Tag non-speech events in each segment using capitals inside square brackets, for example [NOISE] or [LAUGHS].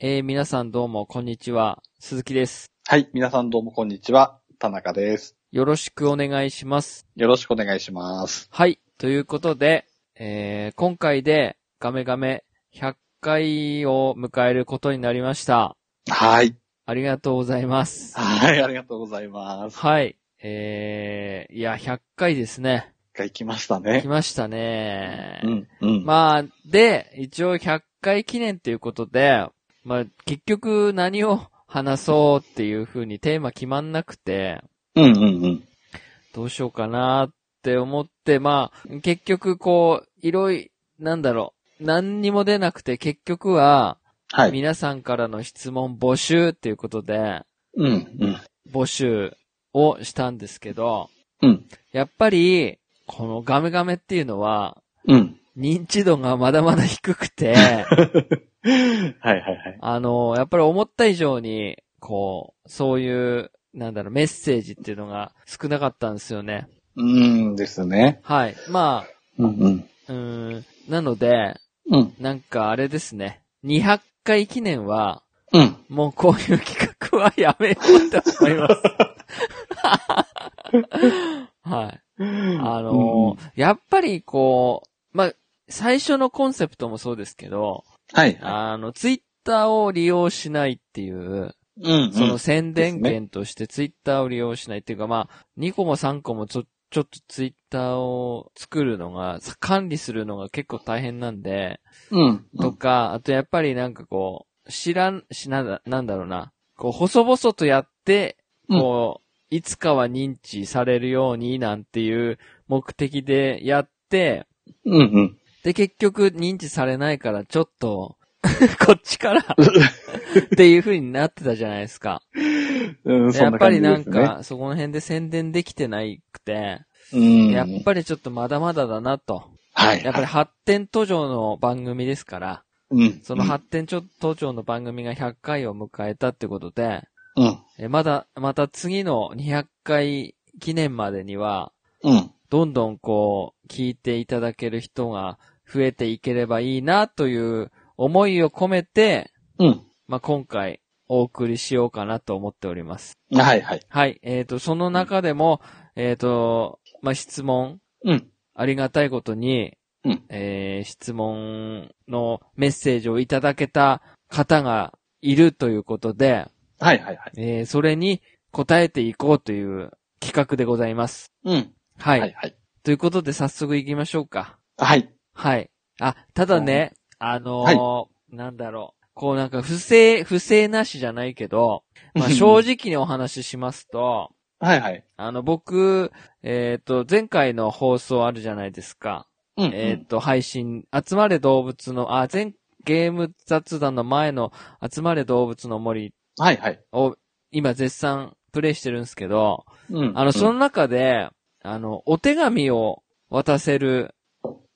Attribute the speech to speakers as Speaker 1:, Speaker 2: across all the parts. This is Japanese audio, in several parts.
Speaker 1: えー、皆さんどうも、こんにちは。鈴木です。
Speaker 2: はい、皆さんどうもこんにちは。田中です。
Speaker 1: よろしくお願いします。
Speaker 2: よろしくお願いします。
Speaker 1: はい。ということで、えー、今回でガメガメ100回を迎えることになりました。
Speaker 2: はい。
Speaker 1: ありがとうございます。
Speaker 2: はい、ありがとうございます。
Speaker 1: はい。えー、いや、100回ですね。
Speaker 2: 一回来ました
Speaker 1: 来
Speaker 2: ね。
Speaker 1: ましたね
Speaker 2: う。ん、うん。
Speaker 1: まあ、で、一応100回記念ということで、まあ、結局何を話そうっていう風にテーマ決まんなくて、
Speaker 2: うん、うん、うん。
Speaker 1: どうしようかなって思って、まあ、結局こう、いろい、なんだろう、何にも出なくて、結局は、
Speaker 2: はい。
Speaker 1: 皆さんからの質問募集っていうことで、
Speaker 2: うん、うん。
Speaker 1: 募集をしたんですけど、
Speaker 2: うん、
Speaker 1: やっぱり、このガメガメっていうのは、
Speaker 2: うん。
Speaker 1: 認知度がまだまだ低くて、
Speaker 2: [LAUGHS] はい、はい、はい。
Speaker 1: あの、やっぱり思った以上に、こう、そういう、なんだろう、メッセージっていうのが少なかったんですよね。
Speaker 2: うーんですね。
Speaker 1: はい。まあ、
Speaker 2: うん、うん。
Speaker 1: うーん、なので、
Speaker 2: うん、
Speaker 1: なんかあれですね。200回記念は、
Speaker 2: うん。
Speaker 1: もうこういう企画はやめようと思います。 [LAUGHS] はい。あのーやっぱりこう、まあ、最初のコンセプトもそうですけど、
Speaker 2: はい、は
Speaker 1: あの、ツイッターを利用しないっていう、
Speaker 2: い。うん、
Speaker 1: その宣伝権としてツイッターを利用しないっていうか、まあ、2個も3個もちょ、ちょっとツイッターを作るのが、管理するのが結構大変なんで、
Speaker 2: うん、う
Speaker 1: と
Speaker 2: ん。
Speaker 1: か、あとやっぱりなんかこう、知らん、しなんだ、なんだろうな。こう、細々とやって、こう、いつかは認知されるようになんていう目的でやって、
Speaker 2: うん、うん。
Speaker 1: で、結局認知されないからちょっと、 [LAUGHS] こっち
Speaker 2: [LAUGHS]
Speaker 1: から、っていう風になってたじゃないですか。
Speaker 2: うん、そ
Speaker 1: や
Speaker 2: ん
Speaker 1: っ
Speaker 2: な
Speaker 1: ぱ
Speaker 2: 感じ
Speaker 1: り
Speaker 2: で
Speaker 1: なん
Speaker 2: すね。
Speaker 1: か、そこの辺で宣伝できてないくて、
Speaker 2: うん。
Speaker 1: やっぱりちょっとまだまだだなと。
Speaker 2: はい。
Speaker 1: やっぱり発展途上の番組ですから、
Speaker 2: うん。
Speaker 1: その発展ちょ途上の番組が100回を迎えたってことで、
Speaker 2: うん、
Speaker 1: えまだ、また次の200回記念までには、
Speaker 2: うん。
Speaker 1: どんどんこう、聞いていただける人が増えていければいいなという思いを込めて、
Speaker 2: うん。
Speaker 1: まあ、今回お送りしようかなと思っております。
Speaker 2: はい、はい。
Speaker 1: はい。えっ、と、その中でも、えっ、と、まあ、質問、
Speaker 2: うん。
Speaker 1: ありがたいことに、
Speaker 2: うん
Speaker 1: えー質問のメッセージをいただけた方がいるということで、
Speaker 2: はい、はい、はい。
Speaker 1: えーそれに答えていこうという企画でございます。
Speaker 2: うん。
Speaker 1: はい。
Speaker 2: はい、はい。
Speaker 1: ということで早速行きましょうか。
Speaker 2: はい。
Speaker 1: はい。あ、ただね、あのーなんだろう。こうなんか不正、不正なしじゃないけど、まあ、正直にお話ししますと、
Speaker 2: はい、はい。
Speaker 1: あの僕、えっ、と、前回の放送あるじゃないですか。
Speaker 2: うん [LAUGHS] うん。
Speaker 1: えーっと、配信、集まれ動物の、あ、前、ゲーム雑談の前の集まれ動物の森
Speaker 2: はいはい。
Speaker 1: を今絶賛プレイしてるんですけど、
Speaker 2: うん
Speaker 1: あの、その中で、あの、お手紙を渡せる、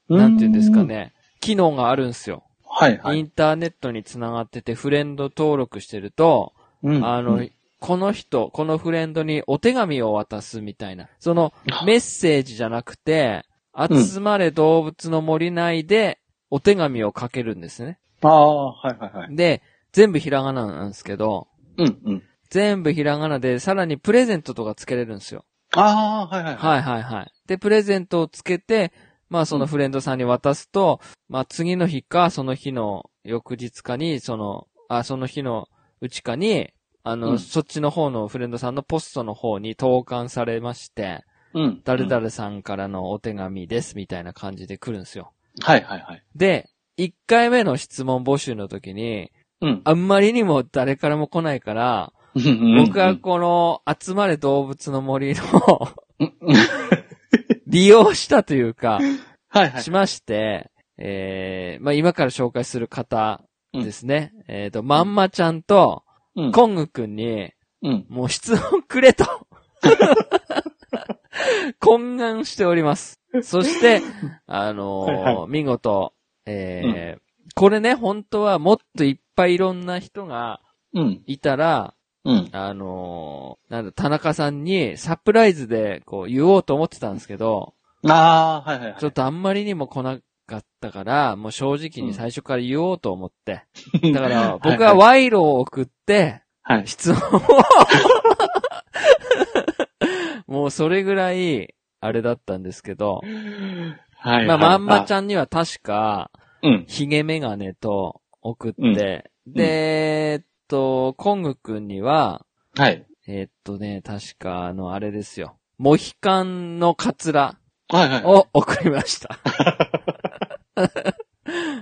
Speaker 1: なんていうんですか。ね、機能があるんですよ。
Speaker 2: はいは
Speaker 1: イ
Speaker 2: い。
Speaker 1: ンターネットに繋がっててフレンド登録してると、
Speaker 2: うん
Speaker 1: あ
Speaker 2: う
Speaker 1: の
Speaker 2: ん、
Speaker 1: この人、このフレンドにお手紙を渡すみたいな。その、メッセージじゃなくて、
Speaker 2: うん
Speaker 1: 集まれ動物の森内でお手紙を書けるんですね。
Speaker 2: ああ、はいはいはい。
Speaker 1: で、全部ひらがななんですけど、
Speaker 2: うんうん。
Speaker 1: 全部ひらがなで、さらにプレゼントとかつけれるんですよ。
Speaker 2: ああ、はいはいい。
Speaker 1: はいはいはい。で、プレゼントをつけて、まあそのフレンドさんに渡すと、まあ次の日か、その日の翌日かに、その、あ、その日のうちかに、あの、
Speaker 2: うん
Speaker 1: そっちの方のフレンドさんのポストの方に投函されまして、
Speaker 2: うん。
Speaker 1: 誰々さんからのお手紙です、みたいな感じで来るんですよ。
Speaker 2: はいはいはい。
Speaker 1: で、1回目の質問募集の時に、
Speaker 2: うん。
Speaker 1: あんまりにも誰からも来ないから、僕はこの、集まれ動物の森の
Speaker 2: うんうん。
Speaker 1: 利用したというか、
Speaker 2: はいはい
Speaker 1: し。まして、えー、まあ、今から紹介する方ですね。えっ、と、まんまちゃんと、
Speaker 2: うん
Speaker 1: コングくんに、
Speaker 2: うん。
Speaker 1: もう質問くれと。 [LAUGHS] 懇願しております。そして、あのー
Speaker 2: はいは
Speaker 1: 見事、えーこれね、本当はもっといっぱいいろんな人が
Speaker 2: うん。
Speaker 1: いたら、
Speaker 2: うん。
Speaker 1: あのーなんだ、田中さんにサプライズでこう言おうと思ってたんですけど、
Speaker 2: ああ、はいはいはい。
Speaker 1: ちょっとあんまりにも来なかったから、もう正直に最初から言おうと思って。だから、
Speaker 2: いはい
Speaker 1: 僕は賄賂を送って、
Speaker 2: はい。
Speaker 1: 質問を。 [LAUGHS] もうそれぐらい、あれだったんですけど。
Speaker 2: はい。
Speaker 1: まあ、まんまち
Speaker 2: ゃ
Speaker 1: ゃんには確か、
Speaker 2: ん。うん。
Speaker 1: ヒゲメガネと送って、で、えっと、コングくんには、
Speaker 2: はい。
Speaker 1: えっとね、確か、あの、あれですよ。モヒカンのカツラ
Speaker 2: はいはい。
Speaker 1: を送りました。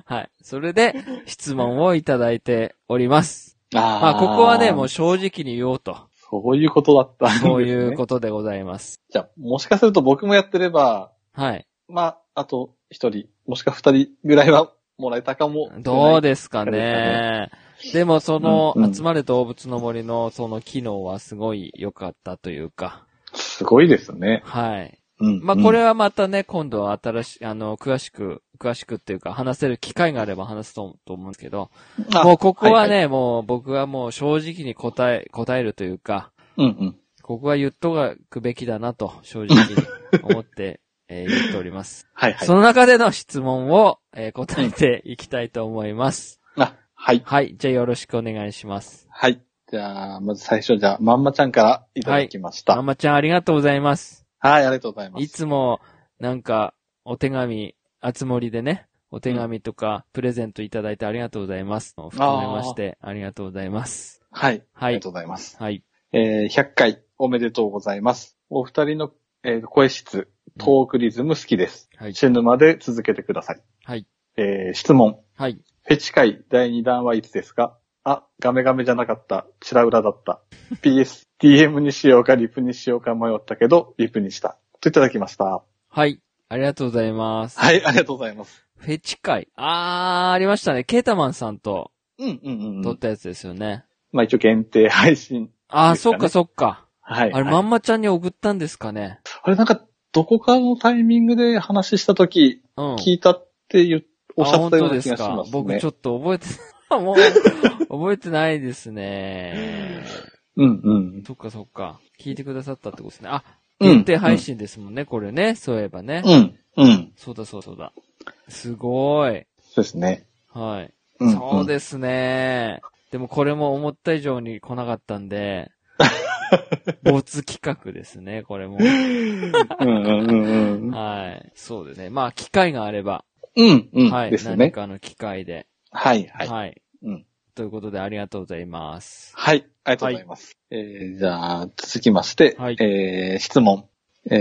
Speaker 1: はい。それで、質問をいただいております。
Speaker 2: あ
Speaker 1: まあ、
Speaker 2: ー
Speaker 1: ここはね、もう、正直に言おうと。
Speaker 2: そういうことだったんですね。
Speaker 1: そういうことでございます。
Speaker 2: じゃあ、もしかすると僕もやってれば、
Speaker 1: はい。
Speaker 2: まあ、あと一人、もしくは二人ぐらいはもらえたかも。
Speaker 1: どう
Speaker 2: で
Speaker 1: ですか
Speaker 2: です
Speaker 1: ね。でもその、
Speaker 2: うんうん
Speaker 1: 集まれ動物の森のその機能はすごい良かったというか。
Speaker 2: すごいですね。
Speaker 1: はい。
Speaker 2: うん。
Speaker 1: まあ、これ
Speaker 2: は、
Speaker 1: はまたね、今度は新しい、あの、詳しく、詳しくっていうか、話せる機会があれば話すとと思うんですけど、
Speaker 2: あ
Speaker 1: もうここはね、
Speaker 2: いい
Speaker 1: もう僕はもう正直に答え、答えるというか、
Speaker 2: うんうん。
Speaker 1: ここは言っとくべきだなと、正直に思
Speaker 2: [LAUGHS]
Speaker 1: って、えー言っております。
Speaker 2: はいはい
Speaker 1: そ。の中での質問を、えー答えていきたいと思います。
Speaker 2: あ、はい。
Speaker 1: はい。じゃあよろしくお願いします。
Speaker 2: はい。じゃあ、まず最初、じゃあ、まんまちゃんからいただきました。
Speaker 1: マ
Speaker 2: はい、
Speaker 1: マちゃんありがとうございます。
Speaker 2: ありがとうございます。
Speaker 1: いつも、なんか、お手紙、あつ森でね、お手紙とか、プレゼントいただいてありがとうございます。含めまして、ありがとうございます。
Speaker 2: はい。
Speaker 1: は
Speaker 2: あり
Speaker 1: い
Speaker 2: がと。うございます。
Speaker 1: はい。
Speaker 2: えー、100回おめでとうございます。お二人の、えー声質、トークリズム好きです。
Speaker 1: はい。
Speaker 2: 死ぬまで続けてください。
Speaker 1: はい。
Speaker 2: えー、質問。
Speaker 1: はい。
Speaker 2: フェチ界第2弾はいつですかあ、ガメガメじゃなかった。チラウラだった。PS、DM にしようかリプにしようか迷ったけど、リプにした。といただきました。
Speaker 1: はい。ありがとうございます。
Speaker 2: はい、ありがとうございます。
Speaker 1: フェチ会。あー、ありましたね。ケータマンさんと
Speaker 2: うん、うん、う
Speaker 1: 撮っ
Speaker 2: ん。
Speaker 1: たやつですよね。
Speaker 2: まあ一応限定配信。
Speaker 1: あー、
Speaker 2: です
Speaker 1: そ
Speaker 2: か
Speaker 1: っ
Speaker 2: ね
Speaker 1: かそっか。
Speaker 2: はい。
Speaker 1: あれ、
Speaker 2: はい
Speaker 1: まんまちゃんに送ったんですかね。
Speaker 2: あれなんか、どこかのタイミングで話したとき、
Speaker 1: うん。
Speaker 2: 聞いたって言う、おっしゃったような気がし
Speaker 1: あ本当
Speaker 2: ま
Speaker 1: ですか
Speaker 2: ね。
Speaker 1: 僕ちょっと覚えて、 [LAUGHS] もう、覚えてないですね。
Speaker 2: うんうん。
Speaker 1: そっかそっか。聞いてくださったってことですね。あ、
Speaker 2: うん
Speaker 1: 限定配信ですもんね、これね。そういえばね。
Speaker 2: うん、うん。
Speaker 1: そうだそうだそうだ。すごい。
Speaker 2: そうですね。
Speaker 1: はい。
Speaker 2: んん
Speaker 1: そうですね。でもこれも思った以上に来なかったん
Speaker 2: [LAUGHS]
Speaker 1: で、没企画ですね、これも。
Speaker 2: うんうんうんうん。
Speaker 1: はい。そうですね。まあ、機会があれば、
Speaker 2: うんうん。
Speaker 1: はい。
Speaker 2: です
Speaker 1: 何
Speaker 2: ね。
Speaker 1: かの機会で、
Speaker 2: はいは
Speaker 1: はい。
Speaker 2: い。うん。
Speaker 1: ということで、ありがとうございます。
Speaker 2: はい。ありがとうございます。えーじゃあ、続きまして、
Speaker 1: はい
Speaker 2: えー質問。え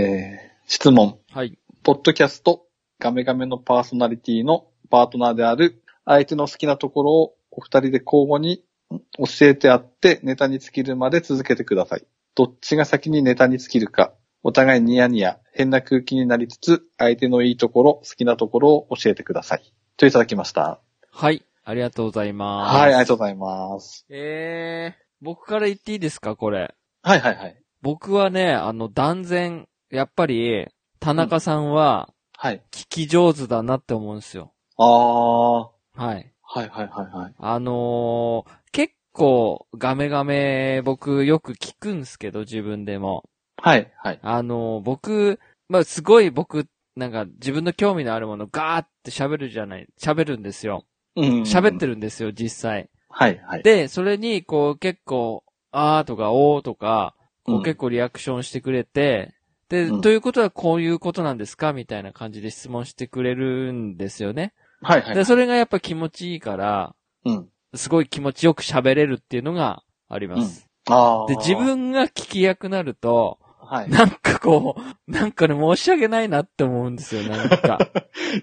Speaker 2: ー質問。
Speaker 1: はい。
Speaker 2: ポッドキャスト、ガメガメのパーソナリティのパートナーである、相手の好きなところをお二人で交互にん教えてあって、ネタに尽きるまで続けてください。どっちが先にネタに尽きるか、お互いニヤニヤ、変な空気になりつつ、相手のいいところ、好きなところを教えてください。といただきました。
Speaker 1: はい。ありがとうございます。
Speaker 2: はい、ありがとうございます。
Speaker 1: えー、僕から言っていいですか、これ。
Speaker 2: はいはいはい。
Speaker 1: 僕はね、あの、断然、やっぱり、田中さんは、
Speaker 2: はい。
Speaker 1: 聞き上手だなって思うんですよ。
Speaker 2: あー、は
Speaker 1: はい。
Speaker 2: いはいはいはい。
Speaker 1: あのー、結構、ガメガメ、僕よく聞くんですけど、自分でも。
Speaker 2: はいはい。
Speaker 1: あのー、僕、まあ、すごい僕、なんか、自分の興味のあるもの、ガーって喋るじゃない、喋るんですよ。
Speaker 2: うん
Speaker 1: 喋って
Speaker 2: る。
Speaker 1: るんですよ、実際。
Speaker 2: はいはい。
Speaker 1: で、それに、こう、結構、あーとか、おーとか、こ
Speaker 2: う
Speaker 1: うん結構リアクションしてくれて、で、
Speaker 2: うん
Speaker 1: ということはこういうことなんですかみたいな感じで質問してくれるんですよね。
Speaker 2: はいはい。
Speaker 1: で、それがやっぱ気持ちいいから、
Speaker 2: うん。
Speaker 1: すごい気持ちよく喋れるっていうのがあります。
Speaker 2: あー。
Speaker 1: で、自分が聞き役なると、
Speaker 2: はい。
Speaker 1: なんかこう、なんかね、申し訳ないなって思うんですよ、なんか。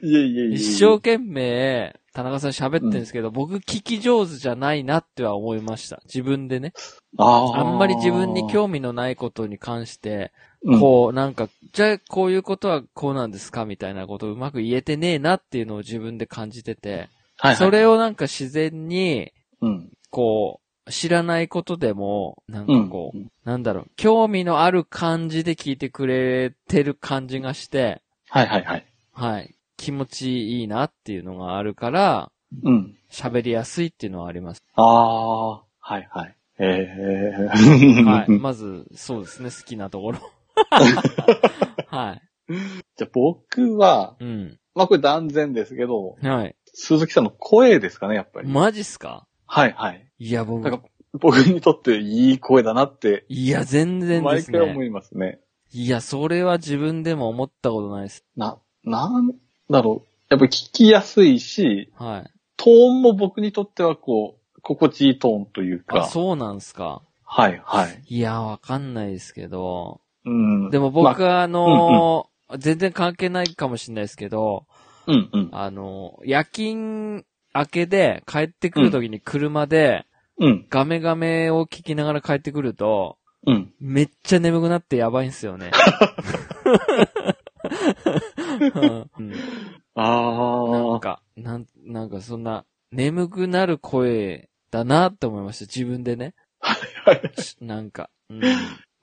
Speaker 2: いえ [LAUGHS] いえいえいえ。
Speaker 1: 一生懸命、田中さん喋ってるんですけど、僕聞き上手じゃないなっては思いました。自分でね。
Speaker 2: あー
Speaker 1: あんまり自分に興味のないことに関して、
Speaker 2: うん
Speaker 1: こう、なんか、じゃあこういうことはこうなんですかみたいなことをうまく言えてねえなっていうのを自分で感じてて、
Speaker 2: はいはい、
Speaker 1: そ
Speaker 2: を、
Speaker 1: れをなんか自然に、
Speaker 2: うん。
Speaker 1: こう、知らないことでも、なんかこう、
Speaker 2: うん
Speaker 1: なんだろう、興味のある感じで聞いてくれてる感じがして、
Speaker 2: はいはいはい。
Speaker 1: はい、気持ちいいなっていうのがあるから、
Speaker 2: うん。
Speaker 1: 喋りやすいっていうのはあります。
Speaker 2: ああ、はいはい。ええ
Speaker 1: [LAUGHS] はい。
Speaker 2: じ
Speaker 1: まず、そうですね、好
Speaker 2: [LAUGHS]
Speaker 1: きなところ。はい。
Speaker 2: ゃあ僕は、
Speaker 1: うん。
Speaker 2: まあこれ断然ですけど、
Speaker 1: はい。
Speaker 2: 鈴木さんの声ですかね、やっぱり。
Speaker 1: マジっすか
Speaker 2: はいはい。
Speaker 1: いや、僕
Speaker 2: なん、か僕にとっていい声だなって、
Speaker 1: いや、全然で
Speaker 2: 毎
Speaker 1: す
Speaker 2: 回思
Speaker 1: ね。
Speaker 2: いますね。
Speaker 1: いや、それは自分でも思ったことないです。
Speaker 2: な、なんだろう。やっぱり聞きやすいし、
Speaker 1: はい。
Speaker 2: トーンも僕にとってはこう、心地いいトーンという
Speaker 1: あ、
Speaker 2: か。
Speaker 1: そうなんすか。
Speaker 2: はいはい。
Speaker 1: いや、わかんないですけど。
Speaker 2: うん。
Speaker 1: でも
Speaker 2: ま
Speaker 1: 僕は、あのー全然関係ないかもしれないですけど、
Speaker 2: あうんうん。
Speaker 1: あのー夜勤明けで帰ってくる時に車で、
Speaker 2: うん。
Speaker 1: ガメガメを聞きながら帰ってくると、
Speaker 2: うん。
Speaker 1: めっちゃ眠くなってやばいんすよ
Speaker 2: [LAUGHS]
Speaker 1: ね。うんうんなん
Speaker 2: ああ。
Speaker 1: か、なん、なんかそんな、眠くなる声だなって思いました、自分でね。しなんか、うん。
Speaker 2: う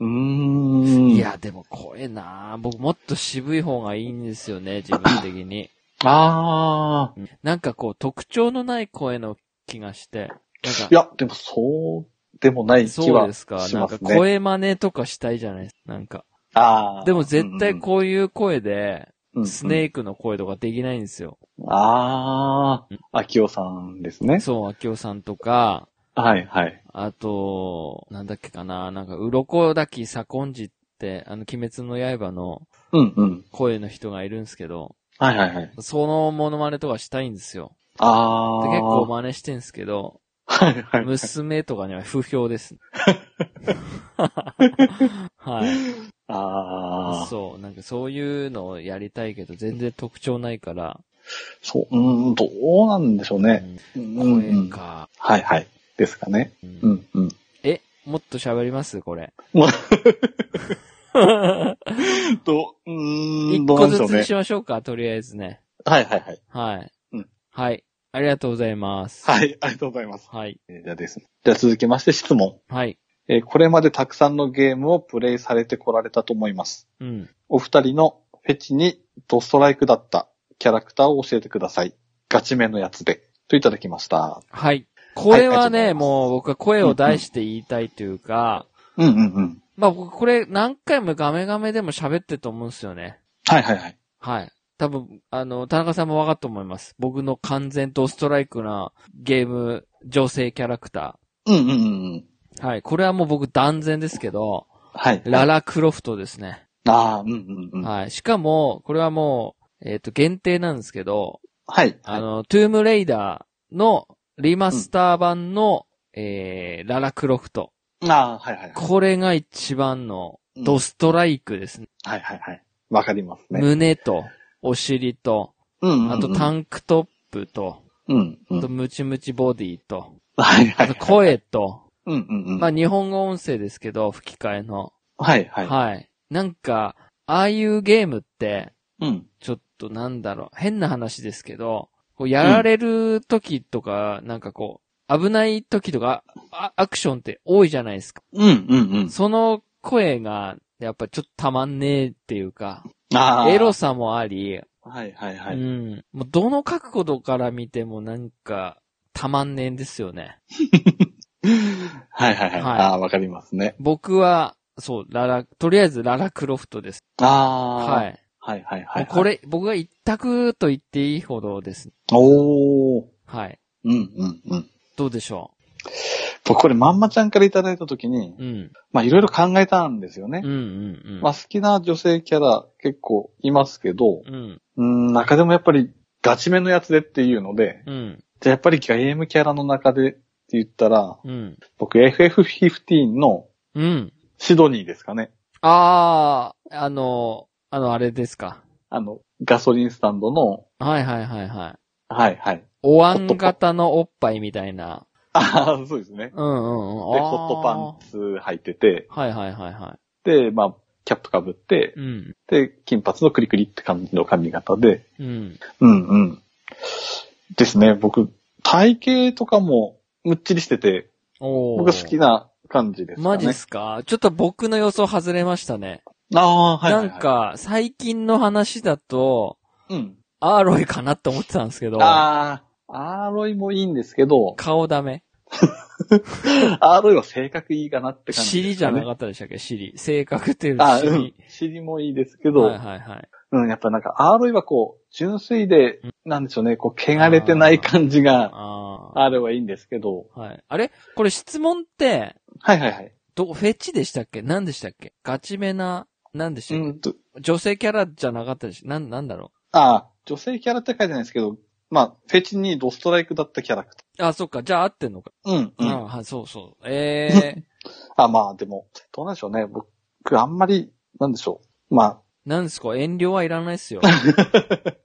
Speaker 2: ーん。
Speaker 1: い。や、でも声なぁ僕もっと渋い方がいいんですよね、自分的に。
Speaker 2: ああ。
Speaker 1: うんなんかこう、特徴のない声の気がして。なんか
Speaker 2: いや、でもそうでもない気
Speaker 1: そう
Speaker 2: は
Speaker 1: で
Speaker 2: し
Speaker 1: す
Speaker 2: ま
Speaker 1: か。
Speaker 2: すね。
Speaker 1: なんか声真似とかしたいじゃないですか。なんか。
Speaker 2: ああ。
Speaker 1: でも絶対こういう声で、
Speaker 2: うん
Speaker 1: スネークの声とかできないんですよ。
Speaker 2: あ
Speaker 1: うん
Speaker 2: あ、秋夫さんですね。
Speaker 1: そう、秋夫さんとか、
Speaker 2: はい、はい。
Speaker 1: あと、なんだっけかな、なんか、鱗だき左近寺って、あの、鬼滅の刃の
Speaker 2: うん、うん。
Speaker 1: 声の人がいるんですけど、
Speaker 2: はい、はい、はい。
Speaker 1: そのモノマネとかしたいんですよ。
Speaker 2: あ
Speaker 1: で
Speaker 2: あ。
Speaker 1: 結構、真似してんですけど、
Speaker 2: はい、はい。
Speaker 1: 娘とかには不評です。はい。
Speaker 2: ああ。
Speaker 1: そう、なんかそういうのをやりたいけど、全然特徴ないから、
Speaker 2: そう、うん、どうなんでしょうね。うん
Speaker 1: うん
Speaker 2: うん
Speaker 1: 声か。
Speaker 2: はい、はい。ですかね。
Speaker 1: うん
Speaker 2: うん、うん。 [LAUGHS]
Speaker 1: え、もっと喋りますこ [LAUGHS] れ。
Speaker 2: まあ
Speaker 1: 一
Speaker 2: と、うーん、どう
Speaker 1: 個
Speaker 2: なんでし
Speaker 1: ず
Speaker 2: ょう
Speaker 1: つに
Speaker 2: ね
Speaker 1: し。ましょうか、とりあえずね。
Speaker 2: はい、はい、はい。
Speaker 1: はい。
Speaker 2: うん
Speaker 1: はい。ありがとうございます。い。
Speaker 2: はい、ありがとうございます。
Speaker 1: はい。
Speaker 2: えーじゃあですね。じゃあ続きまして質問。
Speaker 1: はい。
Speaker 2: えーこれまでたくさんのゲームをプレイされてこられたと思います。
Speaker 1: うん。
Speaker 2: お二人のフェチにドストライクだったキャラクターを教えてください。ガチめのやつで。といただきました。
Speaker 1: はい。これは
Speaker 2: ありがとうござ
Speaker 1: ね、
Speaker 2: います
Speaker 1: もう僕は声を出して言いたいというか、
Speaker 2: うんうんうん。
Speaker 1: まあ僕これ何回もガメガメでも喋ってると思うんですよね。
Speaker 2: はいはいはい。
Speaker 1: はい。多分、あの、田中さんも分かったと思います。僕の完全ドストライクなゲーム、女性キャラクタ
Speaker 2: うんうんうんうん。
Speaker 1: ー。はい。これはもう僕断然ですけど、
Speaker 2: はい。
Speaker 1: ララクロフトですね。
Speaker 2: ああ、うんうんうん。
Speaker 1: はい。しかも、これはもう、えっ、と、限定なんですけど、
Speaker 2: はい。
Speaker 1: あの、トゥームレイダーのリマスター版の、えー、ララクロフト。
Speaker 2: ああ、はいはいはい。
Speaker 1: これが一番の
Speaker 2: うん
Speaker 1: ドストライクですね。
Speaker 2: はいはいはい。わかりますね。
Speaker 1: 胸と、お尻と、
Speaker 2: うんうんうん。
Speaker 1: あとタンクトップと、
Speaker 2: うんう
Speaker 1: あと
Speaker 2: ん。
Speaker 1: ムチムチボディと、
Speaker 2: はいは
Speaker 1: あ
Speaker 2: い
Speaker 1: と
Speaker 2: はい。
Speaker 1: 声と、
Speaker 2: うんうんうん。
Speaker 1: まあ日本語音声ですけど、吹き替えの。
Speaker 2: はいはい。
Speaker 1: はい。なんか、ああいうゲームって、
Speaker 2: うん。
Speaker 1: ちょっとなんだろう、変な話ですけど、こうやられる時とか、なんかこう、危ない時とか、あアクションって多いじゃないですか。
Speaker 2: うんうんうん。
Speaker 1: その声が、やっぱちょっとたまんねえっていうか、
Speaker 2: ああ。
Speaker 1: エロさもあり、
Speaker 2: はいはいは
Speaker 1: う
Speaker 2: い。
Speaker 1: ん。もうどの角度から見てもなんか、たまんねえんですよね。
Speaker 2: はいはいはい。ああ、わかりますね。
Speaker 1: 僕は、そう、ララ、とりあえずララクロフトです。
Speaker 2: ああ。。
Speaker 1: はいい。
Speaker 2: はいはいはい。
Speaker 1: もうこ。れ、僕が一択と言っていいほどです。
Speaker 2: おー。
Speaker 1: はい。
Speaker 2: うんうんうん。
Speaker 1: どうでしょ
Speaker 2: 僕これまんまちゃんからいただいたときに
Speaker 1: う、うん。
Speaker 2: まあいろいろ考えたんですよね
Speaker 1: うん。うんうん。
Speaker 2: まあ好きな女性キャラ結構いますけど、
Speaker 1: うん。
Speaker 2: うん、中でもやっぱりガチめのやつでっていうので、
Speaker 1: うん。
Speaker 2: じゃあやっぱりゲームキャラの中でって言ったら、
Speaker 1: うん。
Speaker 2: 僕 FF15 の
Speaker 1: うん。
Speaker 2: シドニーですかね。
Speaker 1: あー、あの、あの、あれですか。
Speaker 2: あの、ガソリンスタンドの、
Speaker 1: はいはいはいはい。
Speaker 2: はいはい。
Speaker 1: お椀型のおっぱいみたいな。
Speaker 2: ああ、そうですね。
Speaker 1: うんうんうん。
Speaker 2: で、ホットパンツ履いてて、
Speaker 1: パン。はいはいはいは
Speaker 2: で、まあ、キャップかぶって
Speaker 1: い。う、ん。
Speaker 2: で、金髪のクリクリって感じの髪型で、
Speaker 1: うん。
Speaker 2: うんうん。ですね、僕、体型とかもむっちりしてて、
Speaker 1: お
Speaker 2: 僕好き
Speaker 1: で
Speaker 2: な感じですかね。
Speaker 1: マジっすかちょっと僕の予想外れましたね。
Speaker 2: ああー、はい、はいはい。
Speaker 1: なん、か、最近の話だと、
Speaker 2: うん。
Speaker 1: アーロイかなって思ってたんですけど、 [LAUGHS]
Speaker 2: ああ、アーロイもいいんですけど、
Speaker 1: 顔ダメ。
Speaker 2: R は性格いいかなって感じ、
Speaker 1: シ
Speaker 2: ね。
Speaker 1: リじゃなかったでしたっけシリ。性格っていう
Speaker 2: あ、
Speaker 1: シ
Speaker 2: うん
Speaker 1: リ。。
Speaker 2: 尻もいいですけど、
Speaker 1: はいはいはい。
Speaker 2: うん、やっぱなんか、R はこう、純粋で
Speaker 1: う、
Speaker 2: なんでしょうね、こう、汚れてない感じが、
Speaker 1: ああ。
Speaker 2: R はいいんですけど、
Speaker 1: はい。あれこれ質問って、
Speaker 2: はいはいはい。
Speaker 1: ど、フェチでしたっけ何でしたっけガチめな、何でした
Speaker 2: う
Speaker 1: っけ、
Speaker 2: んと、
Speaker 1: 女性キャラじゃなかったでしょなん、なんだろ
Speaker 2: あ、女性キャラって書いてないですけど、まあ、フェチにドストライクだったキャラクタ
Speaker 1: うあ、そっか。じゃあ合ってんのか。
Speaker 2: ー。うん、
Speaker 1: う、
Speaker 2: うんん。
Speaker 1: はい、そうそう。
Speaker 2: [LAUGHS]
Speaker 1: ええ
Speaker 2: あ、まあ、でも、どうなんでしょうね。僕、あんまり、なんでしょう。ま
Speaker 1: なんですか遠慮はいらないっ
Speaker 2: [LAUGHS]
Speaker 1: すよ。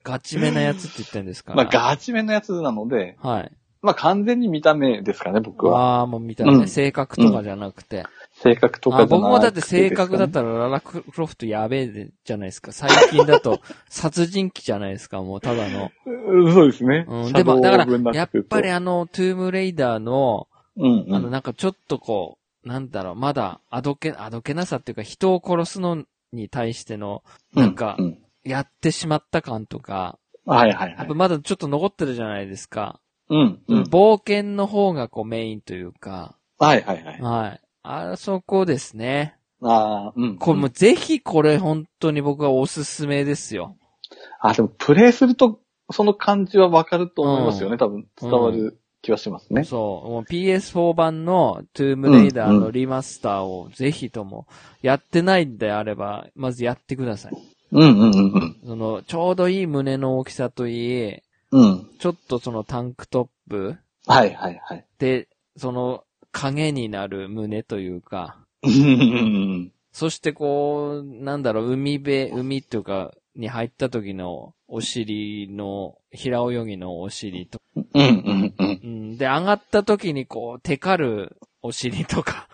Speaker 1: ガチめなやつって言ってんですか
Speaker 2: あ、
Speaker 1: ら。
Speaker 2: まあ、ガチめのやつなので、
Speaker 1: はい。
Speaker 2: まあ、完全に見た目ですかね、僕
Speaker 1: あ
Speaker 2: は。
Speaker 1: あ、もう見たらね、
Speaker 2: うん
Speaker 1: 性格とかじゃなくて。
Speaker 2: 性格と
Speaker 1: あ
Speaker 2: かじゃ
Speaker 1: 僕
Speaker 2: な
Speaker 1: も
Speaker 2: くてですかね、
Speaker 1: だって性格だったらララクロフトやべえでじゃないですか。最近だ
Speaker 2: [LAUGHS]
Speaker 1: と殺人鬼じゃないですか、もうただの。
Speaker 2: うんそうですね。
Speaker 1: うん、
Speaker 2: シ
Speaker 1: で
Speaker 2: ャド
Speaker 1: も、
Speaker 2: ウ
Speaker 1: だから
Speaker 2: オブナ、
Speaker 1: や
Speaker 2: ッ
Speaker 1: っ
Speaker 2: クと
Speaker 1: ぱり、あの、トゥームレイダーの、
Speaker 2: うん、う
Speaker 1: あの、
Speaker 2: ん。
Speaker 1: なんかちょっとこう、なんだろう、まだ、あどけ、あどけなさっていうか、人を殺すのに対しての、なんか
Speaker 2: う、う
Speaker 1: やってしまった感とか、
Speaker 2: はいはいは
Speaker 1: やっ
Speaker 2: い
Speaker 1: ぱ。まだちょっと残ってるじゃないですか。
Speaker 2: うん、うん。
Speaker 1: 冒険の方がこうメインというか、
Speaker 2: はいはいはい。
Speaker 1: はい。あそこですね。
Speaker 2: ああ、うん。
Speaker 1: これもうぜひこれ本当に僕はおすすめですよ。
Speaker 2: あ、でもプレイすると、その感じはわかると思いますよね。多分伝わる気はしますね。
Speaker 1: そう。もう PS4 版のトゥームレイダーのリマスターをぜひとも、やってないんであれば、まずやってください。
Speaker 2: うんうんうんうん。
Speaker 1: その、ちょうどいい胸の大きさといい、
Speaker 2: うん。
Speaker 1: ちょっとそのタンクトップ
Speaker 2: はいはいはい。
Speaker 1: で、その影になる胸というか、
Speaker 2: うんうん
Speaker 1: そしてこう、なんだろう、海辺、海というか、に入った時のお尻の、平泳ぎのお尻と、
Speaker 2: うんうん。うんうんうん。
Speaker 1: うん、で、上がった時にこう、テカるお尻と
Speaker 2: [LAUGHS]
Speaker 1: か。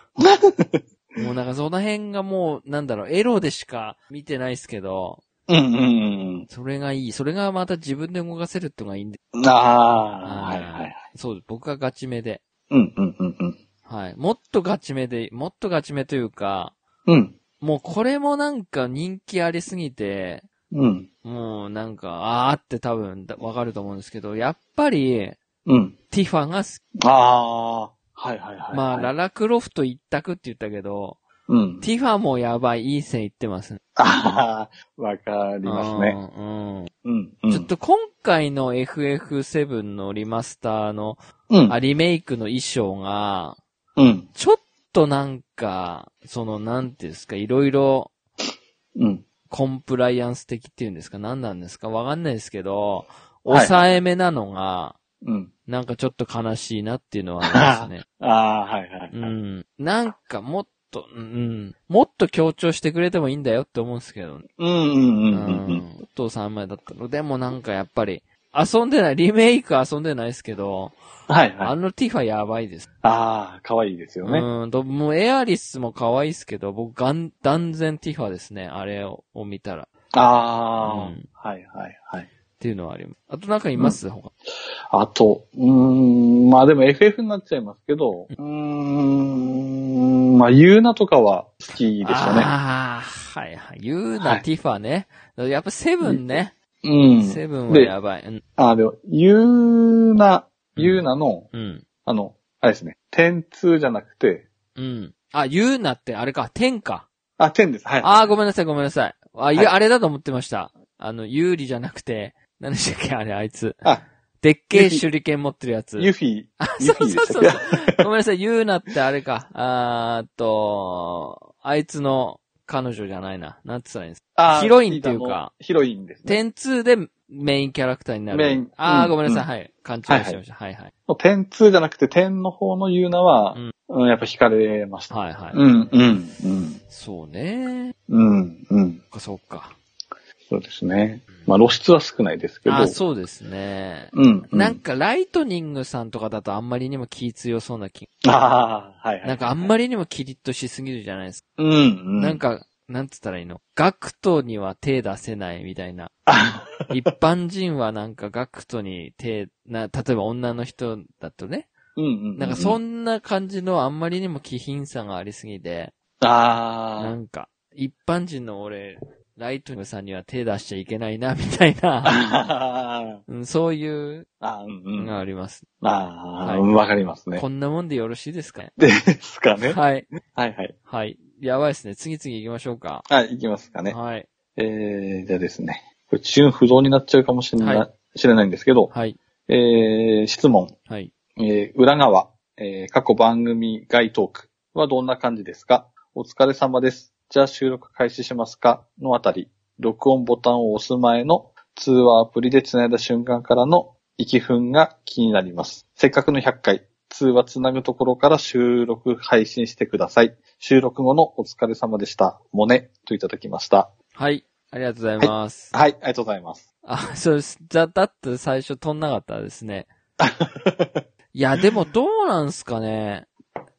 Speaker 1: もうなんかその辺がもう、なんだろう、エロでしか見てないですけど、
Speaker 2: うんうん
Speaker 1: それがいい。それがまた自分で動かせるってのがいいんで。
Speaker 2: うん。ああ、はいはいはい。
Speaker 1: そう、僕はガチめで。
Speaker 2: うんうんうんうん。
Speaker 1: はい。もっとガチめで、もっとガチめというか、
Speaker 2: うん。
Speaker 1: もうこれもなんか人気ありすぎて、
Speaker 2: うん。
Speaker 1: もうなんか、あーって多分だわかると思うんですけど、やっぱり、
Speaker 2: うん。
Speaker 1: ティファが好き。
Speaker 2: ああ、はいはいはい。
Speaker 1: まあ、ララクロフト一択って言ったけど、 [LAUGHS]
Speaker 2: うん。
Speaker 1: ティファもやばい、いい線いってますね。
Speaker 2: ああ、わかりますね。
Speaker 1: うんうん
Speaker 2: うんうん。
Speaker 1: ちょっ、と今回の FF7 のリマスターの、
Speaker 2: うん
Speaker 1: あ、。リメイクの衣装が、
Speaker 2: うん。
Speaker 1: ちょっとなんか、その、なんていうんですか、いろいろ、
Speaker 2: うん。
Speaker 1: コンプライアンス的っていうんですか、何なんですか、わかんないですけど、
Speaker 2: はい
Speaker 1: 抑えめなのが、
Speaker 2: うん。
Speaker 1: なんかちょっと悲しいなっていうのはあり
Speaker 2: [LAUGHS]
Speaker 1: ますね。
Speaker 2: ああ、はいは
Speaker 1: う
Speaker 2: いはい。
Speaker 1: ん。なんかもっと、うんうん、もっと強調してくれてもいいんだよって思うんですけど、ね、
Speaker 2: うんうんう
Speaker 1: うん
Speaker 2: うんうん。。
Speaker 1: お父さん前だったの。でもなんかやっぱり、遊んでない、リメイク遊んでないですけど、
Speaker 2: はいはい
Speaker 1: あ。のティファやばいです。
Speaker 2: ああ、可愛いですよね。
Speaker 1: うんと、もうエアリスも可愛いですけど、僕、がん、断然ティファですね。あれをを見たら。っ
Speaker 2: ああ、
Speaker 1: うん
Speaker 2: はいはいはい。
Speaker 1: ていうのはあります。あとなんかいます、他。
Speaker 2: あと、うーん、まあでも FF になっちゃいますけど、うーん、まあユーナとかは好きでしたね。
Speaker 1: ああ、はいはい。ユー
Speaker 2: は
Speaker 1: ナ、
Speaker 2: い
Speaker 1: ティファね。やっぱセブンね。
Speaker 2: うん。
Speaker 1: セブンはやばい。うん。
Speaker 2: ああ、でも、ユーナ、ユーナの、
Speaker 1: うん。
Speaker 2: あの、あれですね、点2じゃなくて、
Speaker 1: うん。あ、ユーナってあれか、天か。
Speaker 2: あ、点です。はい。
Speaker 1: あー、ごめんなさい、ごめんなさい。あ、い
Speaker 2: はい
Speaker 1: や、あれだと思ってました。あの、有利じゃなくて、何でしたっけ、あれ、あいつ。
Speaker 2: あ、
Speaker 1: でっけえ手裏剣持ってるやつ。
Speaker 2: ユフィ、ユ
Speaker 1: そう
Speaker 2: フィで
Speaker 1: そう
Speaker 2: した
Speaker 1: そ
Speaker 2: っ
Speaker 1: う
Speaker 2: け
Speaker 1: そう。ごめんなさい、ユーナってあれか。あーっと、あいつの彼女じゃないな。なんつったらいいんですか。
Speaker 2: あー
Speaker 1: ヒロインっていうか
Speaker 2: ヒロインですね。
Speaker 1: 点2でメインキャラクターになる。
Speaker 2: メイン
Speaker 1: あー、
Speaker 2: うん
Speaker 1: ごめんなさい、
Speaker 2: うん
Speaker 1: はい。勘違いしてました。はいはい。
Speaker 2: 点2じゃなくて点の方のユーナは、
Speaker 1: うん
Speaker 2: うん、やっぱ惹かれました。
Speaker 1: はいはい。
Speaker 2: うん、うん、うん、
Speaker 1: そうね。
Speaker 2: うん、うん。
Speaker 1: そっか、そっか。
Speaker 2: そうですね。まあ露出は少ないですけど。
Speaker 1: あー、そうですね。
Speaker 2: うん。う
Speaker 1: なん、か、ライトニングさんとかだとあんまりにも気強そうな気、
Speaker 2: ああ、はいはい。
Speaker 1: なんかあんまりにもキリッとしすぎるじゃないですか。
Speaker 2: うん、うん。
Speaker 1: なん、か、なんつったらいいのガクトには手出せないみたい
Speaker 2: [LAUGHS]
Speaker 1: な。
Speaker 2: あ
Speaker 1: 一般人はなんかガクトに手、な、例えば女の人だとね。
Speaker 2: うん、うん。
Speaker 1: なんかそ
Speaker 2: ん、
Speaker 1: んな感じのあんまりにも気品さがありすぎて、な
Speaker 2: あ
Speaker 1: んか、一般人の俺、ライトニングさんには手出しちゃいけないな、みたい
Speaker 2: [LAUGHS]
Speaker 1: な、
Speaker 2: あ
Speaker 1: うん、そういう
Speaker 2: あ、うんう
Speaker 1: の
Speaker 2: ん。
Speaker 1: が
Speaker 2: あ
Speaker 1: あります。
Speaker 2: あ
Speaker 1: はい
Speaker 2: ー、わ、かりま
Speaker 1: [LAUGHS]
Speaker 2: すね。
Speaker 1: こんなもんでよろしいですかね。
Speaker 2: ですかね。
Speaker 1: はい。
Speaker 2: はいはい。
Speaker 1: はい。やばいですね。次々行きましょうか。
Speaker 2: はい、いきますかね。
Speaker 1: はい。
Speaker 2: えー、じゃあですね。これ、中不動になっちゃうかもしれない、
Speaker 1: は
Speaker 2: 知れないんですけど、
Speaker 1: はい。
Speaker 2: えー、質問。
Speaker 1: はい。
Speaker 2: えー裏側、えー過去番組外トークはどんな感じですかお疲れ様です。じゃあ収録開始しますかのあたり、録音ボタンを押す前の通話アプリで繋いだ瞬間からの息分が気になります。せっかくの100回、通話繋ぐところから収録配信してください。収録後のお疲れ様でした。モネといただきました。
Speaker 1: はい。ありがとうございます。
Speaker 2: はい、ありがとうございます。
Speaker 1: あ、そうです。だ、だって最初飛んなかったです
Speaker 2: [LAUGHS]
Speaker 1: ね。いや、でもどうなんすかね。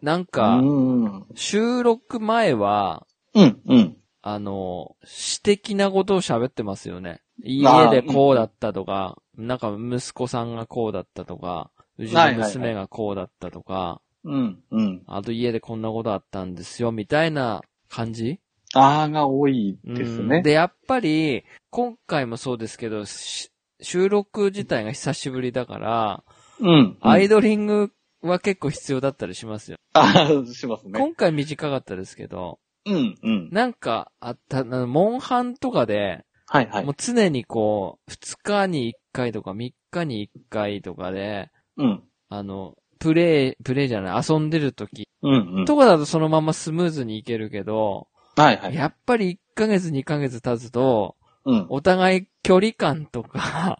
Speaker 1: なん
Speaker 2: う
Speaker 1: か、
Speaker 2: ん。
Speaker 1: 収録前は、
Speaker 2: うん、うん。
Speaker 1: あの、私的なことを喋ってますよね。家
Speaker 2: あ
Speaker 1: でこうだったとか、なんか息子さんがこうだったとか、うちの娘がこうだったとか、
Speaker 2: うん、うん。
Speaker 1: あと家でこんなことあったんですよ、みたいな感じ
Speaker 2: あーが多い
Speaker 1: うん
Speaker 2: ですね。
Speaker 1: で、やっぱり、今回もそうですけど、し収録自体が久しぶりだから、
Speaker 2: うん。うん
Speaker 1: アイドリングは結構必要だったりしますよ。
Speaker 2: ああ、しますね。
Speaker 1: 今回短かったですけど、
Speaker 2: うん、うん。
Speaker 1: なんかあった、あのモンハンとかで、
Speaker 2: はいはい
Speaker 1: も。う常にこう、2日に1回とか3日に1回とかで、
Speaker 2: うん。
Speaker 1: あの、プレイ、プレイじゃない、遊んでる時
Speaker 2: うん、うん。
Speaker 1: とかだとそのままスムーズにいけるけど、
Speaker 2: はいはい。
Speaker 1: やっぱり1ヶ月2ヶ月経つと、
Speaker 2: [LAUGHS] うん。
Speaker 1: お互い距離感とか、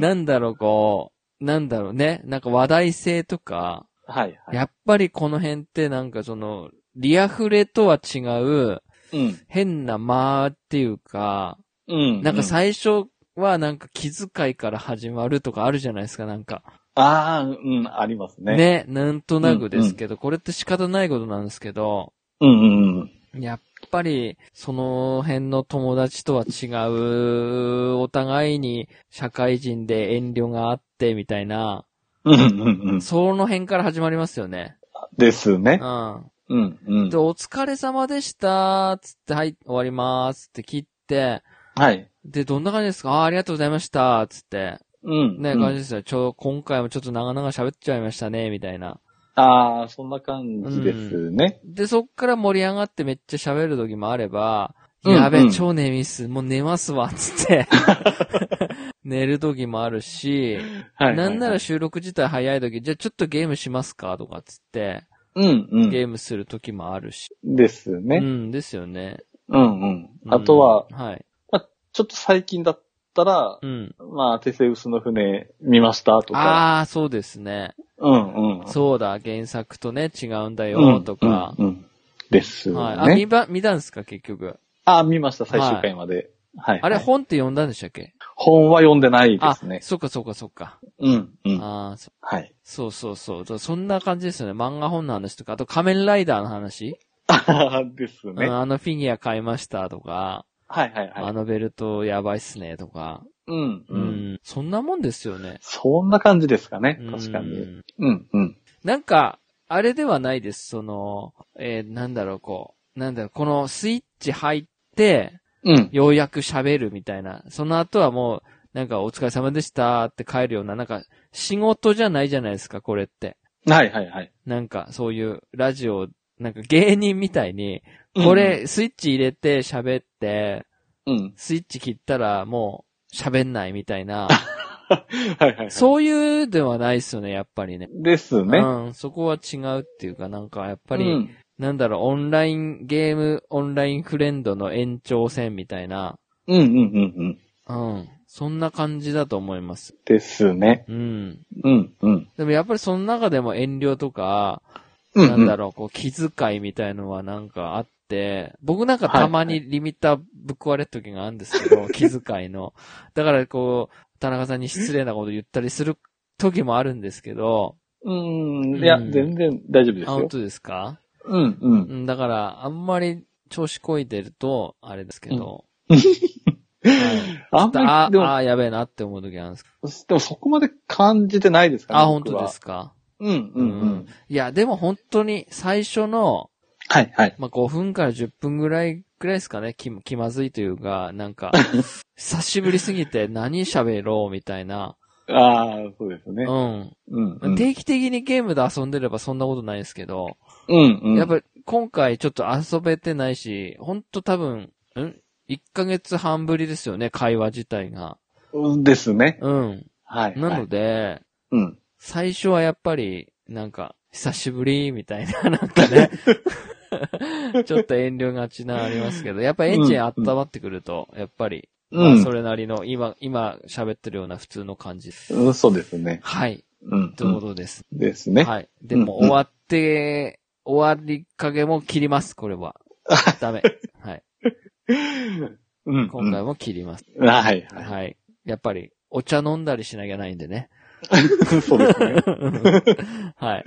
Speaker 1: なんだろう、こう、なんだろうね、なんか話題性とか、
Speaker 2: はいはい。
Speaker 1: やっぱりこの辺ってなんかその、リアフレとは違う、
Speaker 2: うん。
Speaker 1: 変な間っていうか、
Speaker 2: うん。
Speaker 1: なんか、最初はなんか気遣いから始まるとかあるじゃないですか、なんか。
Speaker 2: ああ、うん、ありますね。
Speaker 1: ね。。なんとなくですけど、これって仕方ないことなんですけど、
Speaker 2: うん、うん、うん。
Speaker 1: やっぱり、その辺の友達とは違う、お互いに社会人で遠慮があって、みたいな、
Speaker 2: うん、うん、うん。
Speaker 1: その辺から始まりますよね。
Speaker 2: です
Speaker 1: う
Speaker 2: ね。
Speaker 1: ん。
Speaker 2: うん、うん
Speaker 1: で、。お疲れ様でした、つって、はい、終わります、って切って、
Speaker 2: はい。
Speaker 1: で、どんな感じですかあーありがとうございました、つって。
Speaker 2: うん。
Speaker 1: ね、感じですよ。ちょ、今回もちょっと長々喋っちゃいましたね、みたいな。
Speaker 2: ああ、そんな感じですね。
Speaker 1: で、そっから盛り上がってめっちゃ喋る時もあれば、
Speaker 2: うん
Speaker 1: やべ
Speaker 2: う
Speaker 1: え、
Speaker 2: ん
Speaker 1: 超眠いっす。もう寝ますわ、つっ
Speaker 2: [LAUGHS]
Speaker 1: て。寝る時もあるし、
Speaker 2: はい。
Speaker 1: なんなら、収録自体早い時、じゃあちょっとゲームしますかとかつって、
Speaker 2: うん、う
Speaker 1: ゲームする時もあるし。
Speaker 2: ん。です
Speaker 1: う
Speaker 2: ね。
Speaker 1: ん、ですよね。
Speaker 2: うん、うん。
Speaker 1: うん
Speaker 2: あとは、
Speaker 1: はい。
Speaker 2: ちょっと最近だったら、
Speaker 1: うん。
Speaker 2: まあ、テセウスの船見ましたとか。あ。
Speaker 1: ああ、そうですね。
Speaker 2: うん、うん。
Speaker 1: そうだ、原作とね、違うんだよ、とか。
Speaker 2: うんうんうんですね。
Speaker 1: はい。あ、見ば、見たんですか、結局。
Speaker 2: あ、見ました、最終回まで。はい。
Speaker 1: あれ、
Speaker 2: はい
Speaker 1: 本って読んだんでしたっけ
Speaker 2: 本は読んでないで
Speaker 1: あ
Speaker 2: す、ね。
Speaker 1: そっかそっかそっか。
Speaker 2: うん、うん。
Speaker 1: ああ、そ [LAUGHS]
Speaker 2: はい。
Speaker 1: そうそうそう。だそんな感じですよね。漫画本の話とか、あと仮面ライダーの話、
Speaker 2: です
Speaker 1: うん
Speaker 2: ね。はい
Speaker 1: あのフィギュア買いましたとか、
Speaker 2: はいは
Speaker 1: あ
Speaker 2: い。
Speaker 1: のベルトやばいっすねとか、
Speaker 2: うん、う。
Speaker 1: うんん。そんなもんですよね。
Speaker 2: そんな感じですかね、
Speaker 1: うん
Speaker 2: 確かに。。うん、うん。
Speaker 1: なんか、あれではないです。その、えーなんだろう、こう。なんだろう、このスイッチ入って、
Speaker 2: うん。
Speaker 1: ようやく喋るみたいな。その後はもう、なんかお疲れ様でしたって帰るような、なんか仕事じゃないじゃないですか、これって。
Speaker 2: はいはいはい。
Speaker 1: なんかそういうラジオ、なんか芸人みたいに、
Speaker 2: うん
Speaker 1: これ、スイッチ入れて喋って、
Speaker 2: うん。 [LAUGHS]
Speaker 1: スイッチ切ったらもう喋んないみたいな、
Speaker 2: はいはい。う。
Speaker 1: そういうではないですよね、やっぱりね。
Speaker 2: ですね。やっ
Speaker 1: うん、そこは違うっていうか、なんかやっぱり、、なんだろう、オンラインゲーム、オンラインフレンドの延長戦みたいな、
Speaker 2: うんうんうんうん。
Speaker 1: うん、そんな感じだと思います。
Speaker 2: ですね。
Speaker 1: うん。
Speaker 2: うん、うん。
Speaker 1: でもやっぱりその中でも遠慮とか、
Speaker 2: うん。
Speaker 1: なんだろう、こう気遣いみたいのはなんかあって、僕なんかたまにリミッターぶっ壊れる時があるんですけ
Speaker 2: [LAUGHS]
Speaker 1: ど、気遣いの。だからこう、田中さんに失礼なこと言ったりする時もあるんですけど、
Speaker 2: うん。いや、
Speaker 1: うん
Speaker 2: 全然大丈夫です
Speaker 1: あ、本
Speaker 2: よ。
Speaker 1: 当ですか
Speaker 2: うん、うん。
Speaker 1: うん、だから、あんまり調子こいてると、あれですけど、はいちょっと
Speaker 2: あんま
Speaker 1: あ
Speaker 2: り、でも、
Speaker 1: あ、やべえなって思う時あるんですか
Speaker 2: でもそこまで感じてないですかね。
Speaker 1: あ、本
Speaker 2: 僕
Speaker 1: 当
Speaker 2: は
Speaker 1: で。すか
Speaker 2: うん、うん、う
Speaker 1: うん
Speaker 2: ん。
Speaker 1: いや、でも本当に最初の、
Speaker 2: はいはい。
Speaker 1: まあ、5分から10分ぐらいくらいですかね、気、気まずいというか、なん
Speaker 2: [LAUGHS]
Speaker 1: か、久しぶりすぎて何喋ろうみたいな。
Speaker 2: ああ、そうです
Speaker 1: う
Speaker 2: ね。
Speaker 1: ん。
Speaker 2: うん。うん。
Speaker 1: 定期的にゲームで遊んでればそんなことないですけど、
Speaker 2: うん、うん。
Speaker 1: やっぱり今回ちょっと遊べてないし、ほんと多分、ん ?1 ヶ月半ぶりですよね、会話自体が。
Speaker 2: うんですね。
Speaker 1: うん。
Speaker 2: はい。
Speaker 1: な
Speaker 2: は
Speaker 1: の
Speaker 2: い
Speaker 1: で、
Speaker 2: うん。
Speaker 1: 最初はやっぱり、なんか、久しぶりみたいな、なんか [LAUGHS] ね。 [LAUGHS] ちょっと遠慮がちなありますけど、やっぱエンジン温まってくると、やっぱり、
Speaker 2: う
Speaker 1: まあ
Speaker 2: ん
Speaker 1: そ。れなりの、今、今喋ってるような普通の感じ。
Speaker 2: うんそうですね。
Speaker 1: はい。
Speaker 2: うん。
Speaker 1: ということです。
Speaker 2: うんですね。
Speaker 1: はい。でも、
Speaker 2: うんう
Speaker 1: 終
Speaker 2: ん
Speaker 1: わって、終わりかけも切ります、これは。ダメ。はい。
Speaker 2: [LAUGHS] うん。
Speaker 1: 今回も切ります。
Speaker 2: うんはい。 [LAUGHS] は
Speaker 1: はい。やっぱり、お茶飲んだりしなきゃないんでね。
Speaker 2: [LAUGHS] い。そうですね。
Speaker 1: はい。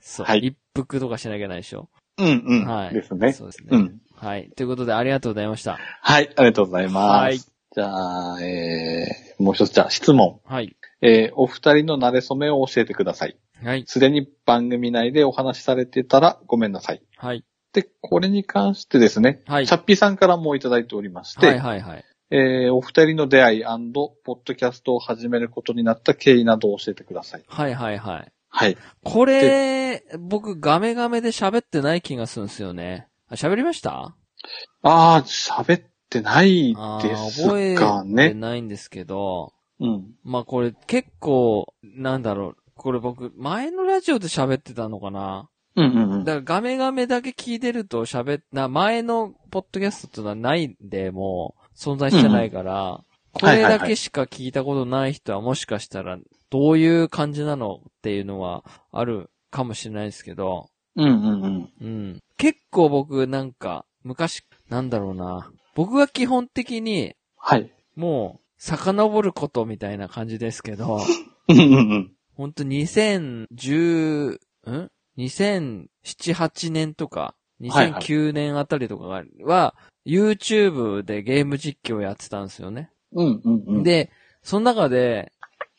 Speaker 1: そう。
Speaker 2: はい
Speaker 1: 一服とかしなきゃないでしょ。
Speaker 2: うんうん。
Speaker 1: はい。
Speaker 2: ですね。
Speaker 1: そうですね。
Speaker 2: うん。
Speaker 1: はい。ということで、ありがとうございました。
Speaker 2: はい、ありがとうございます。
Speaker 1: はい
Speaker 2: じゃあ、えー、もう一つ、じゃあ、質問。
Speaker 1: はい。
Speaker 2: えー、お二人の慣れ初めを教えてください。
Speaker 1: はい。
Speaker 2: すでに番組内でお話しされてたらごめんなさい。
Speaker 1: はい。
Speaker 2: で、これに関してですね、
Speaker 1: はい
Speaker 2: チャッピーさんからもいただいておりまして、
Speaker 1: はいはいはい。
Speaker 2: えー、お二人の出会いポッドキャストを始めることになった経緯などを教えてください。
Speaker 1: はいはいはい。
Speaker 2: はい。
Speaker 1: これ、僕、ガメガメで喋ってない気がするんですよね。あ喋りました
Speaker 2: あー、喋ってない
Speaker 1: あ
Speaker 2: で
Speaker 1: ー
Speaker 2: すか
Speaker 1: 覚えて
Speaker 2: ね。
Speaker 1: ないんですけど、
Speaker 2: うん。
Speaker 1: まあこれ結構、なんだろう、これ僕、前のラジオで喋ってたのかな
Speaker 2: うんうんうん。
Speaker 1: だからガメガメだけ聞いてると喋っな、前のポッドキャストっていうのはないんで、もう、存在してないから、これだけしか聞いたことない人はもしかしたら、どういう感じなのっていうのはあるかもしれないですけど、
Speaker 2: うんうんうん。
Speaker 1: うん。結構僕なんか、昔、なんだろうな。僕は基本的に、
Speaker 2: はい。
Speaker 1: もう、遡ることみたいな感じですけ
Speaker 2: [LAUGHS]
Speaker 1: ど、
Speaker 2: うんうんうん。
Speaker 1: ほんと2010、ん ?2007、8年とか、
Speaker 2: はいはい
Speaker 1: 2009年あたりとかは、は YouTube でゲーム実況やってたんですよね。
Speaker 2: うんうんうん。、
Speaker 1: で、その中で、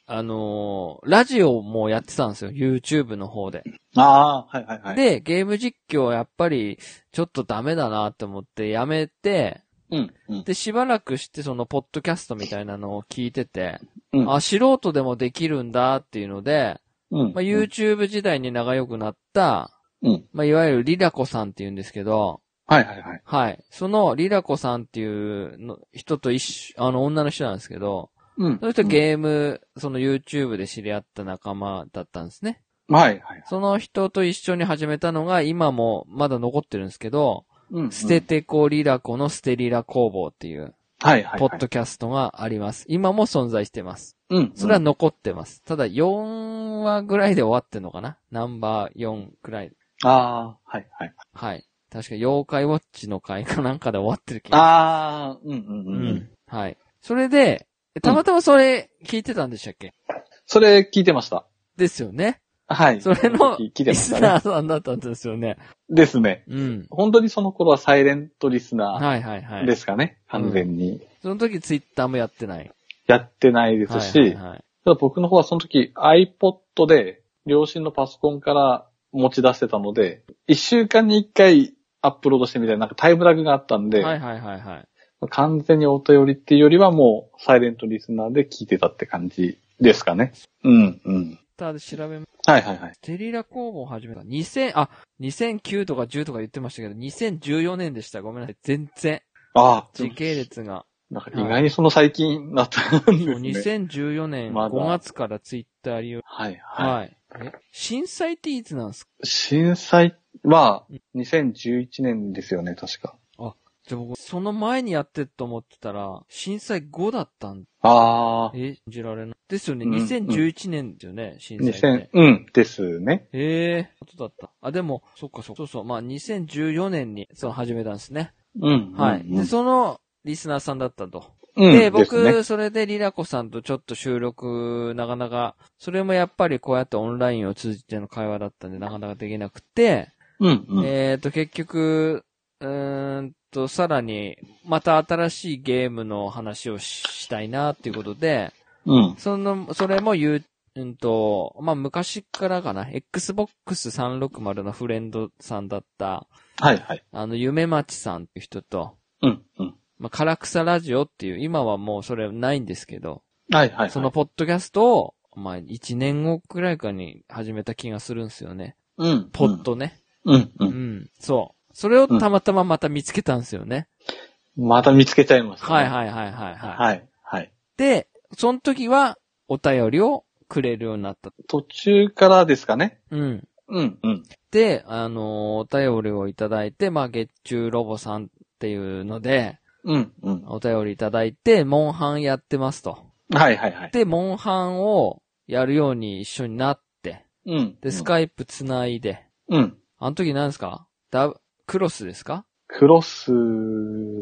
Speaker 1: あのーラジオもやってたんですよ。YouTube の方で。
Speaker 2: ああ、はいはいはい。、
Speaker 1: で、ゲーム実況はやっぱり、ちょっとダメだなって思ってやめて、
Speaker 2: うんうん。
Speaker 1: で、しばらくしてその、ポッドキャストみたいなのを聞いてて、
Speaker 2: うん
Speaker 1: あ、素人でもできるんだっていうので、
Speaker 2: うん。
Speaker 1: まあ、YouTube 時代に仲良くなった、
Speaker 2: うん。
Speaker 1: まあ、いわゆるリラコさんって言うんですけど、
Speaker 2: はいはいはい。
Speaker 1: はい。そのリラコさんっていうの人と一緒、あの、女の人なんですけど、
Speaker 2: うん。
Speaker 1: その人ゲーム、その YouTube で知り合った仲間だったんですね。
Speaker 2: うん。はいはい。
Speaker 1: その人と一緒に始めたのが、今もまだ残ってるんですけど、
Speaker 2: うんうん
Speaker 1: ステ。テコリラコのステリラ工房っていう、
Speaker 2: はいはいはい。
Speaker 1: ポッドキャストがあります。今も存在してます。
Speaker 2: うん。
Speaker 1: それは残ってます。ただ4話ぐらいで終わってんのかなナンバー4くらい。
Speaker 2: ああ、はいはい。
Speaker 1: はい。確か妖怪ウォッチの回かなんかで終わってる気が
Speaker 2: ああ、うんう
Speaker 1: う
Speaker 2: んうんうん
Speaker 1: ん。。はい。それで、たまたまそれ聞いてたんでしたっけ、
Speaker 2: それ聞いてました。
Speaker 1: ですよね。
Speaker 2: はい。
Speaker 1: それの
Speaker 2: 聞いてま
Speaker 1: リ
Speaker 2: し
Speaker 1: ス
Speaker 2: たね
Speaker 1: ナ。ーさんだったんですよね。
Speaker 2: ですね。
Speaker 1: うん。
Speaker 2: 本当にその頃はサイレントリスナ
Speaker 1: はいはいは
Speaker 2: ーで
Speaker 1: い。
Speaker 2: すかね。完全に。
Speaker 1: その時ツイッターもやってない。
Speaker 2: やってないです
Speaker 1: はい
Speaker 2: し、
Speaker 1: はいはい。
Speaker 2: ただ僕の方はその時 iPod で両親のパソコンから持ち出してたので、一週間に一回アップロードしてみたいな、なんかタイムラグがあったんで、
Speaker 1: はいはいはいはい。
Speaker 2: 完全にお便りっていうよりはもうサイレントリスナーで聞いてたって感じですかね。うん、うん。
Speaker 1: ただ調べま、
Speaker 2: はいはいはい。
Speaker 1: テリラ工房を始めた。2000、あ、2009とか10とか言ってましたけど、2014年でした。ごめんなさい。全然、
Speaker 2: ああ、
Speaker 1: 時系列が。
Speaker 2: なんか意外にその最近だったん
Speaker 1: そう、
Speaker 2: ですね。
Speaker 1: 2014年
Speaker 2: まだ
Speaker 1: 5月からツイッター利用。
Speaker 2: はいはい。
Speaker 1: はい。え震災っていつなんですか
Speaker 2: 震災は2011年ですよね、確か。
Speaker 1: じゃあ僕、その前にやってると思ってたら、震災後だったん
Speaker 2: ああ、
Speaker 1: え、信じられない。ですよね。
Speaker 2: うんうん
Speaker 1: 2011年ですよね、震災っ
Speaker 2: 2000
Speaker 1: て、。
Speaker 2: うん、ですね。
Speaker 1: ええことだった。あ、でも、そっかそっか。そうそう。まあ、2014年に、その始めたんですね。
Speaker 2: うん。
Speaker 1: はい。
Speaker 2: うん
Speaker 1: で、その、リスナーさんだったと。
Speaker 2: うん
Speaker 1: で、
Speaker 2: すね
Speaker 1: 僕、それでリラコさんとちょっと収録、なかなか、それもやっぱりこうやってオンラインを通じての会話だったんで、なかなかできなくて、
Speaker 2: うん、うん。
Speaker 1: えっ、と、結局、うーんと、さらに、また新しいゲームの話をししたいなっていうことで、
Speaker 2: うん。
Speaker 1: その、それも言う、うんと、まあ、昔からかな、Xbox 360のフレンドさんだった、
Speaker 2: はいはい。
Speaker 1: あの、夢町さんっていう人と、
Speaker 2: うん、うん。
Speaker 1: まあ、唐草ラジオっていう、今はもうそれないんですけど、
Speaker 2: はい、はい。
Speaker 1: その、ポッドキャストを、まあ、1年後くらいかに始めた気がするんですよね。
Speaker 2: うん。
Speaker 1: ポッ。ドね。
Speaker 2: うん、
Speaker 1: う
Speaker 2: う
Speaker 1: ん。
Speaker 2: ん。
Speaker 1: そう。それをたまたままた見つけたんですよね。
Speaker 2: また見つけちゃいました、ね。
Speaker 1: はいはいはいはいはい。
Speaker 2: はい、はい。
Speaker 1: で、その時は、お便りをくれるようになった。
Speaker 2: 途中からですかね。
Speaker 1: うん。
Speaker 2: うん、うん。
Speaker 1: で、あのーお便りをいただいて、まあ、月中ロボさんっていうので、
Speaker 2: うん、うん。
Speaker 1: お便りいただいて、モンハンやってますと。
Speaker 2: はい、はい、はい。
Speaker 1: で、モンハンをやるように一緒になって、
Speaker 2: うん。
Speaker 1: で、スカイプ繋いで、
Speaker 2: うん。
Speaker 1: あの時何ですかダブ、クロスですか
Speaker 2: クロス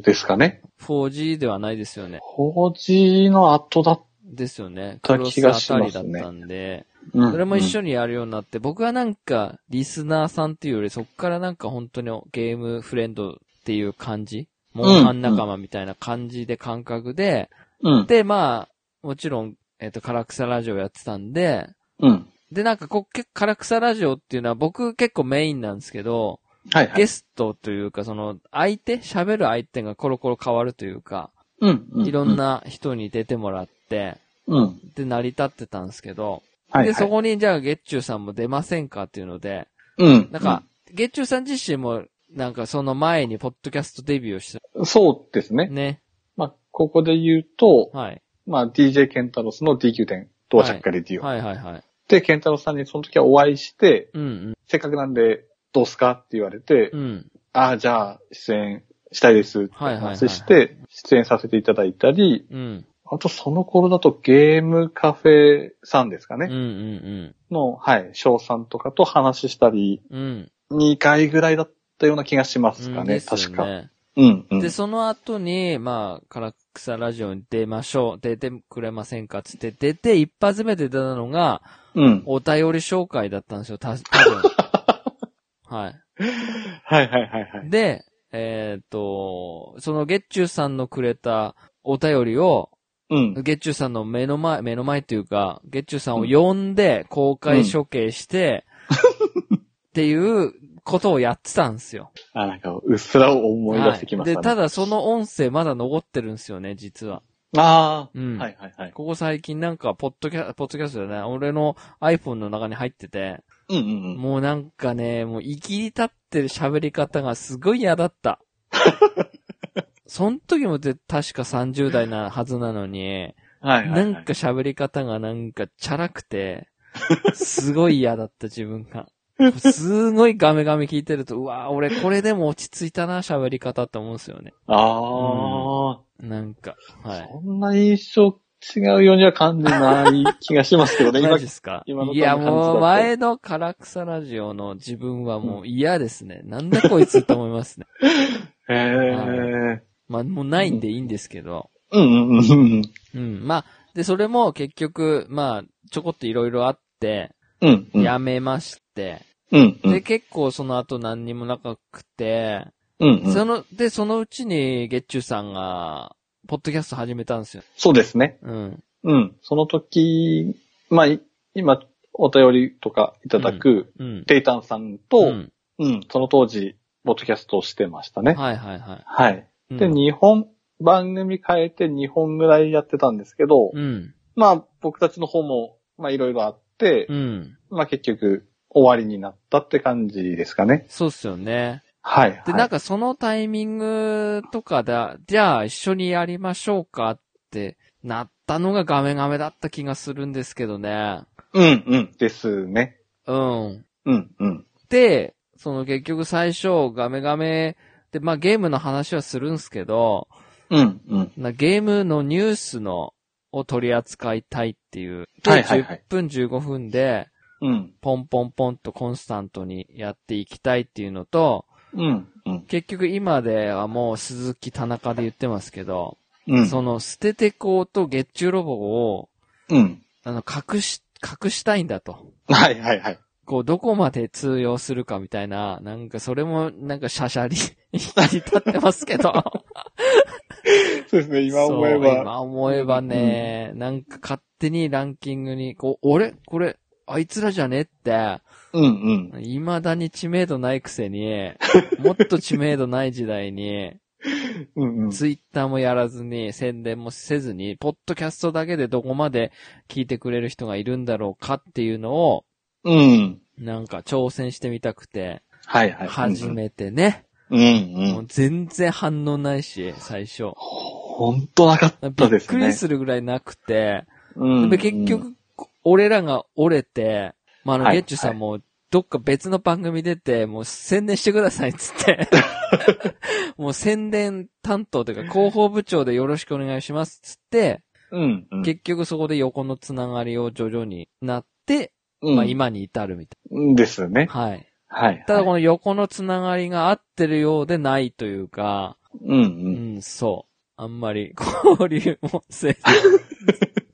Speaker 2: ですかね。
Speaker 1: ?4G ではないですよね。
Speaker 2: 4G の後だっ
Speaker 1: ですよね。
Speaker 2: た
Speaker 1: クロス
Speaker 2: 気が
Speaker 1: あ
Speaker 2: したま
Speaker 1: りだ
Speaker 2: す
Speaker 1: っ
Speaker 2: ね
Speaker 1: たんで、
Speaker 2: うん
Speaker 1: それも一緒にやるようになって、僕はなんか、リスナーさんっていうより、そっからなんか本当にゲームフレンドっていう感じモンハン仲間みたいな感じで感覚で、
Speaker 2: うん。
Speaker 1: で、まあ、もちろん、えっ、と、唐草ラジオやってたんで、
Speaker 2: うん。
Speaker 1: で、なんかこう、結構、唐草ラジオっていうのは僕結構メインなんですけど、
Speaker 2: はい、は
Speaker 1: ゲ
Speaker 2: い。
Speaker 1: ストというか、その、相手喋る相手がコロコロ変わるというか、
Speaker 2: うん。う
Speaker 1: いろん。な人に出てもらって、
Speaker 2: うん。
Speaker 1: で、成り立ってたんですけど、
Speaker 2: はい、はい。
Speaker 1: で、そこに、じゃあ、月中さんも出ませんかっていうので、
Speaker 2: うん。
Speaker 1: なんか、、月中さん自身も、なんかその前に、ポッドキャストデビューをして
Speaker 2: そうですね。
Speaker 1: ね。
Speaker 2: まあ、ここで言うと、
Speaker 1: はい。
Speaker 2: まあ、DJ ケンタロスの DQ 点、ドアチャッカレディオ。
Speaker 1: はいはいはい。
Speaker 2: で、ケンタロスさんにその時はお会いして、
Speaker 1: うん
Speaker 2: せっかくなんで、どうすかって言われて、
Speaker 1: うん。うん。
Speaker 2: ああ、じゃあ、出演したいですって
Speaker 1: はいはいはいはい
Speaker 2: 話して、出演させていただいたり、
Speaker 1: うん。
Speaker 2: あとその頃だとゲームカフェさんですか
Speaker 1: うんう
Speaker 2: ね、
Speaker 1: ん
Speaker 2: の、はい、翔さんとかと話したり、
Speaker 1: うん。うん。
Speaker 2: 2回ぐらいだったような気がします
Speaker 1: う
Speaker 2: か
Speaker 1: ん
Speaker 2: ね、
Speaker 1: ですよ
Speaker 2: 確か。。うん、うん。
Speaker 1: で、その後に、まあ、唐草ラジオに出ましょう、出てくれませんかっつって出て、一発目で出たのが、
Speaker 2: うん。
Speaker 1: お便り紹介だったんですよ、た、多
Speaker 2: [LAUGHS]
Speaker 1: 分。は。
Speaker 2: はいはいはいはいい。
Speaker 1: で、えっ、と、その月中さんのくれたお便りを、
Speaker 2: うん。
Speaker 1: 月中さんの目の前、目の前というか、月中さんを呼んで、公開処刑して、っていうことをやってたんですよ。
Speaker 2: あ、なんか、うっすら思い出してきましたね。
Speaker 1: はいで、ただその音声まだ残ってるんですよね、実は。
Speaker 2: ああ、
Speaker 1: うん。
Speaker 2: はいはいはい。
Speaker 1: ここ最近なんか、ポッドキャ、ポッドキャストだね、俺の iPhone の中に入ってて、
Speaker 2: うんうん
Speaker 1: もうなんかね、もう生きり立ってる喋り方がすごい嫌だ
Speaker 2: [LAUGHS]
Speaker 1: った。その時もで確か30代なはずなのに、
Speaker 2: うん。はいは、
Speaker 1: ない
Speaker 2: はい。
Speaker 1: んか喋り方がなんかチャラくて、すごい嫌だった自分が。すごいガメガメ聞いてると、うわぁ、俺これでも落ち着いたな、喋り方って思うんですよね。
Speaker 2: あ
Speaker 1: なんか、
Speaker 2: あ、
Speaker 1: はい。
Speaker 2: そんな印象違うようには感じない気がします
Speaker 1: [LAUGHS]
Speaker 2: けどね、今
Speaker 1: マジっすか
Speaker 2: 今の
Speaker 1: いや、もう
Speaker 2: 感じだと
Speaker 1: 前の唐草ラジオの自分はもう嫌ですね。なんだこいつって思いますね。
Speaker 2: へえ。
Speaker 1: まあ、もうないんでいいんですけど。
Speaker 2: うんうんうん
Speaker 1: うん。まあ、で、それも結局、まあ、ちょこっといろいろあって、
Speaker 2: うん。うんうん。
Speaker 1: やめまして、
Speaker 2: うんうん。
Speaker 1: で、結構その後何にもなくて、
Speaker 2: うんう
Speaker 1: そ
Speaker 2: ん。
Speaker 1: の、で、そのうちに月中さんが、ポッドキャスト始めたんですよ。
Speaker 2: そうですね。
Speaker 1: うん。
Speaker 2: うん。その時、まあ、い今、お便りとかいただく、
Speaker 1: うん。
Speaker 2: テイタンさんと、う、
Speaker 1: うんん
Speaker 2: その当時、ボッドキャストをしてましたね。
Speaker 1: はいはいは
Speaker 2: はい。
Speaker 1: い。
Speaker 2: で、
Speaker 1: うん
Speaker 2: 日本、番組変えて2本ぐらいやってたんですけど、
Speaker 1: うん。
Speaker 2: まあ、僕たちの方も、まあ、いろいろあって、
Speaker 1: うん。
Speaker 2: まあ結局、終わりになったって感じですかね。
Speaker 1: そうっすよね。
Speaker 2: はい、はい。
Speaker 1: で、なんかそのタイミングとかで、じゃあ一緒にやりましょうかってなったのがガメガメだった気がするんですけどね。
Speaker 2: うん、うん。ですね。
Speaker 1: うん。
Speaker 2: うん、うん。
Speaker 1: で、その結局最初ガメガメで、まあゲームの話はするんすけど、
Speaker 2: うん、うん。
Speaker 1: なゲームのニュースのを取り扱いたいっていう。で
Speaker 2: はいはいはい
Speaker 1: 10分15分で、
Speaker 2: うん、
Speaker 1: ポンポンポンとコンスタントにやっていきたいっていうのと、
Speaker 2: うん、うん。
Speaker 1: 結局今ではもう鈴木田中で言ってますけど、
Speaker 2: うん、
Speaker 1: その、捨ててこうと月中ロボを、
Speaker 2: うん。
Speaker 1: あの、隠し、隠したいんだと。
Speaker 2: はい、はい、はい。
Speaker 1: こう、どこまで通用するかみたいな、なんかそれも、なんかシャシ [LAUGHS] ャリ、立ってますけど。
Speaker 2: そうですね、 [LAUGHS] 今思え
Speaker 1: そう
Speaker 2: ば。
Speaker 1: 今思えばね、なんか勝手にランキングに、こう、俺これ、あいつらじゃねって、
Speaker 2: うん、うん。 [LAUGHS]
Speaker 1: 未だに知名度ないくせに、もっと知名度ない時代に、
Speaker 2: うんうん。
Speaker 1: ツイッターもやらずに、宣伝もせずに、ポッドキャストだけでどこまで聞いてくれる人がいるんだろうかっていうのを、
Speaker 2: うん。
Speaker 1: なんか挑戦してみたくて、
Speaker 2: はいはい。
Speaker 1: 始。めてね。
Speaker 2: うんう
Speaker 1: も
Speaker 2: ん。
Speaker 1: う全然反応ないし、最初。
Speaker 2: ほんとなかった
Speaker 1: び
Speaker 2: で
Speaker 1: っ
Speaker 2: す
Speaker 1: く
Speaker 2: ね。
Speaker 1: りするぐらいなくて、
Speaker 2: うん。
Speaker 1: で結局、俺らが折れて、まあ、あの、
Speaker 2: はい
Speaker 1: ゲッチュさんも、どっか別の番組出て、もう宣伝してくださいっつ
Speaker 2: [LAUGHS]
Speaker 1: って。もう宣伝担当というか広報部長でよろしくお願いしますっつって、
Speaker 2: うん、うん。
Speaker 1: 結局そこで横のつながりを徐々になって、
Speaker 2: うん
Speaker 1: まあ今に至るみたい
Speaker 2: ですね
Speaker 1: な。。はい。
Speaker 2: はい。
Speaker 1: ただこ
Speaker 2: はい
Speaker 1: の横のつながりが合ってるようでないというか、
Speaker 2: うんう。
Speaker 1: うんん、そう。あんまり [LAUGHS] 交流もせ [LAUGHS] ず。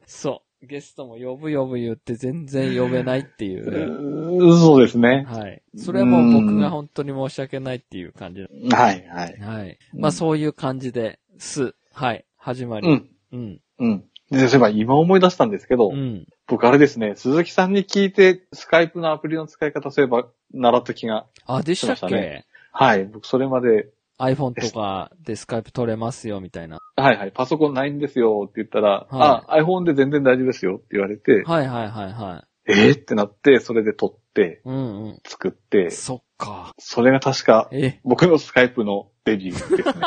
Speaker 1: そう。ゲストも呼ぶ呼ぶ言って全然呼べないっていうう。
Speaker 2: ーそうですね。
Speaker 1: はい。それはもう僕が本当に申し訳ないっていう感じ。
Speaker 2: はい、はい。
Speaker 1: はい。まあそういう感じで、す。はい。始まり。
Speaker 2: うん、
Speaker 1: うん。
Speaker 2: うん。でそういえば今思い出したんですけど、
Speaker 1: うん。
Speaker 2: 僕あれですね、鈴木さんに聞いて、スカイプのアプリの使い方そういえば習った気が。
Speaker 1: あ、でしたっ
Speaker 2: そう
Speaker 1: け、
Speaker 2: でしはい、僕それまで、
Speaker 1: ?iPhone とかでスカイプ取れますよみたいな。
Speaker 2: はいはい、パソコンないんですよって言ったら、
Speaker 1: は
Speaker 2: あ、iPhone で全然大丈夫ですよって言われて、
Speaker 1: はいはいはいはい。
Speaker 2: えー、ってなって、それで撮って、
Speaker 1: うんうん。
Speaker 2: 作って、
Speaker 1: そっか。
Speaker 2: それが確か、
Speaker 1: え、
Speaker 2: 僕のスカイプのデビューです
Speaker 1: [LAUGHS]
Speaker 2: ね。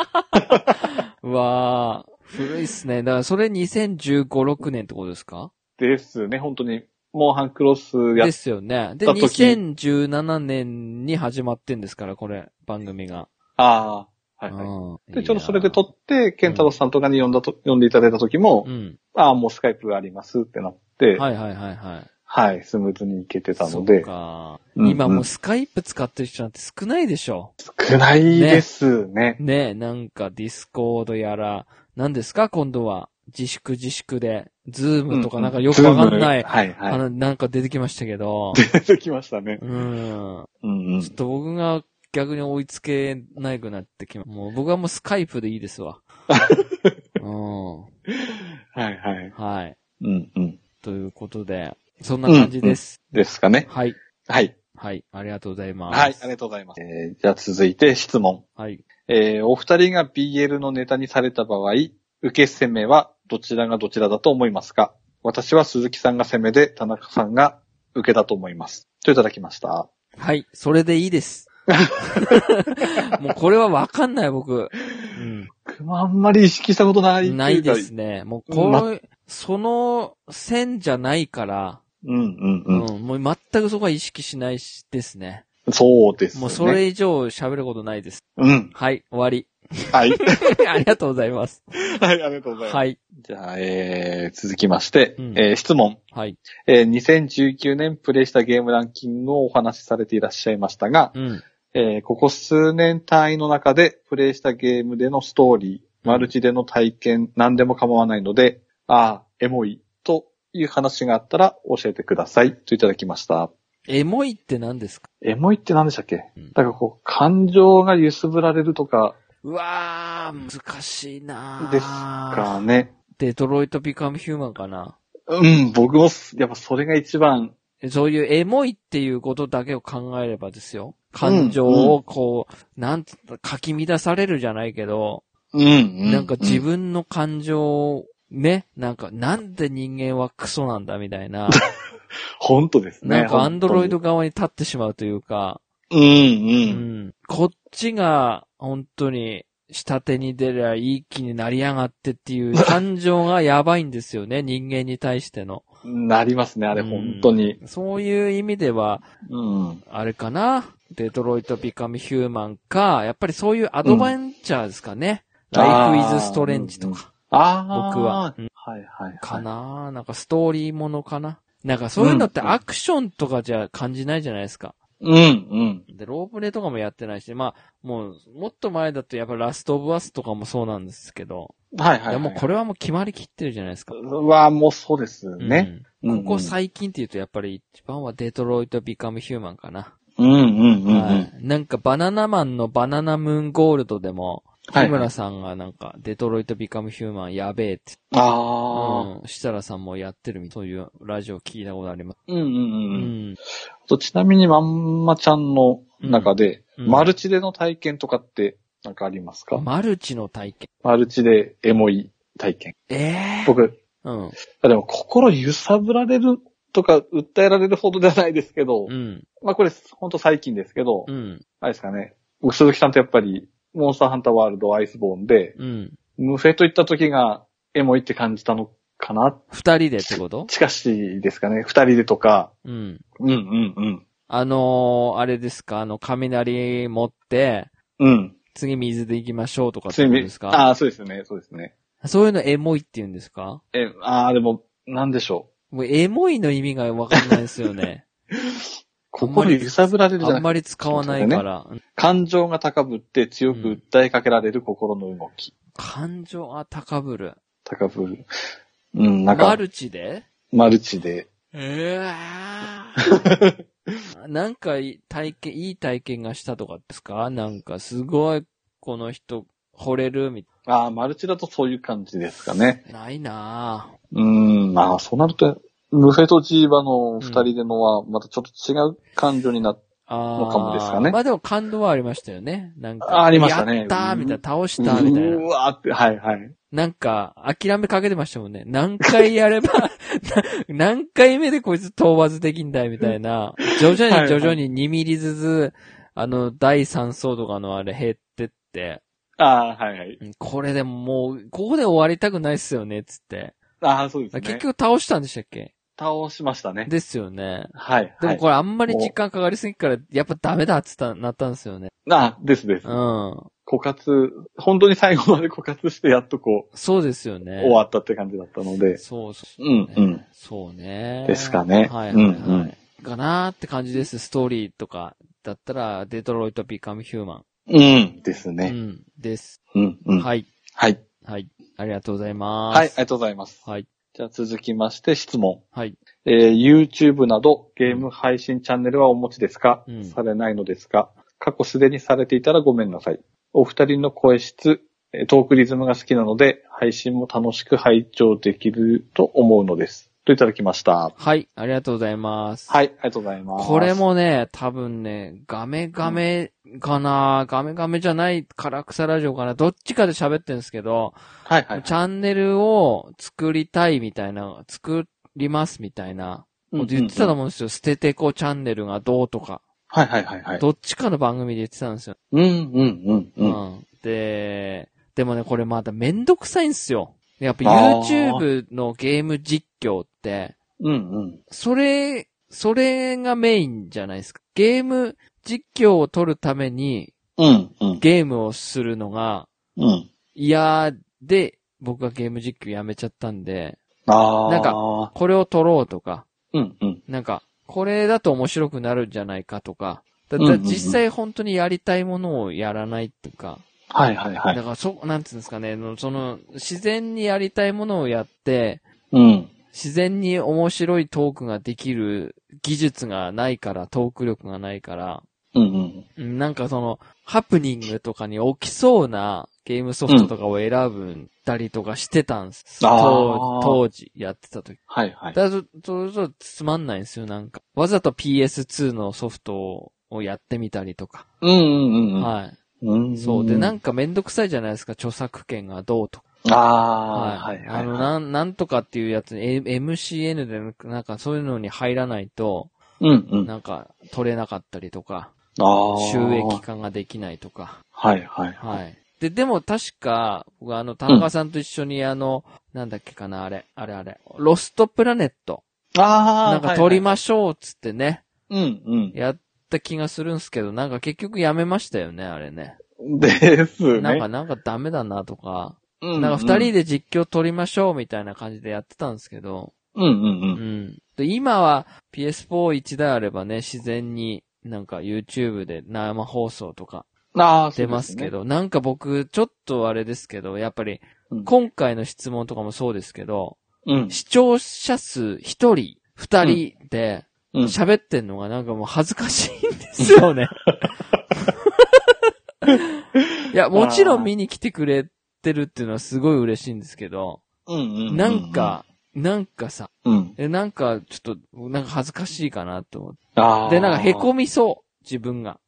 Speaker 1: うわー古いっすね。だからそれ2015、6年ってことですか
Speaker 2: ですね、本当に。モンハンクロスやっ
Speaker 1: ですよね。で、
Speaker 2: だとき
Speaker 1: 2017年に始まってんですから、これ、番組が。
Speaker 2: ああ、はいは
Speaker 1: はい
Speaker 2: い。で、ちょうどそれで撮って、ケンタロウさんとかに呼んだと、呼んでいただいた時も、
Speaker 1: うん。
Speaker 2: ああ、もうスカイプありますってなって、はい、
Speaker 1: はいはいはいはい。
Speaker 2: スムーズにいけてたの
Speaker 1: そ
Speaker 2: で
Speaker 1: う、か。
Speaker 2: うん
Speaker 1: 今も
Speaker 2: う
Speaker 1: うんスカイプ使ってる人なんて少ないでしょ。
Speaker 2: 少ないですね。
Speaker 1: ねなんかディスコードやら、何ですか今度は。自粛自粛で、ズームとかなんかよくわかんない、
Speaker 2: はい
Speaker 1: あ
Speaker 2: は
Speaker 1: の、なんか出てきましたけど。
Speaker 2: い。出てきましたね。
Speaker 1: うん。
Speaker 2: うんうん
Speaker 1: ちょっと僕が逆に追いつけないくなってきま、もう僕はもうスカイプでいいです
Speaker 2: [LAUGHS]
Speaker 1: わ。うん。
Speaker 2: はいはい。
Speaker 1: はい。
Speaker 2: うんうん。
Speaker 1: ということで、そんな感じです。
Speaker 2: ですかね。
Speaker 1: はい。
Speaker 2: はい。
Speaker 1: はい。ありがとうございます。
Speaker 2: はい、ありがとうございます。えーじゃあ続いて質問。
Speaker 1: はい。
Speaker 2: えーお二人が BL のネタにされた場合、受け攻めはどちらがどちらだと思いますか私は鈴木さんが攻めで、田中さんが受けだと思います。といただきました。
Speaker 1: はい。それでいい
Speaker 2: [LAUGHS]
Speaker 1: です。もうこれはわかんない、僕。
Speaker 2: 僕もあんまり意識したことないっていうか
Speaker 1: ないです。ね。もうこの、その線じゃないから、
Speaker 2: うんうん
Speaker 1: う
Speaker 2: うん
Speaker 1: ん。。もう全くそこは意識しないしですね。
Speaker 2: そうですね。
Speaker 1: もうそれ以上喋ることないです。
Speaker 2: うん。
Speaker 1: はい。終わり。
Speaker 2: はい。 [LAUGHS]
Speaker 1: [LAUGHS] ありがとうございます。
Speaker 2: はい、ありがとうございます。
Speaker 1: はい。
Speaker 2: じゃあ、えー、続きまして、
Speaker 1: うん
Speaker 2: えー質問。
Speaker 1: はい。
Speaker 2: えー、2019年プレイしたゲームランキングをお話しされていらっしゃいましたが、
Speaker 1: うん。
Speaker 2: えーここ数年単位の中でプレイしたゲームでのストーリー、マルチでの体験、何でも構わないので、ああ、エモい、という話があったら教えてください、といただきました。
Speaker 1: エモいって何ですか
Speaker 2: エモいって何でしたっけ、
Speaker 1: うん
Speaker 2: だからこう、感情が揺すぶられるとか
Speaker 1: うわー、難しいなー
Speaker 2: ですかね。
Speaker 1: デトロイト・ビカム・ヒューマンかな。
Speaker 2: うん、僕もす、やっぱそれが一番、
Speaker 1: そういうエモいっていうことだけを考えればですよ。感情をこう、なんつった、かき乱されるじゃないけど、
Speaker 2: うん、うん
Speaker 1: なんか自、分の感情を、ね、なんか、なんで人間はクソなんだみたいな、
Speaker 2: 本当ですね。
Speaker 1: なんかアンドロイド
Speaker 2: 本
Speaker 1: 側に立ってしまうというか、
Speaker 2: 当に。
Speaker 1: う
Speaker 2: うん、うん。
Speaker 1: ん。こっちが、本当に、下手に出りゃいい気になりやがってっていう感情がやばいんですよね、 [LAUGHS] 人間に対しての。
Speaker 2: なりますね、あれ、
Speaker 1: うん
Speaker 2: 本当に。
Speaker 1: そういう意味では、
Speaker 2: うん。
Speaker 1: あれかなデトロイト・ビカム・ヒューマンか、やっぱりそういうアドベンチャーですかね。
Speaker 2: うん
Speaker 1: ライ
Speaker 2: あ
Speaker 1: フ・
Speaker 2: ー
Speaker 1: イズ・ストレンジとか、
Speaker 2: ああ。
Speaker 1: 僕は。うん
Speaker 2: はいはいはい。
Speaker 1: かななんかストーリーものかななんかそういうのって
Speaker 2: うん
Speaker 1: アクションとかじゃ感じないじゃないですか。
Speaker 2: うん、うん。
Speaker 1: で、ロープレとかもやってないし、まあ、もう、もっと前だとやっぱラスト・オブ・アスとかもそうなんですけど、
Speaker 2: はいはい、
Speaker 1: い
Speaker 2: はい。
Speaker 1: やもうこれはもう決まりきってるじゃないですか。
Speaker 2: はもうそうですね。
Speaker 1: う。
Speaker 2: うんんうん
Speaker 1: ここ最近って言うとやっぱり一番はデトロイト・ビカム・ヒューマンかな。
Speaker 2: うんうんうんうん。
Speaker 1: はい。なんかバナナマンのバナナムーンゴールドでも、
Speaker 2: はい
Speaker 1: 日村さんがなんか、デトロイトビカムヒューマンやべえって、
Speaker 2: ああ。
Speaker 1: うん、設楽さんもやってるみたいな、そういうラジオ聞いたことあります。
Speaker 2: うんうん
Speaker 1: う
Speaker 2: うん。
Speaker 1: ん。
Speaker 2: とちなみにまんまちゃんの中で、
Speaker 1: うんうん
Speaker 2: マルチでの体験とかってなんかありますか
Speaker 1: マルチの体験。
Speaker 2: マルチでエモい体験。
Speaker 1: ええ
Speaker 2: 僕、
Speaker 1: うん。
Speaker 2: あでも心揺さぶられるとか訴えられるほどではないですけど
Speaker 1: う、ん。
Speaker 2: まあこれほんと最近ですけど
Speaker 1: う、ん。
Speaker 2: あれですかね。僕鈴木さんとやっぱり、モンスターハンターワールドアイスボーンで、
Speaker 1: うん。
Speaker 2: ムフェと行った時がエモいって感じたのかな
Speaker 1: 二人でってこと
Speaker 2: 近しいですかね。二人でとか、
Speaker 1: うん。
Speaker 2: うんうんうん。
Speaker 1: あのー、あれですかあの、雷持って、
Speaker 2: うん。
Speaker 1: 次水で行きましょうとかっ
Speaker 2: つ
Speaker 1: て
Speaker 2: い
Speaker 1: こと
Speaker 2: に
Speaker 1: ですか
Speaker 2: ああ、そうですね、そうですね。
Speaker 1: そういうのエモいって言うんですか
Speaker 2: え、ああ、でも、なんでしょう。
Speaker 1: もうエモいの意味がわかんないですよ
Speaker 2: [LAUGHS]
Speaker 1: ね。
Speaker 2: 心揺さぶられるじゃ
Speaker 1: あ
Speaker 2: なんくて、
Speaker 1: まり使わないから。うん
Speaker 2: 感情が高ぶって強く訴えかけられる心の動き。
Speaker 1: 感情は高ぶる。
Speaker 2: 高ぶる。うん、なん
Speaker 1: マ
Speaker 2: か、
Speaker 1: ルチで
Speaker 2: マルチで。
Speaker 1: ええ [LAUGHS] なんかいい体験、いい体験がしたとかですかなんかすごい、この人、惚れるみた
Speaker 2: ああ、マルチだとそういう感じですかね。
Speaker 1: いな。ないなぁ。
Speaker 2: うん、まあ、そうなると、ムフェとジーバの二人でのは、またちょっと違う感情になっ
Speaker 1: あ
Speaker 2: のかもですかね
Speaker 1: まあでも感動はありましたよね。なんか。
Speaker 2: あありましたね
Speaker 1: やったーみたいな、倒した
Speaker 2: た
Speaker 1: ーみたいうな。
Speaker 2: わーって、はいはい。
Speaker 1: なんか、諦めかけてましたもんね。何回や
Speaker 2: [LAUGHS]
Speaker 1: れば、な何回目でこいつ討伐できんだいみたい
Speaker 2: [LAUGHS]
Speaker 1: な。徐々
Speaker 2: はいは
Speaker 1: に徐
Speaker 2: い
Speaker 1: 々に2ミリずつ、あの、第3層とかのあれ減ってって、
Speaker 2: ああ、はいはい。
Speaker 1: うんこれでももう、ここで終わりたくないっすよね、つって。
Speaker 2: ああ、そうです
Speaker 1: あ
Speaker 2: ね。
Speaker 1: 結局倒したんでしたっけ
Speaker 2: 倒しましたね。
Speaker 1: ですよね。
Speaker 2: はい。
Speaker 1: で
Speaker 2: は
Speaker 1: も
Speaker 2: い。
Speaker 1: これあんまり時間かかりすぎから、やっぱダメだっつった、なったんですよね。
Speaker 2: ああ、ですです
Speaker 1: う。ん。
Speaker 2: 枯渇、本当に最後まで枯渇してやっとこう、
Speaker 1: そうですよね。
Speaker 2: 終わったって感じだったので。
Speaker 1: そうそう。
Speaker 2: うんうん。
Speaker 1: そうね。
Speaker 2: ですかね
Speaker 1: はいはい、はい
Speaker 2: うんうん
Speaker 1: かなーって感じです。ストーリーとか。だったら、デトロイト・ビカム・ヒューマ
Speaker 2: うん。です
Speaker 1: ン。う
Speaker 2: ね。
Speaker 1: ん。です。
Speaker 2: うんうん。はい。
Speaker 1: はい。
Speaker 2: はい。
Speaker 1: はい。ありがとうございます。
Speaker 2: ありがとうございます。
Speaker 1: はい。
Speaker 2: じゃあ続きまして質問。
Speaker 1: はい。
Speaker 2: えー YouTube などゲーム配信チャンネルはお持ちですか、
Speaker 1: うん
Speaker 2: されないのですが、過去すでにされていたらごめんなさい。お二人の声質、えートークリズムが好きなので、配信も楽しく拝聴できると思うのです。といただきました。
Speaker 1: はい。ありがとうございます。
Speaker 2: はい、ありがとうございます。
Speaker 1: これ。もね、多分ね、ガメガメかな、ガメガメじゃない、カラクサラジオかな、どっちかで喋ってるんですけど、
Speaker 2: はいはい。
Speaker 1: チャンネルを作りたいみたいな、作りますみたいな、
Speaker 2: うんうんうん
Speaker 1: 言ってたと思うんですよ。捨ててこチャンネルがどうとか、
Speaker 2: はいはいはいはい。
Speaker 1: どっちかの番組で言ってたんですよ。
Speaker 2: うんうんうん
Speaker 1: う
Speaker 2: うん。
Speaker 1: ん。で、でもね、これまためんどくさいんですよ。やっぱ
Speaker 2: あ
Speaker 1: YouTube のゲーム実況って、
Speaker 2: うんうん。
Speaker 1: それ、それがメインじゃないですか。ゲーム実況を撮るために
Speaker 2: うんうん。
Speaker 1: ゲームをするのが
Speaker 2: うん。
Speaker 1: 嫌で、僕がゲーム実況やめちゃったんで、
Speaker 2: ああ。
Speaker 1: なんかこれを撮ろうとか、
Speaker 2: うんうん。
Speaker 1: なんか、これだと面白くなるんじゃないかとか、だ
Speaker 2: うんうんうん
Speaker 1: 実際本当にやりたいものをやらないとか、
Speaker 2: はいはい
Speaker 1: だ
Speaker 2: はい。
Speaker 1: からそ、なんつうんですかね、のその、自然にやりたいものをやって、
Speaker 2: うん。
Speaker 1: 自然に面白いトークができる技術がないから、トーク力がないから、
Speaker 2: うんうん。
Speaker 1: うんなんかその、ハプニングとかに起きそうなゲームソフトとかを選ぶたりとかしてたんです。
Speaker 2: あー
Speaker 1: 当当時やってた時。
Speaker 2: はいはい。
Speaker 1: だと、そうするとつまんないんですよ、なんか。わざと PS2 のソフトをやってみたりとか。
Speaker 2: うんうんうんうん。
Speaker 1: は
Speaker 2: うん
Speaker 1: い。そう。で、なんんかめんどくさいじゃないですか、著作権がどうとか。
Speaker 2: ああ、はいはい。
Speaker 1: あの、なん、なんとかっていうやつに、え MCN で、なんかそういうのに入らないと、
Speaker 2: うんうん。あ
Speaker 1: なんか取れなかったりとか、
Speaker 2: あ。
Speaker 1: 収益。化ができないとか。
Speaker 2: はいはい。い。
Speaker 1: はい。で、でも確か、僕あの、田中さんと一緒にあの、なんだっけかな、あれ、あれあれ、ロストプラネット、
Speaker 2: ああ。
Speaker 1: なんか撮りま
Speaker 2: し
Speaker 1: しょうっつってね、
Speaker 2: うんう
Speaker 1: やった気がするんすけど、なんか結局やめましたよね、あれね。
Speaker 2: ん。ですね。
Speaker 1: なんか、なんかダメだなとか、
Speaker 2: な
Speaker 1: なんか二人。で実況撮りましょうみたいな感じでやってたんですけど、
Speaker 2: うんうんう。
Speaker 1: うんん。で、今は PS41 台あればね、自然になんか YouTube で生放送とか
Speaker 2: ああ、
Speaker 1: 出ますけ。ど、なんか僕、ちょっとあれですけど、やっぱり
Speaker 2: うん、
Speaker 1: 今回の質問とかもそうですけど、
Speaker 2: うん。
Speaker 1: 視聴者数一人、二人で
Speaker 2: うん。
Speaker 1: 喋ってんのがなんかもう恥ずかしい [LAUGHS] んですよね。いや、もちろん見に来てくれてるっていうのはすごい嬉しいんですけど、
Speaker 2: うんうん。
Speaker 1: なん。か、なんかさ、
Speaker 2: うん。
Speaker 1: え、なんか、ちょっと、なんか恥ずかしいかなと思っ
Speaker 2: ああ。
Speaker 1: て。で、なんか、
Speaker 2: へ
Speaker 1: 凹みそう。自分が。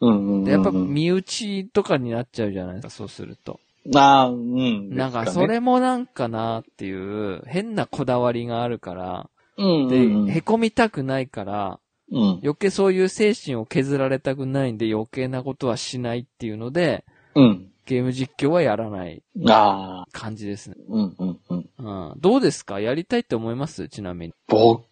Speaker 2: うんうんうんうん。
Speaker 1: でやっぱ身内とかになっちゃうじゃないですか、そうすると。
Speaker 2: ああ、うん。
Speaker 1: なんか、
Speaker 2: です
Speaker 1: そ
Speaker 2: ね、
Speaker 1: れもなんかなっていう、変なこだわりがあるから、
Speaker 2: うん
Speaker 1: で、
Speaker 2: うんうん
Speaker 1: へこみたくないから、
Speaker 2: うん。
Speaker 1: 余計そういう精神を削られたくないんで余計なことはしないっていうので、
Speaker 2: うん。
Speaker 1: ゲーム実況はやらない
Speaker 2: ああ、
Speaker 1: 感じですね。
Speaker 2: うんうんうん。
Speaker 1: うん。どうですかやりたいって思いますちなみに。
Speaker 2: 僕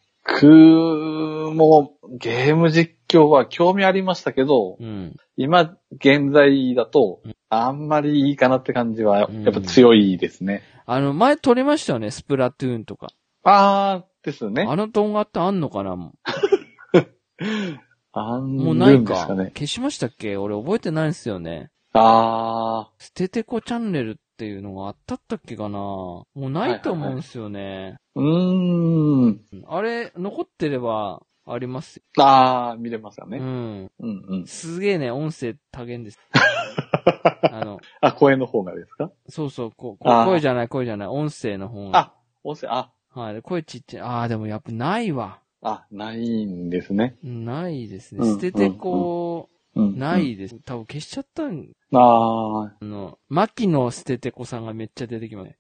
Speaker 2: もゲーム実況は興味ありましたけど、
Speaker 1: うん。
Speaker 2: 今現在だと
Speaker 1: うん、
Speaker 2: あんまりいいかなって感じは、
Speaker 1: うん
Speaker 2: やっぱ強いですね。
Speaker 1: あの、前撮りましたよね、スプラトゥーンとか。
Speaker 2: ああ、ですね。
Speaker 1: あの動画ってあんのかなも
Speaker 2: あん
Speaker 1: うもうない
Speaker 2: んで
Speaker 1: か
Speaker 2: すかね。
Speaker 1: 消しましたっけ俺覚えてないんですよね。
Speaker 2: ああ、
Speaker 1: ステテコチャンネルっていうのがあったったっけかなもうないと思うんですよね。
Speaker 2: うーん。
Speaker 1: あれ、残ってれば、ありますよ
Speaker 2: ああ、見れますか
Speaker 1: ね。う
Speaker 2: ね。
Speaker 1: ん。
Speaker 2: うんうん。
Speaker 1: すげえね、音声多元
Speaker 2: [LAUGHS]
Speaker 1: です。あの、
Speaker 2: あ、声の方がですか
Speaker 1: そうそう、ここ
Speaker 2: あー
Speaker 1: 声じゃない、声じゃない、音声の方が。
Speaker 2: あ、音声、あ、
Speaker 1: はい、で声ちっちゃい。ああ、でもやっぱないわ。
Speaker 2: あ、ないんですね。
Speaker 1: ないですね。
Speaker 2: うん
Speaker 1: 捨ててこ
Speaker 2: う
Speaker 1: う、
Speaker 2: ん。
Speaker 1: な。いです。多分消しちゃったん、
Speaker 2: ああ、
Speaker 1: あの、牧野捨ててこさんがめっちゃ出てきますね。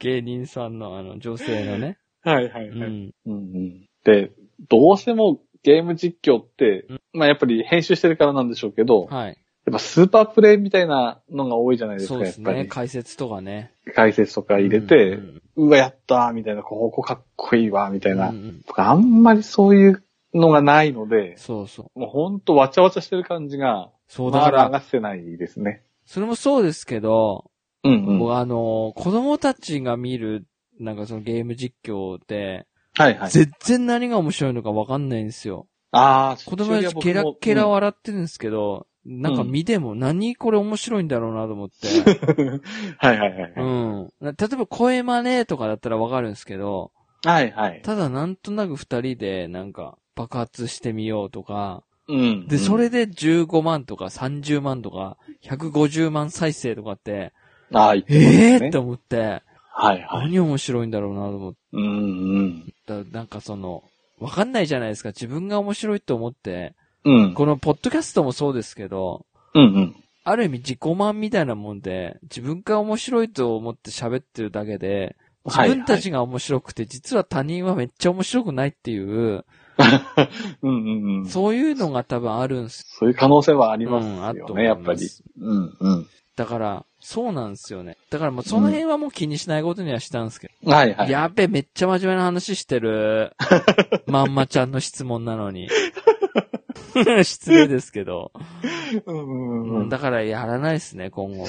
Speaker 1: 芸人さんのあの、女性のね。
Speaker 2: [LAUGHS] はいはいうはい。
Speaker 1: ん。
Speaker 2: うんうんで、どうしてもゲーム実況って、
Speaker 1: う
Speaker 2: まあやっぱり編集してるからなんでしょうけど、やっ
Speaker 1: はい。
Speaker 2: ぱスーパープレイみたいなのが多いじゃないですか、
Speaker 1: そうです
Speaker 2: やっぱ
Speaker 1: ね。
Speaker 2: り。
Speaker 1: 解説とかね。
Speaker 2: 解説とか入れて、う
Speaker 1: うん
Speaker 2: わ、やったーみたいな、ここかっこいいわ、みたいな。
Speaker 1: うんうん
Speaker 2: 僕あんまりそういうのがないので、
Speaker 1: そうそう。
Speaker 2: もうほんとわちゃわちゃしてる感じが、
Speaker 1: そうだ
Speaker 2: ま
Speaker 1: か
Speaker 2: だ上
Speaker 1: ら、
Speaker 2: がせないですね。
Speaker 1: それもそうですけど、
Speaker 2: うんうん。
Speaker 1: もう
Speaker 2: は
Speaker 1: あの、子供たちが見る、なんかそのゲーム実況で、
Speaker 2: いはい。
Speaker 1: 全然何が面白いのかわかんないんですよ。
Speaker 2: ああ、
Speaker 1: 子供たちケラケラ笑ってるんですけど、なんか見ても何これ面白いんだろうなと思って。
Speaker 2: [LAUGHS] うん。はいはいはい。
Speaker 1: う
Speaker 2: はい
Speaker 1: ん。な例えば声真似とかだったらわかるんですけど、
Speaker 2: はいはい。
Speaker 1: ただなんとなく二人でなんか爆発してみようとか、
Speaker 2: うん。
Speaker 1: で、それで15万とか30万とか150万再生とかって、
Speaker 2: ああ、言ってます
Speaker 1: ええ
Speaker 2: ね
Speaker 1: ー、って思って、
Speaker 2: はいはい。
Speaker 1: 何面白いんだろうなと思っ
Speaker 2: うんうん。
Speaker 1: た。なんかその、わかんないじゃないですか。自分が面白いと思って、
Speaker 2: うん。
Speaker 1: このポッドキャストもそうですけど、
Speaker 2: うんうん。
Speaker 1: ある意味自己満みたいなもんで、自分が面白いと思って喋ってるだけで、自
Speaker 2: はい
Speaker 1: 分たちが面白くて、実は他人はめっちゃ面白くないっていう、
Speaker 2: うんうんうん。
Speaker 1: そういうのが多分あるんす
Speaker 2: そういう可能性はあります
Speaker 1: うんあると
Speaker 2: よ
Speaker 1: 思
Speaker 2: ね、
Speaker 1: い
Speaker 2: や
Speaker 1: ま
Speaker 2: っ
Speaker 1: す
Speaker 2: ぱり。うんう
Speaker 1: だから、そうなんですよね。だからもうその辺はもう気にしないことにはしたんですけど。
Speaker 2: ん。はいはい。
Speaker 1: やっべ、めっちゃ真面目な話して
Speaker 2: [LAUGHS]
Speaker 1: る。まんまちゃんの質問なのに。失礼ですけど。
Speaker 2: うんうん
Speaker 1: う
Speaker 2: うんん
Speaker 1: だからやらないですね、今後も。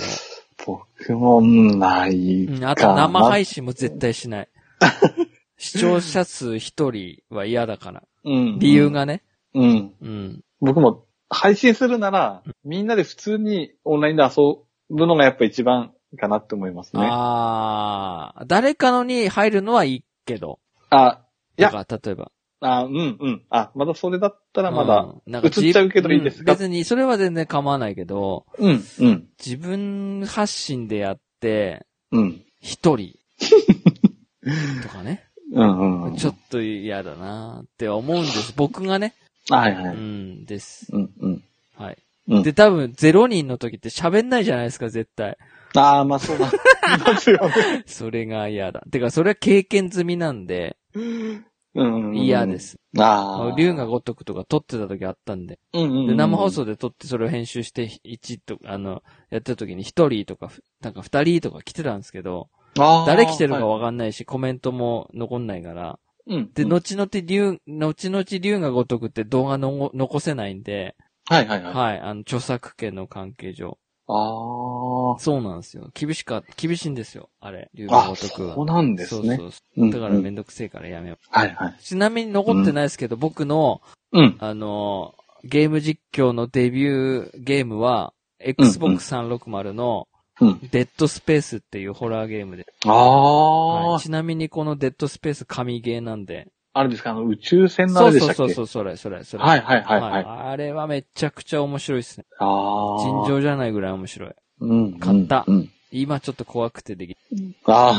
Speaker 2: 僕もうんない
Speaker 1: うん、
Speaker 2: か。
Speaker 1: あと生配信も絶対しない。
Speaker 2: [LAUGHS]
Speaker 1: 視聴者数一人は嫌だから。
Speaker 2: うん
Speaker 1: 理由。がね。
Speaker 2: うん。
Speaker 1: うん。
Speaker 2: 僕も配信するなら、みんなで普通にオンラインで遊ぶのがやっぱ一番かなって思いますね。
Speaker 1: ああ、誰かのに入るのはいいけど。
Speaker 2: あ、いや
Speaker 1: とか例えば。
Speaker 2: あ、うんうん。あ、まだそれだったらまだ。
Speaker 1: うんなん
Speaker 2: 映っちゃうけどいいですか
Speaker 1: うん別に、それは全然構わないけど、
Speaker 2: うんうん。
Speaker 1: 自分発信でやって、
Speaker 2: うん。
Speaker 1: 一人。とかね。
Speaker 2: うんうんうん。
Speaker 1: ちょっと嫌だなって思うんです。僕がね。
Speaker 2: はいは
Speaker 1: う
Speaker 2: い。
Speaker 1: ん、です。
Speaker 2: うんうん。
Speaker 1: はい。
Speaker 2: うん
Speaker 1: で、多分、ゼロ人の時って喋んないじゃないですか、絶対。
Speaker 2: ああ、まあそうなんで
Speaker 1: [LAUGHS]
Speaker 2: すよね。
Speaker 1: それが嫌だ。てか、それは経験済みなんで、
Speaker 2: うんうんうん
Speaker 1: 嫌で。す。
Speaker 2: ああ。
Speaker 1: 竜が如くとか撮ってた時あったんで。
Speaker 2: うんうんう
Speaker 1: で、
Speaker 2: ん。
Speaker 1: 生放送で撮ってそれを編集して、1と、あの、やってた時に1人とか、ふなんか2人とか来てたんですけど、
Speaker 2: あー
Speaker 1: 誰来てるか
Speaker 2: は
Speaker 1: わかんないし、コメントも残んないから。
Speaker 2: いうん。
Speaker 1: で、
Speaker 2: うん
Speaker 1: 後々竜、後々竜が如くって動画の残せないんで、
Speaker 2: はいはいはい。あ
Speaker 1: はい、あの、著作権の関係上。
Speaker 2: あ。
Speaker 1: そうなんですよ。厳しか、厳しいんですよ、あれ、竜が
Speaker 2: あ、
Speaker 1: 如くは。
Speaker 2: そうなんです
Speaker 1: そ。
Speaker 2: ね
Speaker 1: うそう
Speaker 2: う
Speaker 1: そ
Speaker 2: ん
Speaker 1: う。だからめんどくせえからやめよう。
Speaker 2: はいはい。
Speaker 1: ちなみに残ってないですけど、僕の、
Speaker 2: うん。
Speaker 1: あのーゲーム実況のデビューゲームは、
Speaker 2: うん
Speaker 1: Xbox 360の
Speaker 2: うん。
Speaker 1: デッドスペースっていうホラーゲームで。
Speaker 2: あ
Speaker 1: は
Speaker 2: あ
Speaker 1: い。ちなみにこのデッドスペース神ゲーなんで。
Speaker 2: あれですか、あの、宇宙船のあ
Speaker 1: そ
Speaker 2: れ
Speaker 1: う
Speaker 2: でし
Speaker 1: そ
Speaker 2: た
Speaker 1: う
Speaker 2: っけ
Speaker 1: そうそう、それ、それ、それ。
Speaker 2: はいはいはいはい。あ
Speaker 1: あれはめちゃくちゃ面白いですね。
Speaker 2: あ
Speaker 1: 尋
Speaker 2: ー。
Speaker 1: 常じゃないぐらい面白い。
Speaker 2: うん。
Speaker 1: 買った
Speaker 2: うん。
Speaker 1: 今ちょっと怖くてできる。
Speaker 2: あ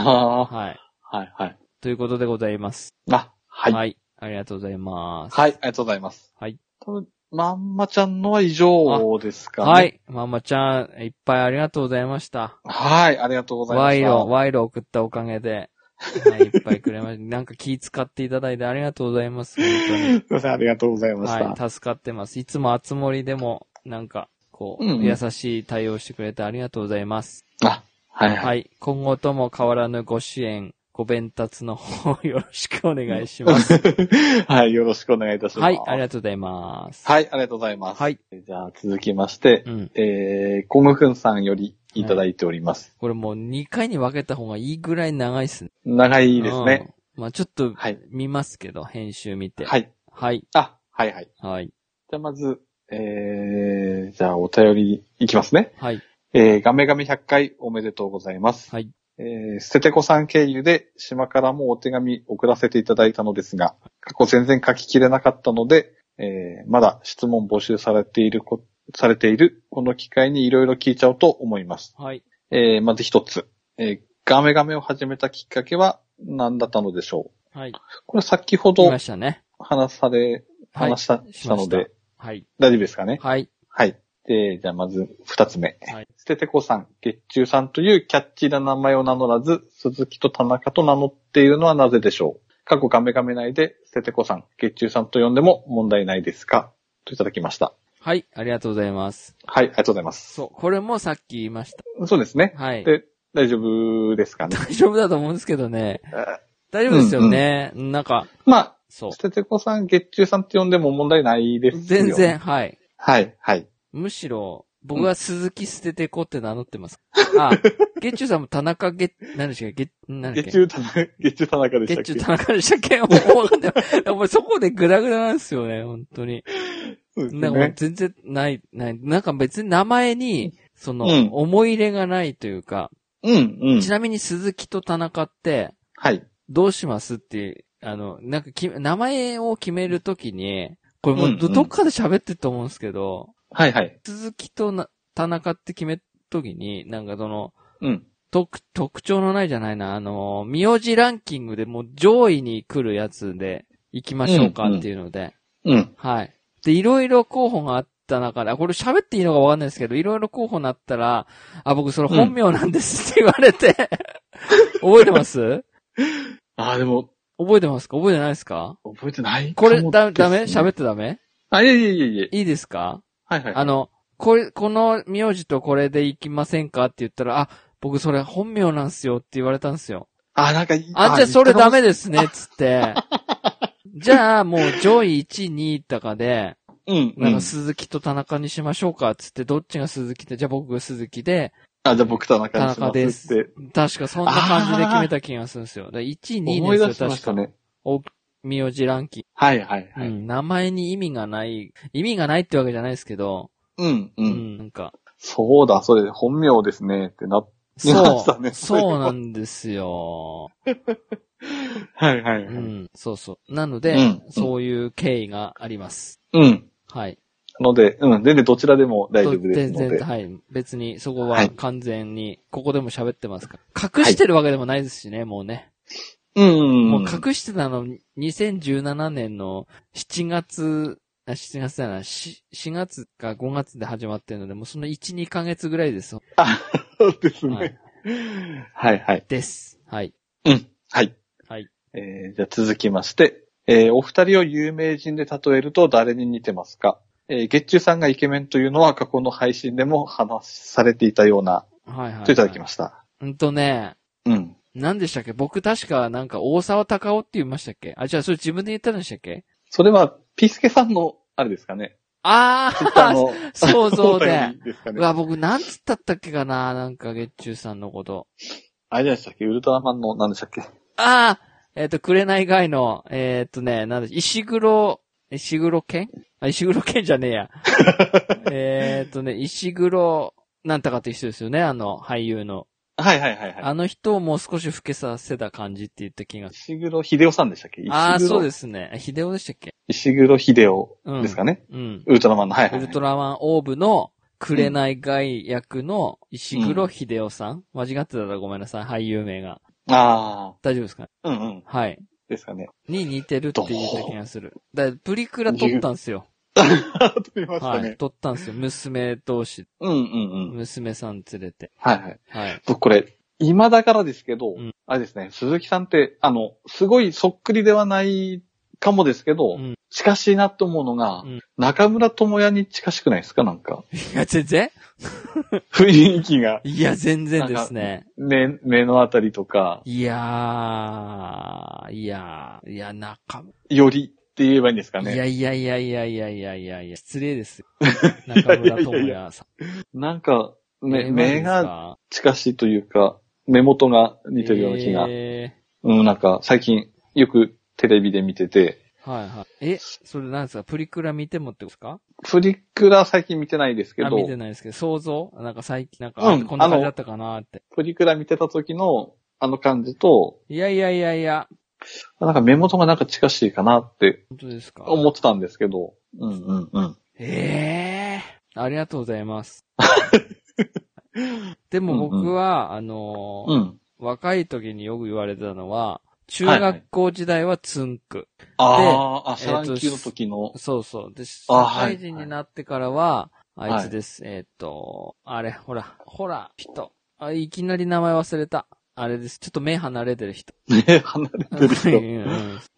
Speaker 1: はい。
Speaker 2: あ。はいはい。
Speaker 1: ということでございます。
Speaker 2: あ、はい。
Speaker 1: はい。ありがとうございます。
Speaker 2: はい、ありがとうございます。
Speaker 1: はい。
Speaker 2: 多分、まんまちゃんのは以上ですかね。
Speaker 1: は。い。まんまちゃん、いっぱいありがとうございました。
Speaker 2: はい、ありがとうございま
Speaker 1: 賄
Speaker 2: し
Speaker 1: 賂
Speaker 2: た。、
Speaker 1: 賄賂送ったおかげで、はい、いっぱいくれました。 [LAUGHS] なんか気使っていただいてありがとうございます。本
Speaker 2: すいません、ありがとうござい
Speaker 1: 当
Speaker 2: ま
Speaker 1: に。
Speaker 2: した。
Speaker 1: はい、助かってます。いつもあつ森でも、なんか、こう、
Speaker 2: うんうん
Speaker 1: 優しい対応してくれてありがとうございます。
Speaker 2: あ、はい、はい。
Speaker 1: はい。今後とも変わらぬご支援、ご弁達の方 [LAUGHS] よろしくお願いします。
Speaker 2: [LAUGHS] はい、よろしくお願いいたします。
Speaker 1: はい、ありがとうございます。
Speaker 2: はい、ありがとうございます。
Speaker 1: はい。
Speaker 2: じゃあ、続きまして、
Speaker 1: うん。
Speaker 2: えー、コムフンさんよりいただいております。
Speaker 1: これもう2回に分けた方がいいぐらい長いっすね。
Speaker 2: 長いですね。
Speaker 1: うん。まあちょっと
Speaker 2: はい。
Speaker 1: 見ますけど、編集見て。。
Speaker 2: はいい。
Speaker 1: はい。
Speaker 2: あ、はいはい。
Speaker 1: はい。
Speaker 2: じゃあ、まず、えー、じゃあ、お便りいきますね。
Speaker 1: はい。
Speaker 2: えー、ガメガメ100回おめでとうございます。
Speaker 1: はい。
Speaker 2: えー、捨ててこさん経由で島からもお手紙送らせていただいたのですが、過去全然書ききれなかったので、えー、まだ質問募集されているこ、されている、この機会にいろいろ聞いちゃおうと思います。
Speaker 1: はい。
Speaker 2: えー、まず一つ。えー、ガメガメを始めたきっかけは何だったのでしょう
Speaker 1: はい。
Speaker 2: これ先ほ
Speaker 1: 来
Speaker 2: ど
Speaker 1: ましたね。
Speaker 2: 話され、
Speaker 1: はい
Speaker 2: 話。した,、
Speaker 1: し
Speaker 2: した
Speaker 1: ま
Speaker 2: の
Speaker 1: した
Speaker 2: で、
Speaker 1: はい。
Speaker 2: 大丈夫ですかね
Speaker 1: はい。
Speaker 2: はい。で、じゃあまず二つ目。
Speaker 1: はい
Speaker 2: 捨ててこさん、月中さんというキャッチーな名前を名乗らず、鈴木と田中と名乗っているのはなぜでしょう過去ガメガメ内で捨ててこさん、月中さんと呼んでも問題ないですかといただきました。
Speaker 1: はい。ありがとうございます。
Speaker 2: はい、ありがとうございます。
Speaker 1: そう。これもさっき言いました。
Speaker 2: そうですね。
Speaker 1: はい。
Speaker 2: で、大丈夫で
Speaker 1: [LAUGHS]
Speaker 2: すかね
Speaker 1: 大丈夫だと思うんですけどね。
Speaker 2: え
Speaker 1: 大丈夫ですよね。なんか、
Speaker 2: まあ、
Speaker 1: そう
Speaker 2: 捨。ててこさん、月中さんって呼んでも問題ないですよ。
Speaker 1: 全然、。はい。
Speaker 2: はい、はい。
Speaker 1: むしろ、僕は鈴木捨ててこって名乗ってます。 [LAUGHS] あ、月中さんも田中月、何でしたっけ月、何だっ
Speaker 2: 月
Speaker 1: け
Speaker 2: 中田中、月中田中でした
Speaker 1: 月
Speaker 2: っけ
Speaker 1: 中田中でしたっけもう分かんない。お前そこでグラグラなんですよね、本当に。
Speaker 2: そうです
Speaker 1: なんかもう
Speaker 2: ね。
Speaker 1: 全然ない、ない。なんか別に名前に、その
Speaker 2: うん、
Speaker 1: 思い入れがないというか、
Speaker 2: うん、うん
Speaker 1: ち。なみに鈴木と田中って、
Speaker 2: はい。
Speaker 1: どうしますって、あの、なんかき、名前を決めるときに、これも
Speaker 2: うんう
Speaker 1: うんどどっかで喋ってると思うんですけど、
Speaker 2: はい、はい。
Speaker 1: 鈴木とな田中って決めるときに、なんかその、
Speaker 2: うん。
Speaker 1: 特、特徴のないじゃないな、あの、名字ランキングでもう上位に来るやつで行きましょうかっていうので、
Speaker 2: うん。
Speaker 1: はい。で、いろいろ候補があった中で、あこれ喋っていいのかわかんないですけど、いろいろ候補になったら、あ、僕それ本名なんですって言われて、覚えてます
Speaker 2: ああ、でも、
Speaker 1: 覚えてますか覚えてないですか
Speaker 2: 覚えてない
Speaker 1: これ
Speaker 2: かも、
Speaker 1: だ、ダメ
Speaker 2: ですね
Speaker 1: 喋ってダメ
Speaker 2: あ、いえいえいえいえ。
Speaker 1: いいですか
Speaker 2: はいはい。
Speaker 1: あの、これ、この名字とこれで行きませんかって言ったら、あ、僕それ本名なんすよって言われたんですよ。
Speaker 2: あ、なんかいい、
Speaker 1: あ、じゃあそれダメ
Speaker 2: で。
Speaker 1: ですね、つ
Speaker 2: [LAUGHS]
Speaker 1: って。じゃあもう上位1、2位とかで、
Speaker 2: うん。
Speaker 1: なんか
Speaker 2: す、
Speaker 1: 鈴木と田中にしましょうか、つって、どっちが鈴木で、じゃあ僕が鈴木で、
Speaker 2: あ、じゃあ僕田中
Speaker 1: 田
Speaker 2: にし
Speaker 1: 中
Speaker 2: ま
Speaker 1: です
Speaker 2: って
Speaker 1: す。確かそんな感じで決めた気がするんですよ。だから1位、2位
Speaker 2: 思い出
Speaker 1: で
Speaker 2: し
Speaker 1: すよ、
Speaker 2: まし
Speaker 1: 確
Speaker 2: た
Speaker 1: か。
Speaker 2: ね。
Speaker 1: お、名字ランキン
Speaker 2: はいはい
Speaker 1: グ、
Speaker 2: はい。
Speaker 1: うん。名前に意味がない、意味がないってわけじゃないですけど、
Speaker 2: うん
Speaker 1: う
Speaker 2: う。
Speaker 1: んん、なんか、
Speaker 2: そうだ、それ本名ですねってな、見ま
Speaker 1: そ
Speaker 2: した
Speaker 1: う、
Speaker 2: ね
Speaker 1: そうなんですよ。
Speaker 2: はいはいうはい。
Speaker 1: ん、そうそう。なので、
Speaker 2: うん
Speaker 1: そういう経緯があります。
Speaker 2: うん。
Speaker 1: はい。
Speaker 2: ので、うん、全然どちらでも大丈夫です
Speaker 1: 全
Speaker 2: の
Speaker 1: 然、
Speaker 2: で。
Speaker 1: はい。別に、そこ
Speaker 2: は
Speaker 1: はい完全に、ここでも喋ってますから。隠してるわけでもないですしね、もうね。
Speaker 2: うん。
Speaker 1: もう隠してたの、2017年の7月、あ、7月だな、し 4, 月か5月で始まってるので、もうその1、2ヶ月ぐらいです。
Speaker 2: そうです
Speaker 1: は
Speaker 2: ね
Speaker 1: い。
Speaker 2: はいはい。
Speaker 1: です。はい。
Speaker 2: うん。はい。
Speaker 1: はい。
Speaker 2: えーじゃあ続きまして、えーお二人を有名人で例えると誰に似てますかえー月中さんがイケメンというのは過去の配信でも話されていたような、
Speaker 1: はいはい。
Speaker 2: といただきま
Speaker 1: し
Speaker 2: した。
Speaker 1: た。うんとね、
Speaker 2: うん。
Speaker 1: 何でしたっけ僕確かなんか大沢隆夫って言いましたっけあ、じゃあそれ自分で言ったんでしたっけ
Speaker 2: それは、ピースケさんの、あれですかね。
Speaker 1: あ
Speaker 2: ツイッター
Speaker 1: ー
Speaker 2: の、 [LAUGHS]
Speaker 1: 想像で
Speaker 2: お便りですか
Speaker 1: う
Speaker 2: ね。
Speaker 1: わ、僕なんつったったっけかななんか月中さんのこと。
Speaker 2: あれでしたっけウルトラマンの、何でしたっけ
Speaker 1: ああえっ、と、くれない外の、えっ、とね、なんだ、石黒、石黒県あ、石黒県じゃねえや。
Speaker 2: [LAUGHS]
Speaker 1: えっとね、石黒、なんたかって人ですよね、あの、俳優の。
Speaker 2: はいはいはいはい。
Speaker 1: あの人をもう少し老けさせた感じって言った気がす
Speaker 2: 石黒秀夫さんでしたっけ。
Speaker 1: る。ああ、そうですすね。秀夫でしたっけ
Speaker 2: 石黒秀夫
Speaker 1: うん。
Speaker 2: ですかね。
Speaker 1: うん。
Speaker 2: ウルトラマンの、はい
Speaker 1: ウ
Speaker 2: はいは
Speaker 1: ル
Speaker 2: い。
Speaker 1: トラマンオーブの、くれない外役の石黒秀夫さん、間違ってたらごめんなさい、俳優名が。
Speaker 2: あ
Speaker 1: 大丈夫ですか
Speaker 2: あ、うんうん。
Speaker 1: はい。
Speaker 2: ですかね。
Speaker 1: に似てるって言った気がする。だからプリクラ撮ったんすよ。
Speaker 2: 撮りました
Speaker 1: は
Speaker 2: ね。
Speaker 1: い。撮ったんすよ。娘同士、
Speaker 2: うんうんうん。
Speaker 1: 娘さん連れて。
Speaker 2: はいはい。
Speaker 1: はい。
Speaker 2: 僕これ、今だからですけど、
Speaker 1: うん
Speaker 2: あれですね、鈴木さんって、あの、すごいそっくりではないかもですけど、
Speaker 1: うん
Speaker 2: 近しいなと思うのが、
Speaker 1: うん
Speaker 2: 中村智也に近しくないですかなんか。
Speaker 1: いや、全然
Speaker 2: 雰囲気が、
Speaker 1: いや、全然ですね。
Speaker 2: 目、目のあたりとか、
Speaker 1: いやー、いやー、いや、中村、
Speaker 2: よりって言えばいいんですか
Speaker 1: い
Speaker 2: ね。
Speaker 1: やいやいやいやいやいやいやいや、失礼ですよ。中村智也さ
Speaker 2: なんか、 [LAUGHS]
Speaker 1: ん。目
Speaker 2: 目、目が近しいというか、目元が似てるような気が、
Speaker 1: え
Speaker 2: うん、なんか最近よくテレビで見てて、
Speaker 1: ーはいはい。え、それなんですかプリクラ見てもってことですか
Speaker 2: プリクラ最近見てないですけ
Speaker 1: あ、
Speaker 2: ど、
Speaker 1: 見てないですけど、想像なんか最近、なんか、
Speaker 2: うん
Speaker 1: こんな感じだったかなって。
Speaker 2: プリクラ見てた時のあの感じと、
Speaker 1: いやいやいやいや、
Speaker 2: なんか目元がなんか近しいかなって
Speaker 1: 本当ですか
Speaker 2: 思ってたんですけど、うんうんうん。
Speaker 1: ええありがとうござい
Speaker 2: [LAUGHS]
Speaker 1: ます。でも僕は、あのー
Speaker 2: うん。
Speaker 1: 若い時によく言われてたのは、中学校時代はツンク。
Speaker 2: あーあ、シャラ
Speaker 1: え
Speaker 2: ン
Speaker 1: ーと
Speaker 2: 級の時の、
Speaker 1: そうそう。で、社
Speaker 2: あはい
Speaker 1: 会人になってからは、
Speaker 2: い
Speaker 1: あいつです。えーっ、と、あれ、ほら、ほら、人。あ、いきなり名前忘れた。あれです。ちょっと目離れてる
Speaker 2: [LAUGHS]
Speaker 1: 人。
Speaker 2: ね、離れてる
Speaker 1: う
Speaker 2: 人、
Speaker 1: んう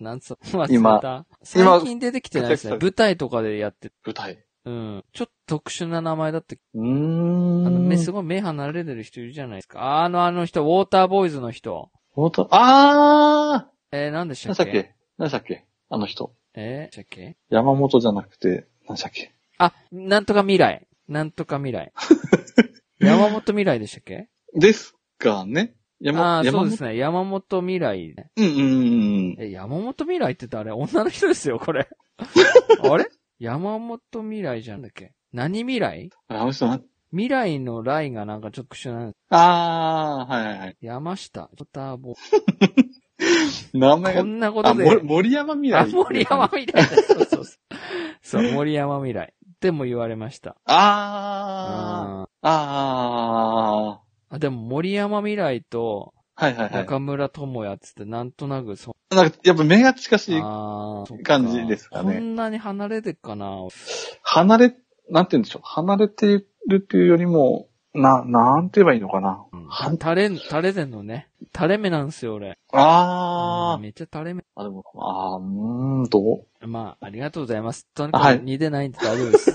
Speaker 1: んなんつう
Speaker 2: [LAUGHS]
Speaker 1: 忘れた
Speaker 2: 今。
Speaker 1: 最近出てきてないですね。
Speaker 2: 今
Speaker 1: 舞台とかでやって、
Speaker 2: 舞台。
Speaker 1: うん。ちょっと特殊な名前だった
Speaker 2: うー
Speaker 1: あの、
Speaker 2: ん。
Speaker 1: 目すごい目離れてる人いるじゃないですか。あの、あの人、ウォーターボーイズの人。
Speaker 2: 本当ああ
Speaker 1: えー、何でした
Speaker 2: 何
Speaker 1: っけ
Speaker 2: したっけ何したっけあの人。
Speaker 1: えー、何でしたっけ
Speaker 2: 山本じゃなくて、何したっけ
Speaker 1: あ、なんとか未来。なんとか未
Speaker 2: [LAUGHS]
Speaker 1: 来。山本未来でしたっけ
Speaker 2: ですかね山、
Speaker 1: ああー、
Speaker 2: 山
Speaker 1: そう
Speaker 2: 本
Speaker 1: ですね。山本未来ね。
Speaker 2: うんうんうん
Speaker 1: え、山本未来って誰女の人ですよ、
Speaker 2: [LAUGHS]
Speaker 1: これ。あれ山本未来じゃんだっけ何未来
Speaker 2: うん。あの人な、
Speaker 1: 未来の来がなんかちょっと特殊なんです。
Speaker 2: ああ、はいはいはい。
Speaker 1: 山下、ウォーターボー
Speaker 2: 名
Speaker 1: イ。
Speaker 2: 前
Speaker 1: こ
Speaker 2: が、
Speaker 1: んなこと
Speaker 2: あ、
Speaker 1: で。
Speaker 2: 森森山未
Speaker 1: あ、
Speaker 2: 来。
Speaker 1: 森山。未来。そうそうそう。そう、森山未来。でも言われました。
Speaker 2: あ
Speaker 1: あ
Speaker 2: あ、あ
Speaker 1: あ。でも森山未来と
Speaker 2: あ、はいはいはい。
Speaker 1: 中村智也っつってなんとなくそ、
Speaker 2: なんか、やっぱ目が近しい。
Speaker 1: あー
Speaker 2: 感じですか
Speaker 1: そ
Speaker 2: ね
Speaker 1: っこんなに離れてっかな。
Speaker 2: 離れ、なんて言うんでしょう。離れているっていうよりも、な、なんて言えばいいのかな。は
Speaker 1: 垂れ、垂れてんのね。垂れ目なんですよ、俺。
Speaker 2: あ
Speaker 1: うんめっちゃ垂れ目。
Speaker 2: あ、あ、でも、ああ、うーん、ど
Speaker 1: [LAUGHS]
Speaker 2: う
Speaker 1: まあ、ありがとうございます。とにか
Speaker 2: は
Speaker 1: く
Speaker 2: い
Speaker 1: 似てないんで大丈夫
Speaker 2: [LAUGHS]
Speaker 1: です。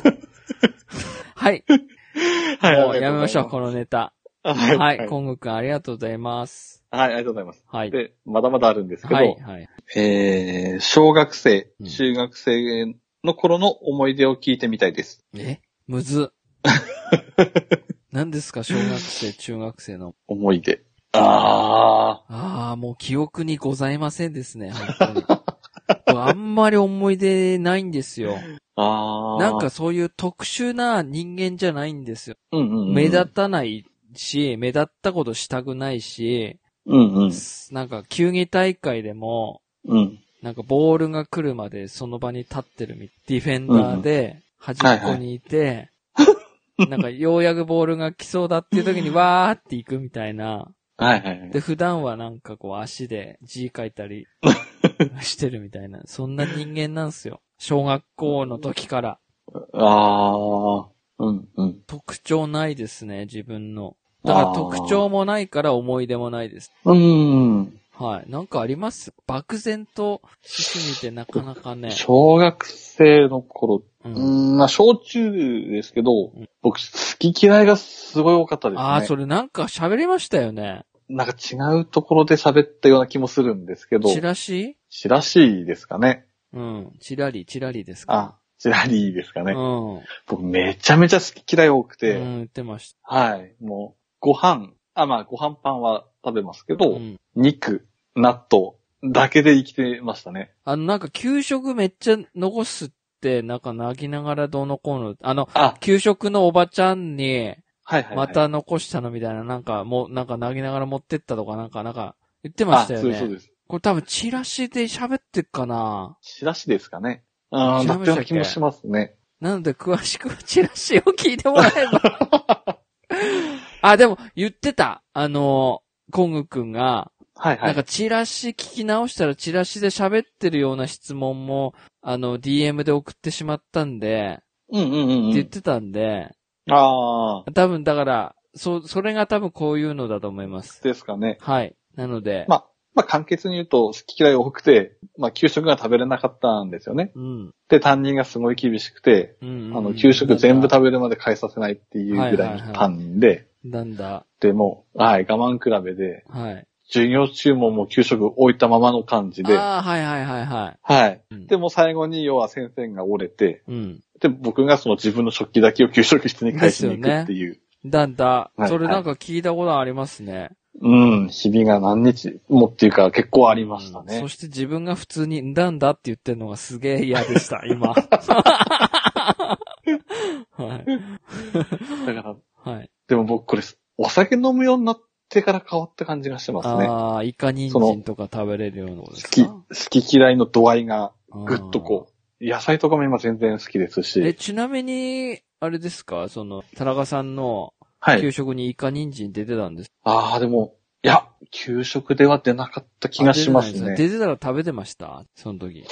Speaker 1: はい。
Speaker 2: はい
Speaker 1: もうやめましょう、このネタ。
Speaker 2: の。はい、は、
Speaker 1: はい。
Speaker 2: はい
Speaker 1: コングくん、ありがとうございます。
Speaker 2: い、ありがとうございます。
Speaker 1: はい。
Speaker 2: で、まだまだあるんですけど、
Speaker 1: はい、はい。
Speaker 2: えー、小学生
Speaker 1: う、ん
Speaker 2: 中学生の頃の思い出を聞いてみたいです。
Speaker 1: えむ
Speaker 2: [LAUGHS]
Speaker 1: ず。何ですか、小学生、中学生の。
Speaker 2: 思い出。あ
Speaker 1: ああ、もう記憶にございませんですね、本当
Speaker 2: [LAUGHS]
Speaker 1: に。僕あんまり思い出ないんですよ。
Speaker 2: あ、ああ。
Speaker 1: なんか、そういう特殊な人間じゃないんですよ。
Speaker 2: うんうんうん、
Speaker 1: 目立たないし、目立ったことしたくないし、
Speaker 2: うんうん。
Speaker 1: なんか球技大会でも、
Speaker 2: うん。
Speaker 1: なんかボールが来るまでその場に立ってるみ、ディフェンダーで端っこにいて、なんかようやくボールが来そうだっていう時にわーって行くみたいな。
Speaker 2: はいはいはい。
Speaker 1: で、普段はなんかこう足で字書いたりしてるみたいな。そんな人間なんすよ。小学校の時から。
Speaker 2: ああ、うんうん。
Speaker 1: 特徴ないですね、自分の。だから特徴もないから思い出もないです。
Speaker 2: うーん。
Speaker 1: はい。なんかあります漠然としすぎてなかなかね。
Speaker 2: 小学生の頃、
Speaker 1: う
Speaker 2: うんーん、まあ、小中ですけど、
Speaker 1: ん
Speaker 2: 僕、好き嫌いがすごい多かったですね。
Speaker 1: ああ、それなんか喋りましたよね。
Speaker 2: なんか違うところで喋ったような気もするんですけど、
Speaker 1: チラシ
Speaker 2: チラシですかね。
Speaker 1: うん。チラリ、チラリですか。
Speaker 2: あ、チラリですかね。
Speaker 1: うん。
Speaker 2: 僕、めちゃめちゃ好き嫌い多く
Speaker 1: う
Speaker 2: て、
Speaker 1: ん、言ってまし
Speaker 2: はい、もう、ご飯、あ、まあ、ご飯パンは食べますけ
Speaker 1: た。
Speaker 2: ど、
Speaker 1: うん。
Speaker 2: 肉、納豆だけで生きてましたね。
Speaker 1: あの、なんか給食めっちゃ残すって、なんか泣きながらどうのこうの、あの、
Speaker 2: あ、
Speaker 1: 給食のおばちゃんに、
Speaker 2: はいはい、はい。
Speaker 1: また残したのみたいな、なんかもう、なんか投げながら持ってったとか、なんか、なんか、言ってましたよ
Speaker 2: あ、そうそう
Speaker 1: ね。
Speaker 2: です。
Speaker 1: これ多分チラシで喋ってっかな。
Speaker 2: チラシですかね。ああ、
Speaker 1: チラ
Speaker 2: だ
Speaker 1: シ
Speaker 2: っ
Speaker 1: でしたっ
Speaker 2: たよう
Speaker 1: け
Speaker 2: な気もしますね。
Speaker 1: なので、詳しくはチラシを聞いてもらえば。
Speaker 2: [LAUGHS]
Speaker 1: あ、でも、言ってた。あの、コングくんが、
Speaker 2: はいは
Speaker 1: なん
Speaker 2: い。
Speaker 1: かチラシ聞き直したらチラシで喋ってるような質問も、あの、DM で送ってしまったんで、
Speaker 2: うんうんうん
Speaker 1: っ
Speaker 2: う
Speaker 1: て言っ
Speaker 2: ん。
Speaker 1: てたんで、
Speaker 2: ああ、
Speaker 1: 多分だから、そう、それが多分こういうのだと思います。
Speaker 2: ですかね。
Speaker 1: はい。なので、
Speaker 2: まあ、まあ簡潔に言うと、好き嫌い多くて、まあ給食が食べれなかったんですよね。
Speaker 1: うん。
Speaker 2: で、担任がすごい厳しくて、
Speaker 1: うん、うん。
Speaker 2: あの、給食全部
Speaker 1: だ。
Speaker 2: 食べるまで返させないっていうぐらいの担任で、
Speaker 1: なんだ。
Speaker 2: でもう、はい、我慢比べで、
Speaker 1: はい。
Speaker 2: 授業中ももう給食置いたままの感じで、
Speaker 1: ああ、はいはいはいは
Speaker 2: はい。
Speaker 1: い。うん
Speaker 2: でも最後に要は先生が折れて、
Speaker 1: うん。
Speaker 2: で、僕がその自分の食器だけを給食室に返しに行くっていう、
Speaker 1: だんだ
Speaker 2: は、い
Speaker 1: それなんか聞いたことありますね。
Speaker 2: うん、日々が何日もっていうか結構ありました
Speaker 1: うん
Speaker 2: ね
Speaker 1: そ。して自分が普通に、んだんだって言ってるのがすげえ嫌で
Speaker 2: [LAUGHS]
Speaker 1: した、今。はい。
Speaker 2: だから、
Speaker 1: はい。
Speaker 2: でも僕これ、お酒飲むようになってから変わった感じがしてますね。
Speaker 1: ああ、イカ人参とか食べれるようなこと
Speaker 2: 好
Speaker 1: です
Speaker 2: き、
Speaker 1: か
Speaker 2: 好き嫌いの度合いがぐ
Speaker 1: ぐ
Speaker 2: っとこう、野菜とかも今全然好きです
Speaker 1: え、
Speaker 2: し、
Speaker 1: ちなみに、あれですかその、田中さんの
Speaker 2: はい
Speaker 1: 給。食にイカ人参出てたんです
Speaker 2: ああ、でも、いや、給食では出なかった気
Speaker 1: あ
Speaker 2: がします
Speaker 1: 出てない
Speaker 2: ね。
Speaker 1: です出てたら食べてましたその時。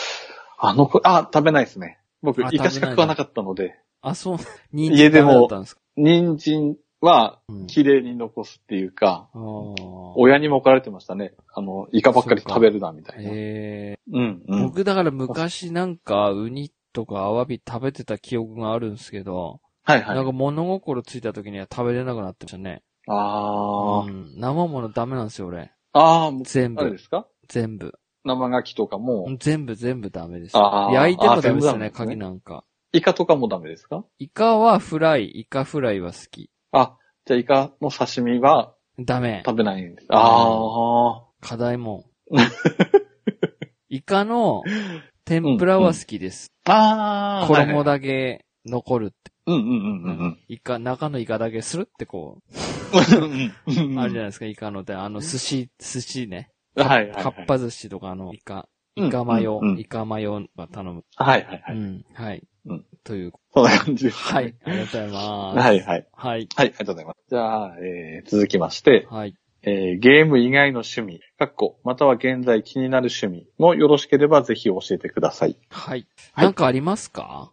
Speaker 2: あの子、あ、食べないですね。僕、
Speaker 1: あ
Speaker 2: イカしか食わなかったので、
Speaker 1: あ、そう、人参
Speaker 2: 家で
Speaker 1: ダ
Speaker 2: も
Speaker 1: メだったんですか
Speaker 2: 人参は
Speaker 1: うん
Speaker 2: 綺麗に残すっていうか、
Speaker 1: あー
Speaker 2: 親にも怒られてましたね。あの、イカばっかり食べるな、みたいな。
Speaker 1: え
Speaker 2: うん、う
Speaker 1: ー、
Speaker 2: ん。
Speaker 1: 僕だから昔なんかウニとかアワビ食べてた記憶があるんですけど、
Speaker 2: はい
Speaker 1: な
Speaker 2: は
Speaker 1: ん
Speaker 2: い。
Speaker 1: か物心ついた時には食べれなくなってましたね。
Speaker 2: あー、
Speaker 1: うん、生物ダメなんですよ、俺。
Speaker 2: あー、もう
Speaker 1: 全
Speaker 2: あれで
Speaker 1: 部、
Speaker 2: すか
Speaker 1: 全部。
Speaker 2: 生牡蠣とかも、
Speaker 1: 全部全部ダメです。
Speaker 2: あー
Speaker 1: 焼いてもダメで
Speaker 2: あー全部ダ
Speaker 1: す
Speaker 2: メ
Speaker 1: ね、
Speaker 2: ですね
Speaker 1: 鍵なんか。
Speaker 2: イカとかもダメですか
Speaker 1: イカはフライ、イカフライは好き。
Speaker 2: あ、じゃあイカの刺身は
Speaker 1: ダメ。
Speaker 2: 食べないんです。あー、
Speaker 1: 課題も
Speaker 2: [LAUGHS]
Speaker 1: ん。イカの天ぷらは好きです。
Speaker 2: あー、
Speaker 1: 衣
Speaker 2: だ。
Speaker 1: だけ残るって。
Speaker 2: うんうんうんうんうん。
Speaker 1: イカ、中のイカだけするってこ
Speaker 2: う
Speaker 1: う、
Speaker 2: ん
Speaker 1: あるじゃないですか、イカのって。あの、寿司、寿司ね。
Speaker 2: はいはいはい。
Speaker 1: かっぱ寿司とかあの、イカ、
Speaker 2: うん
Speaker 1: イカマヨ
Speaker 2: うんう、ん
Speaker 1: イカマヨが頼む。
Speaker 2: はいはいは
Speaker 1: う
Speaker 2: い。
Speaker 1: ん、はい
Speaker 2: うん。
Speaker 1: という、
Speaker 2: そんな感じです。
Speaker 1: はい。ありがとうございます。
Speaker 2: はいはい。
Speaker 1: はい。
Speaker 2: はい、ありがとうございます。じゃあ、えー、続きまして、
Speaker 1: はい。
Speaker 2: えー、ゲーム以外の趣味、かっこ、または現在気になる趣味もよろしければぜひ教えてください。
Speaker 1: はい。
Speaker 2: はい
Speaker 1: なんかありますか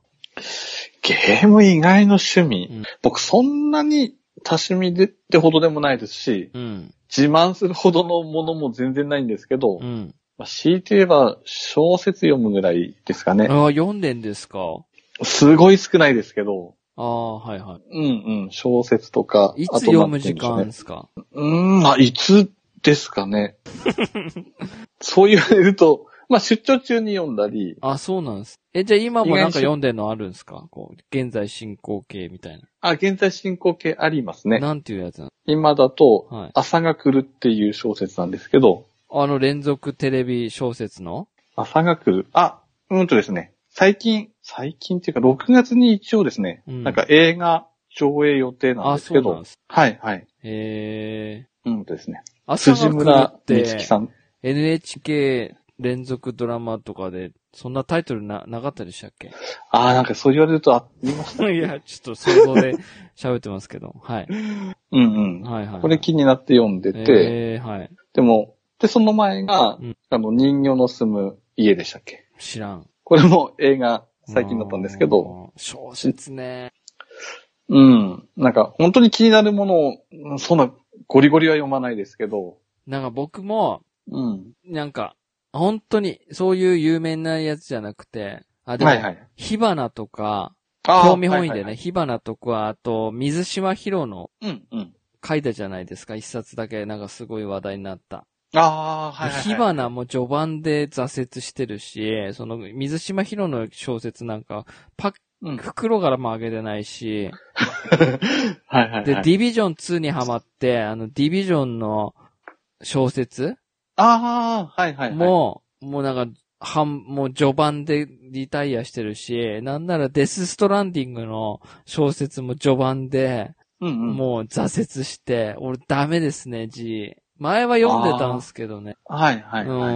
Speaker 2: ゲーム以外の趣味、
Speaker 1: うん
Speaker 2: 僕そんなに多趣味でってほどでもないですし、
Speaker 1: うん。
Speaker 2: 自慢するほどのものも全然ないんですけど、
Speaker 1: うん。
Speaker 2: まあ、強いて言えば小説読むぐらいですかね。
Speaker 1: ああ、読んでんですか
Speaker 2: すごい少ないですけど、
Speaker 1: ああ、はいはい。
Speaker 2: うんうん、小説とか。
Speaker 1: い
Speaker 2: あ
Speaker 1: つ
Speaker 2: と
Speaker 1: 読
Speaker 2: なん
Speaker 1: む
Speaker 2: て言
Speaker 1: 時
Speaker 2: うんでしょう
Speaker 1: 間
Speaker 2: ね
Speaker 1: ですか
Speaker 2: うーん、まあ、いつですか
Speaker 1: [LAUGHS]
Speaker 2: ね。そう言われると、まあ、出張中に読んだり、
Speaker 1: あ、そうなんです。え、じゃあ今もなんか
Speaker 2: 意外に
Speaker 1: 読んでんのあるんですかこう、現在進行形みたい
Speaker 2: あ、現在進行形あります
Speaker 1: な。
Speaker 2: ね。
Speaker 1: なんていうやつな
Speaker 2: 今
Speaker 1: の
Speaker 2: だ
Speaker 1: は
Speaker 2: と
Speaker 1: い、
Speaker 2: 朝が来るっていう小説なんですけど、
Speaker 1: のあの連続テレビ小説の
Speaker 2: 朝が来る、あ、うんとですね、最近、最近っていうか、6月に一応ですね、
Speaker 1: うん
Speaker 2: なんか映画上映予定なん
Speaker 1: あ、
Speaker 2: です
Speaker 1: そ
Speaker 2: け
Speaker 1: うなん
Speaker 2: ど
Speaker 1: で、す。
Speaker 2: はい、はい。
Speaker 1: えー。
Speaker 2: うんとですね。
Speaker 1: 朝
Speaker 2: 辻
Speaker 1: が
Speaker 2: 村
Speaker 1: 来る
Speaker 2: 美
Speaker 1: っ
Speaker 2: 月
Speaker 1: て、
Speaker 2: さん。
Speaker 1: NHK 連続ドラマとかで、そんなタイトルな、なかったでしたっけ
Speaker 2: [LAUGHS] ああ、なんかそう言われるとありました。
Speaker 1: いや、ちょっと想像で [LAUGHS] 喋ってますけど。はい。
Speaker 2: うんうん。
Speaker 1: はいはい。
Speaker 2: これ気になって読んでて、
Speaker 1: えー、はい。
Speaker 2: でも、で、その前が、
Speaker 1: うん
Speaker 2: あの、人形の住む家でしたっけ
Speaker 1: 知らん。
Speaker 2: これも映画最近だったんですけど、
Speaker 1: うん。小説ね。
Speaker 2: うん。なんか、本当に気になるものをうん、そんな、ゴリゴリは読まないですけど、
Speaker 1: なんか僕も、
Speaker 2: うん。
Speaker 1: なんか、本当に、そういう有名なやつじゃなくて、あ、でも、
Speaker 2: はいはい。
Speaker 1: 火花とか、
Speaker 2: あー
Speaker 1: 興味本位で
Speaker 2: はいはい
Speaker 1: ね、
Speaker 2: はい
Speaker 1: 火花とか、あと、水島ヒロの
Speaker 2: うんうん。
Speaker 1: 書いたじゃないですか、一冊だけ、なんかすごい話題になった。
Speaker 2: ああ、はいはい、はい。
Speaker 1: 火花も序盤で挫折してるし、その、水島ヒロの小説なんか、パッ、
Speaker 2: うん。はい
Speaker 1: 袋からも上げてないし、
Speaker 2: [LAUGHS] はいはい。
Speaker 1: で、ディビジョン2にハマって、あの、ディビジョンの小説
Speaker 2: ああ、はいはい、はい。
Speaker 1: もう、もうなんか、はん、もう序盤でリタイアしてるし、なんならデスストランディングの小説も序盤で、
Speaker 2: う、うんうん。
Speaker 1: もう挫折して、俺ダメですね、G。前は読んでたんですけどね。
Speaker 2: はいはい、はい。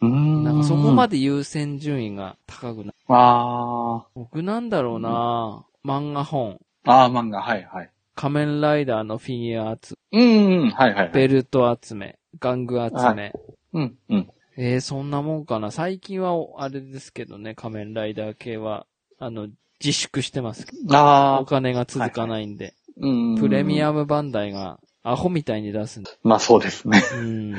Speaker 2: う
Speaker 1: うん。
Speaker 2: ん
Speaker 1: なんかそこま
Speaker 2: で。
Speaker 1: で優先順位が高くない。
Speaker 2: ああ、
Speaker 1: 僕なんだろうな、漫画本。
Speaker 2: ああ、漫画、はいはい。
Speaker 1: 仮面ライダーのフィギュア集
Speaker 2: うんうん、はいはい、はい。
Speaker 1: ベルト集め、玩具集め。
Speaker 2: うん、うん。
Speaker 1: えー、そんなもんかな。最近は、おあれですけどね、仮面ライダー系は、あの、自粛してますけど、お
Speaker 2: ああ、
Speaker 1: 金が続かないんで。
Speaker 2: うん。
Speaker 1: プレミア
Speaker 2: ム。
Speaker 1: ムバンダイが、アホみたいに出すんで。
Speaker 2: まあそうですね。
Speaker 1: うん。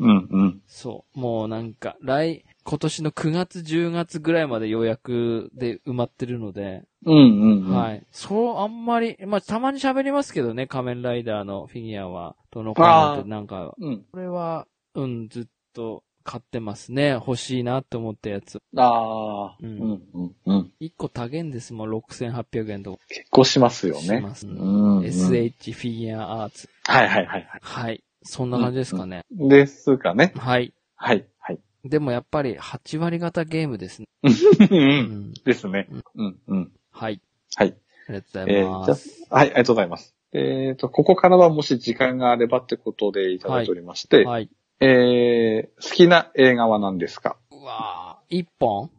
Speaker 2: うん、うん。
Speaker 1: そう。もうなんか、来、今年の9月、10月ぐらいまで予約で埋まってるので、
Speaker 2: うん、うん、うん。
Speaker 1: はい。そう、あんまり、まあ、たまに喋りますけどね、仮面ライダーのフィギュアは、どの子なん
Speaker 2: あ
Speaker 1: て、なんか、
Speaker 2: うん。
Speaker 1: これは、うん、ずっと買ってますね。欲しいなって思ったやつ。
Speaker 2: ああ、
Speaker 1: う
Speaker 2: うんん、うん、うん。
Speaker 1: 1個高いんですもん、6800円とか。
Speaker 2: 結構しますよね。
Speaker 1: しますね
Speaker 2: うん、うん。
Speaker 1: SH フィギュアアーツ。
Speaker 2: はいはいはいは
Speaker 1: はい。そんな感じですかね。
Speaker 2: い。ですかね。
Speaker 1: はい。
Speaker 2: はい、はい。
Speaker 1: でもやっぱり8割型ゲームですね。
Speaker 2: う。
Speaker 1: うんん。
Speaker 2: ですね。うん、うん。
Speaker 1: はい。
Speaker 2: はい。
Speaker 1: ありがとうござ
Speaker 2: え
Speaker 1: い
Speaker 2: ー、
Speaker 1: ま
Speaker 2: じ
Speaker 1: す。
Speaker 2: ゃあはい、ありがとうございます。えっ、と、ここからはもし時間があればってことでいただいておりまして、
Speaker 1: はい。
Speaker 2: えー、好きな映画は何ですか
Speaker 1: うわぁ。1本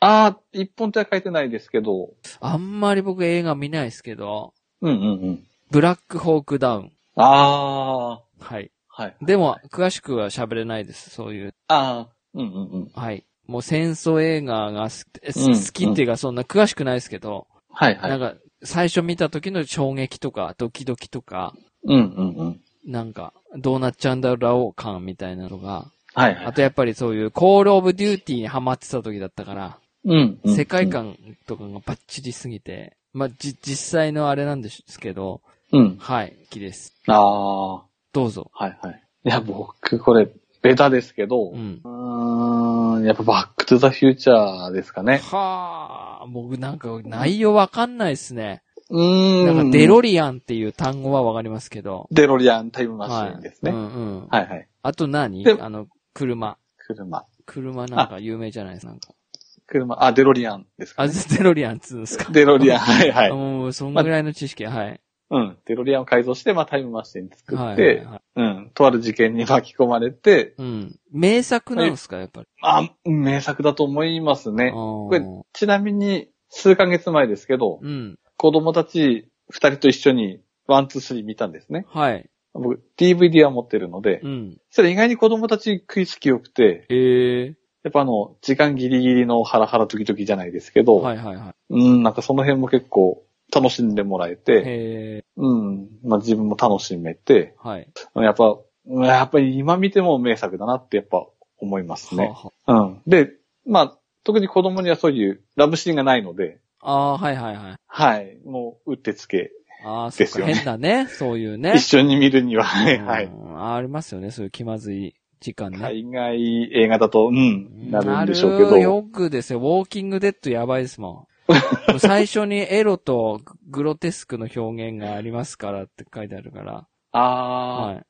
Speaker 2: あー、一本手は書いてないですけど、
Speaker 1: あんまり僕映画見ないですけど、
Speaker 2: うんうんうん。
Speaker 1: ブラックホークダウン。
Speaker 2: あ
Speaker 1: はい。
Speaker 2: ー、はい。
Speaker 1: でも、詳しくは喋れないです。そういう。
Speaker 2: あー、うんうんうん。はい
Speaker 1: はい。もう戦争映画が好き、
Speaker 2: うん
Speaker 1: 好きっていうかそんな詳しくないですけど、
Speaker 2: はい。
Speaker 1: なんか、最初見た時の衝撃とか、ドキドキとか、
Speaker 2: うんうんうん。
Speaker 1: なんか、どうなっちゃうんだろう感みたいなのが、
Speaker 2: はいはい。
Speaker 1: あとやっぱりそういう、コールオブデューティーにハマってた時だったから、
Speaker 2: うん、うん。
Speaker 1: 世界。観とかがバッチリすぎて、まあ、じ、実際のあれなんですけど、
Speaker 2: うん。
Speaker 1: はい、好きです。
Speaker 2: あー、は
Speaker 1: どうぞ。
Speaker 2: いはい。いや、僕、これ、ベタですけど、
Speaker 1: う。
Speaker 2: うんーん、やっぱバックトゥザフューチャーですかね。
Speaker 1: はあ、僕なんか内容わかんないですね。
Speaker 2: うーん。
Speaker 1: なんかデロリアンっていう単語はわかりますけど。
Speaker 2: デロリアンタイムマシンですね。
Speaker 1: は、
Speaker 2: はいい、
Speaker 1: うんうん。
Speaker 2: はい、
Speaker 1: あと何
Speaker 2: で
Speaker 1: あの、車。
Speaker 2: 車。
Speaker 1: 車なんか有名じゃないですか。なんか
Speaker 2: 車、あ、デロリアンですか、
Speaker 1: あ、
Speaker 2: ね。
Speaker 1: デロリアンっつうんですか。
Speaker 2: デロリアン、はいは
Speaker 1: あ
Speaker 2: い。
Speaker 1: もう、そんぐらいの知識、はい。
Speaker 2: うん。デロリアンを改造して、まあタイムマシン作
Speaker 1: は
Speaker 2: っ
Speaker 1: い
Speaker 2: て、
Speaker 1: はいはい。
Speaker 2: うん。とある事件に巻き込まれて、
Speaker 1: うん。名作なんですか、やっぱり。
Speaker 2: あ、名作だと思いますね。
Speaker 1: こ
Speaker 2: これ、ちなみに、数ヶ月前ですけど、
Speaker 1: うん。
Speaker 2: 子供たち二人と一緒に、ワン、ツー、スリー見たんですね。
Speaker 1: はい。
Speaker 2: 僕、DVD は持ってるので、
Speaker 1: うん。
Speaker 2: それ意外に子供たち食いつき良くて、
Speaker 1: ええ
Speaker 2: やっぱあの、時間ギリギリのハラハラドキドキじゃないですけど、
Speaker 1: はいはいはい。
Speaker 2: うん、なんかその辺も結構楽しんでもらえて、
Speaker 1: ええ
Speaker 2: うん、まあ自分も楽しめて、
Speaker 1: はい。
Speaker 2: やっぱ、うんやっぱり今見ても名作だなってやっぱ思いますね。
Speaker 1: は
Speaker 2: うん。で、まあ、特に子供にはそういうラブシーンがないので、
Speaker 1: あはあ、あーはいはいはい。
Speaker 2: はい、もう、うってつけ。
Speaker 1: ああ、そ
Speaker 2: で
Speaker 1: っ
Speaker 2: す
Speaker 1: か、
Speaker 2: よね
Speaker 1: 変だね。そういうね
Speaker 2: 一。緒に見るには、はい、は
Speaker 1: う
Speaker 2: い。
Speaker 1: んあーありますよね。そういう気まずい時間ね。
Speaker 2: 海外映画だと、うん、なるんでしょうけ
Speaker 1: なる
Speaker 2: ど。
Speaker 1: よくですよ。ウォーキングデッドやばいですもん。
Speaker 2: [LAUGHS]
Speaker 1: もう最初にエロとグロテスクの表現がありますからって書いてあるから。
Speaker 2: あ
Speaker 1: は
Speaker 2: あ、はい、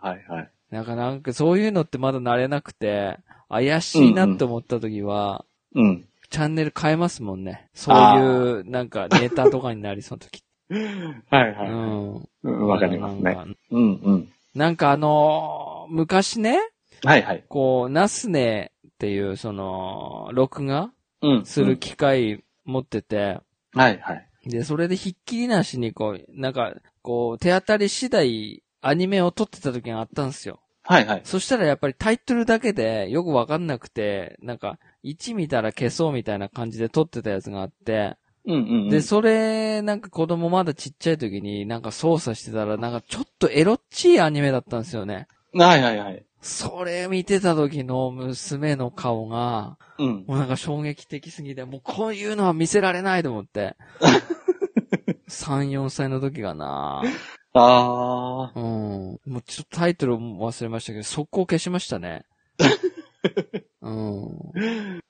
Speaker 2: はい、はい。
Speaker 1: い。なんかなんかそういうのってまだ慣れなくて、怪しいなって思った時は、
Speaker 2: うん。
Speaker 1: チャンネル変えますもんね。そういう、なんかネタとかになりそうな時。
Speaker 2: [LAUGHS] はい、
Speaker 1: う
Speaker 2: は
Speaker 1: ん。
Speaker 2: い。うんわかります
Speaker 1: な
Speaker 2: ね。
Speaker 1: んか。
Speaker 2: うん、うん。
Speaker 1: なんかあのー昔ね、
Speaker 2: はい、はい。
Speaker 1: こう、ナスネっていう、その、録画
Speaker 2: うん。
Speaker 1: する機械持ってて、
Speaker 2: うん。はい、はい。
Speaker 1: で、それでひっきりなしに、こう、なんか、こう、手当たり次第、アニメを撮ってた時があったんですよ。
Speaker 2: はい、はい。
Speaker 1: そしたらやっぱりタイトルだけでよくわかんなくて、なんか、1見たら消そうみたいな感じで撮ってたやつがあって、
Speaker 2: うん、うんうん。
Speaker 1: で、それ、なんか子供まだちっちゃい時になんか操作してたら、なんかちょっとエロっちいアニメだったんですよね。
Speaker 2: はい、はい、はい。
Speaker 1: それ見てた時の娘の顔が、
Speaker 2: うん。
Speaker 1: もうなんか衝撃的すぎて、もうこういうのは見せられないと思
Speaker 2: [LAUGHS]
Speaker 1: って。3、4歳の時かな
Speaker 2: あ
Speaker 1: うん。もうちょっとタイトルも忘れましたけど、速攻消しました
Speaker 2: [LAUGHS]
Speaker 1: ね。うん。
Speaker 2: あ、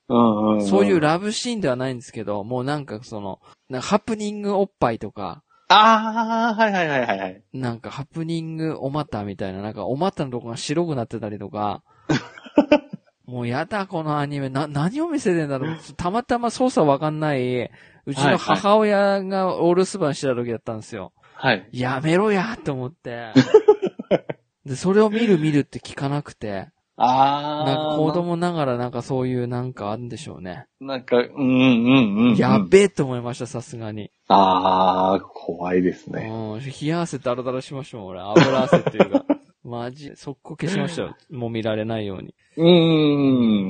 Speaker 2: うん、うん。
Speaker 1: そういう。ラブシーンではないんですけど、もうなんかその、なんかハプニングおっぱいとか、
Speaker 2: ああ、はい、はい、はい、はいはい。
Speaker 1: なんかハプニングお股みたいな、なんかお股のとこが白くなってたりと
Speaker 2: [LAUGHS]
Speaker 1: か、もうやだこのアニメ、な、何を見せてんだろう。たまたま操作わかんない、うちの母親がオールスバンしてた時だったんですよ。
Speaker 2: はい。 [LAUGHS]
Speaker 1: やめろやと思って。で、それを見る見るって聞かなくて、
Speaker 2: あー。
Speaker 1: なんか子供ながらなんかそういうなんかあるんでしょうね。
Speaker 2: なんか、うんうんうん、うん。
Speaker 1: やべえと思いました、さすがに。
Speaker 2: あー、怖いですね。
Speaker 1: うん。冷や汗だらだらしましたもん、俺。油汗って
Speaker 2: [LAUGHS]
Speaker 1: いうか。マジ、速攻消しましたよ。もう見られないように。
Speaker 2: う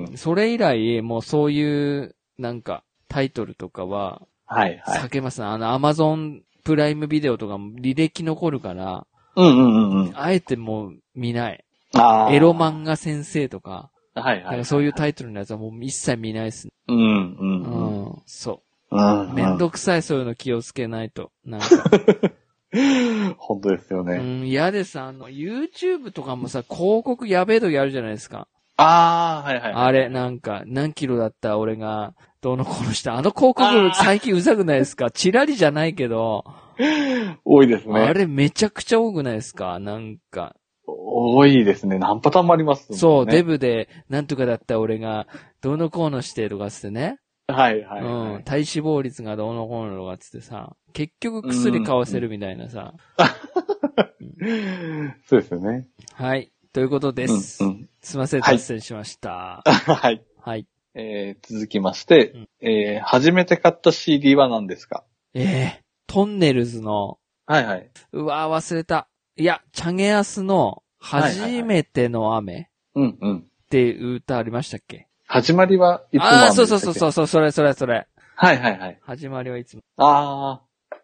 Speaker 2: ーん。
Speaker 1: それ以来、もうそういう、なんか、タイトルとかは、
Speaker 2: はいはい。
Speaker 1: 避けますね。あの、アマゾンプライムビデオとかも履歴残るから、
Speaker 2: うんうんうんうん。
Speaker 1: あえてもう見ない。
Speaker 2: あー。
Speaker 1: エロ漫画先生とか、
Speaker 2: はい
Speaker 1: なん
Speaker 2: はい。
Speaker 1: かそういうタイトルのやつはもう一切見ないですね。
Speaker 2: うんうん
Speaker 1: う
Speaker 2: うん。
Speaker 1: ん。そ
Speaker 2: うんう
Speaker 1: う。
Speaker 2: ん。
Speaker 1: めんどくさい、そういうの気をつけないと。なん
Speaker 2: [LAUGHS]
Speaker 1: か、
Speaker 2: 本当ですよ
Speaker 1: う
Speaker 2: ね。
Speaker 1: ん、嫌です。あの、YouTube とかもさ、広告やべえとやるじゃないですか。
Speaker 2: あー、はいはい。
Speaker 1: [LAUGHS] あれ、なんか、何キロだった俺が、どうのこうのした。あの広告最近うざくないですかチラリじゃないけど、
Speaker 2: 多いです
Speaker 1: あ
Speaker 2: ね。
Speaker 1: れめちゃくちゃ多くないですかなんか、
Speaker 2: 多いですね。何パターンもありますもんね。
Speaker 1: そう、デブで、なんとかだった俺が、どうのこうのしてとかっつってね。
Speaker 2: はいはいはい。
Speaker 1: うん。体脂肪率がどうのこうのとかっつってさ、結局薬買わせるみたいなさ。
Speaker 2: そうですよね。
Speaker 1: はい。ということです。
Speaker 2: うんうん、
Speaker 1: すいません、
Speaker 2: はい
Speaker 1: 脱線しました。
Speaker 2: [LAUGHS] はい。
Speaker 1: はい。
Speaker 2: えー、続きまして、
Speaker 1: うん
Speaker 2: えー、初めて買った CD は何ですか
Speaker 1: ええトンネルズの、
Speaker 2: はいはい。
Speaker 1: うわー忘れた。いや、チャゲアスの、初めての雨
Speaker 2: うんうん。
Speaker 1: っていう歌ありましたっけ、
Speaker 2: 始まりはいつも。
Speaker 1: ああ、そうそうそうそううそう、それそれそれ。
Speaker 2: はいはいはい。
Speaker 1: 始まりはいつも。
Speaker 2: あ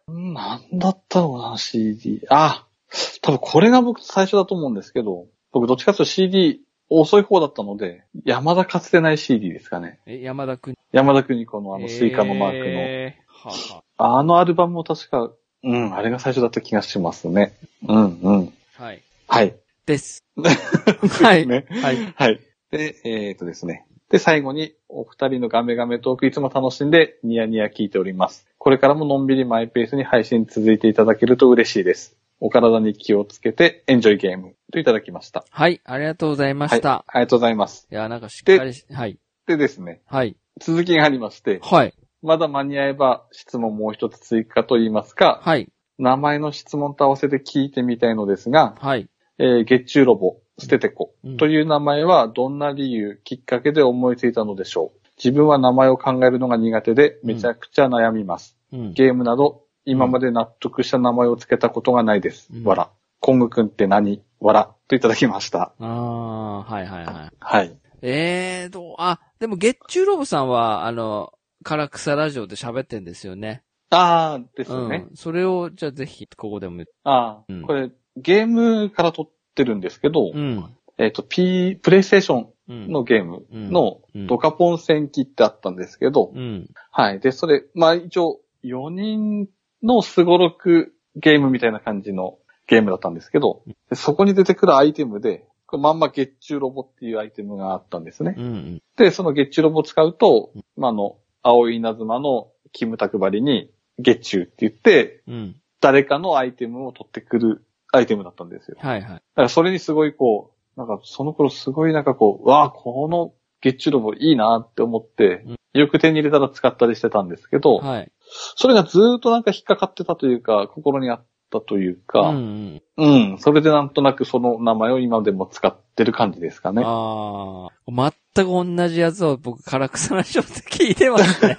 Speaker 2: ー、んなんだったのかな、CD。あー、多分これが僕最初だと思うんですけど、僕どっちかというと CD 遅い方だったので、山田かつてない CD ですかね。
Speaker 1: え、山田くん。
Speaker 2: 山田邦子のあのスイカのマークの。
Speaker 1: えーはあは
Speaker 2: あのアルバムも確か、うん、あれが最初だった気がしますね。うんうん。
Speaker 1: あはい。
Speaker 2: はい。 [LAUGHS]
Speaker 1: です。はい。
Speaker 2: ね。
Speaker 1: はい。
Speaker 2: はい。で、えっ、とですね。で、最後に、お二人のガメガメトークいつも楽しんでニヤニヤ聞いております。これからものんびりマイペースに配信続いていただけると嬉しいです。お体に気をつけてエンジョイゲームといただきました。
Speaker 1: はい。ありがとうございました。
Speaker 2: はい。ありがとうございます。
Speaker 1: い、や、なんかしっかりしはい。
Speaker 2: でですね、
Speaker 1: はい。
Speaker 2: 続きがありまして、
Speaker 1: はい。
Speaker 2: まだ間に合えば質問もう一つ追加といいますか、
Speaker 1: はい。
Speaker 2: 名前の質問と合わせて聞いてみたいのですが、
Speaker 1: はい。
Speaker 2: えー月中ロボ、ステテコ
Speaker 1: うん
Speaker 2: という名前はどんな理由、きっかけで思いついたのでしょう自分は名前を考えるのが苦手でめちゃくちゃ悩みます。
Speaker 1: うん。
Speaker 2: ゲームなど今まで納得した名前をつけたことがないです。
Speaker 1: うん
Speaker 2: わら。コングくんって何わら。といただきました。
Speaker 1: ああー、はいはいはい。
Speaker 2: はい。
Speaker 1: ええー、と、あ、でも月中ロボさんは、あの、唐草ラジオで喋ってんですよね。
Speaker 2: あーです
Speaker 1: う
Speaker 2: よね。
Speaker 1: ん。それを、じゃあぜひ、ここでも言って。
Speaker 2: あー、
Speaker 1: うん
Speaker 2: これゲームから撮ってるんですけど、
Speaker 1: うん。
Speaker 2: えっ、と、P、プレイステーショ
Speaker 1: うん。
Speaker 2: ンのゲームの
Speaker 1: うん
Speaker 2: ドカポン戦記ってあったんですけど、
Speaker 1: うん。
Speaker 2: はい。で、それ、まあ一応、4人のスゴロクゲームみたいな感じのゲームだったんですけど、でそこに出てくるアイテムで、これまんま月中ロボっていうアイテムがあったんですね。
Speaker 1: うん。
Speaker 2: で、その月中ロボを使うと、まああの、青い稲妻のキムタクバリに月中って言って、
Speaker 1: うん。
Speaker 2: 誰かのアイテムを取ってくるアイテムだったんですよ。
Speaker 1: はいはい。
Speaker 2: だからそれにすごいこう、なんかその頃すごいなんかこう、わあ、この月中ロボいいなって思って
Speaker 1: うん、
Speaker 2: よく手に入れたら使ったりしてたんですけど、
Speaker 1: はい。
Speaker 2: それがずーっとなんか引っかかってたというか、心にあったとい
Speaker 1: う
Speaker 2: う
Speaker 1: ん
Speaker 2: か、
Speaker 1: うん。
Speaker 2: うん、それでなんとなくその名前を今でも使ってる感じですかね。
Speaker 1: ああ。全く同じやつを僕、唐草ラジオで聞いてます
Speaker 2: [LAUGHS]
Speaker 1: ね。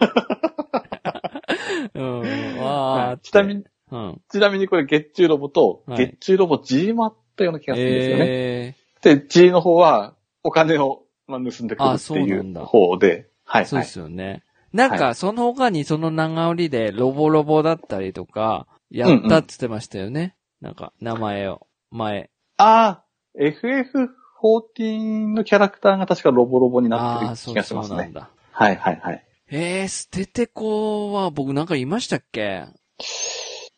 Speaker 1: うん。あ
Speaker 2: は
Speaker 1: あ。
Speaker 2: いちなみに、
Speaker 1: うん。
Speaker 2: ちなみにこれ月中ロボと、
Speaker 1: はい
Speaker 2: 月中ロボ G もあったような気がするんですよね。
Speaker 1: え
Speaker 2: で、G の方はお金を、まあ、盗んでく
Speaker 1: あ
Speaker 2: るって
Speaker 1: そう
Speaker 2: い
Speaker 1: なん
Speaker 2: う
Speaker 1: だ
Speaker 2: 方で、は
Speaker 1: え
Speaker 2: い、
Speaker 1: そう
Speaker 2: は
Speaker 1: で
Speaker 2: い。
Speaker 1: すよね。なんか、その他にその長折りで、ロボロボだったりとか、やったって言ってましたよね。なんか、名前を、前。
Speaker 2: ああ、FF14 のキャラクターが確かロボロボになって
Speaker 1: ああー、
Speaker 2: る
Speaker 1: そ
Speaker 2: 気
Speaker 1: う
Speaker 2: がし
Speaker 1: そ
Speaker 2: ま
Speaker 1: う
Speaker 2: す
Speaker 1: なん
Speaker 2: ね。
Speaker 1: だ。
Speaker 2: はいはいはい。
Speaker 1: ええー、捨ててこは僕なんかいましたっけ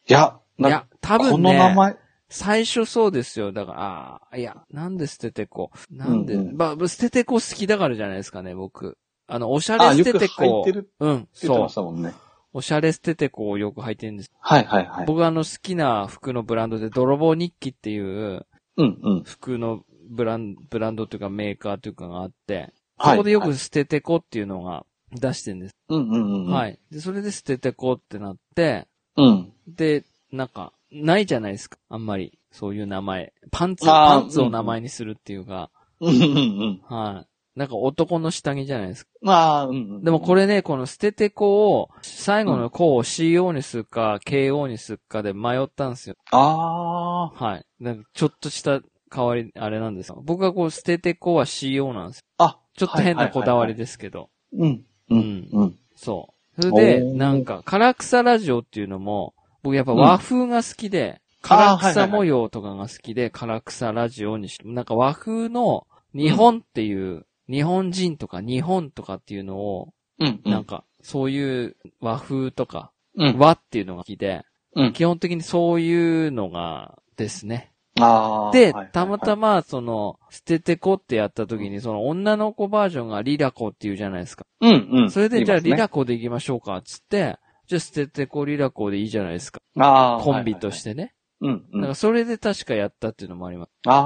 Speaker 2: いや、
Speaker 1: い
Speaker 2: なん
Speaker 1: や
Speaker 2: か、
Speaker 1: 多分ね。
Speaker 2: この名前、
Speaker 1: 最初そうですよ。だから、ああ、いや、なんで捨ててこなんで、
Speaker 2: うんうん
Speaker 1: まあ、捨ててこ好きだからじゃないですかね、僕。あの、おしゃ
Speaker 2: あ
Speaker 1: れ捨て
Speaker 2: よく
Speaker 1: て
Speaker 2: 履い
Speaker 1: こ
Speaker 2: てるって
Speaker 1: うん、
Speaker 2: 言って
Speaker 1: そ
Speaker 2: ま
Speaker 1: う
Speaker 2: し。たもんね。
Speaker 1: おしゃれ捨ててこをよく履いてるんです。
Speaker 2: はいはいはい。
Speaker 1: 僕あの、好きな服のブランドで、泥棒日記っていう
Speaker 2: うんうん。
Speaker 1: 服のブラン、ブランドというかメーカーというかがあって、
Speaker 2: は
Speaker 1: そ
Speaker 2: い
Speaker 1: こでよく捨ててこっていうのが出してるんです。
Speaker 2: うんうんうん。。
Speaker 1: はいい。で、それで捨ててこってなって、
Speaker 2: うん。
Speaker 1: で、なんか、ないじゃないですか。あんまり、そういう名前。パンツ、
Speaker 2: あー
Speaker 1: パンツを名前にするっていうか。
Speaker 2: ううんうんうん。
Speaker 1: はい。なんか男の下着じゃないですか。
Speaker 2: まあ、うんうん。
Speaker 1: でもこ
Speaker 2: れ、
Speaker 1: れね、この捨てて子を、最後の子を CO にするか、KO にするかで迷ったんですよ。
Speaker 2: あ
Speaker 1: はい。なんかちょっとした変わり、あれなんですよ。僕はこう、捨てて子は CO なんですよ。
Speaker 2: あ。あ、
Speaker 1: ちょっと変なこだわりですけど。
Speaker 2: うん。うん。うん。
Speaker 1: そう。それで、
Speaker 2: おー
Speaker 1: なんか、唐草ラジオっていうのも、僕やっぱ和風が好きで、唐草模様とかが好きで、唐草ラジオにして、なんか和風の日本っていう、日本人とか日本とかっていうのを、
Speaker 2: うん。う
Speaker 1: なん
Speaker 2: ん。
Speaker 1: か、そういう和風とか、
Speaker 2: うん。
Speaker 1: 和っていうのが好きで、
Speaker 2: うん
Speaker 1: 基本的にそういうのがですね。
Speaker 2: ああ。
Speaker 1: で、たまた
Speaker 2: ま。
Speaker 1: ま、その、捨ててこってやった時に、その女の子バージョンがリラコっていうじゃないですか。
Speaker 2: うんうん。
Speaker 1: それで、じゃあ、
Speaker 2: いますね
Speaker 1: リラコで行きましょうか、つって、じゃあ、捨ててこリラコでいいじゃないですか。
Speaker 2: ああ。。
Speaker 1: コンビとしててね。
Speaker 2: うんう
Speaker 1: なんか、
Speaker 2: ん。
Speaker 1: それで確かやったっていうのもあります。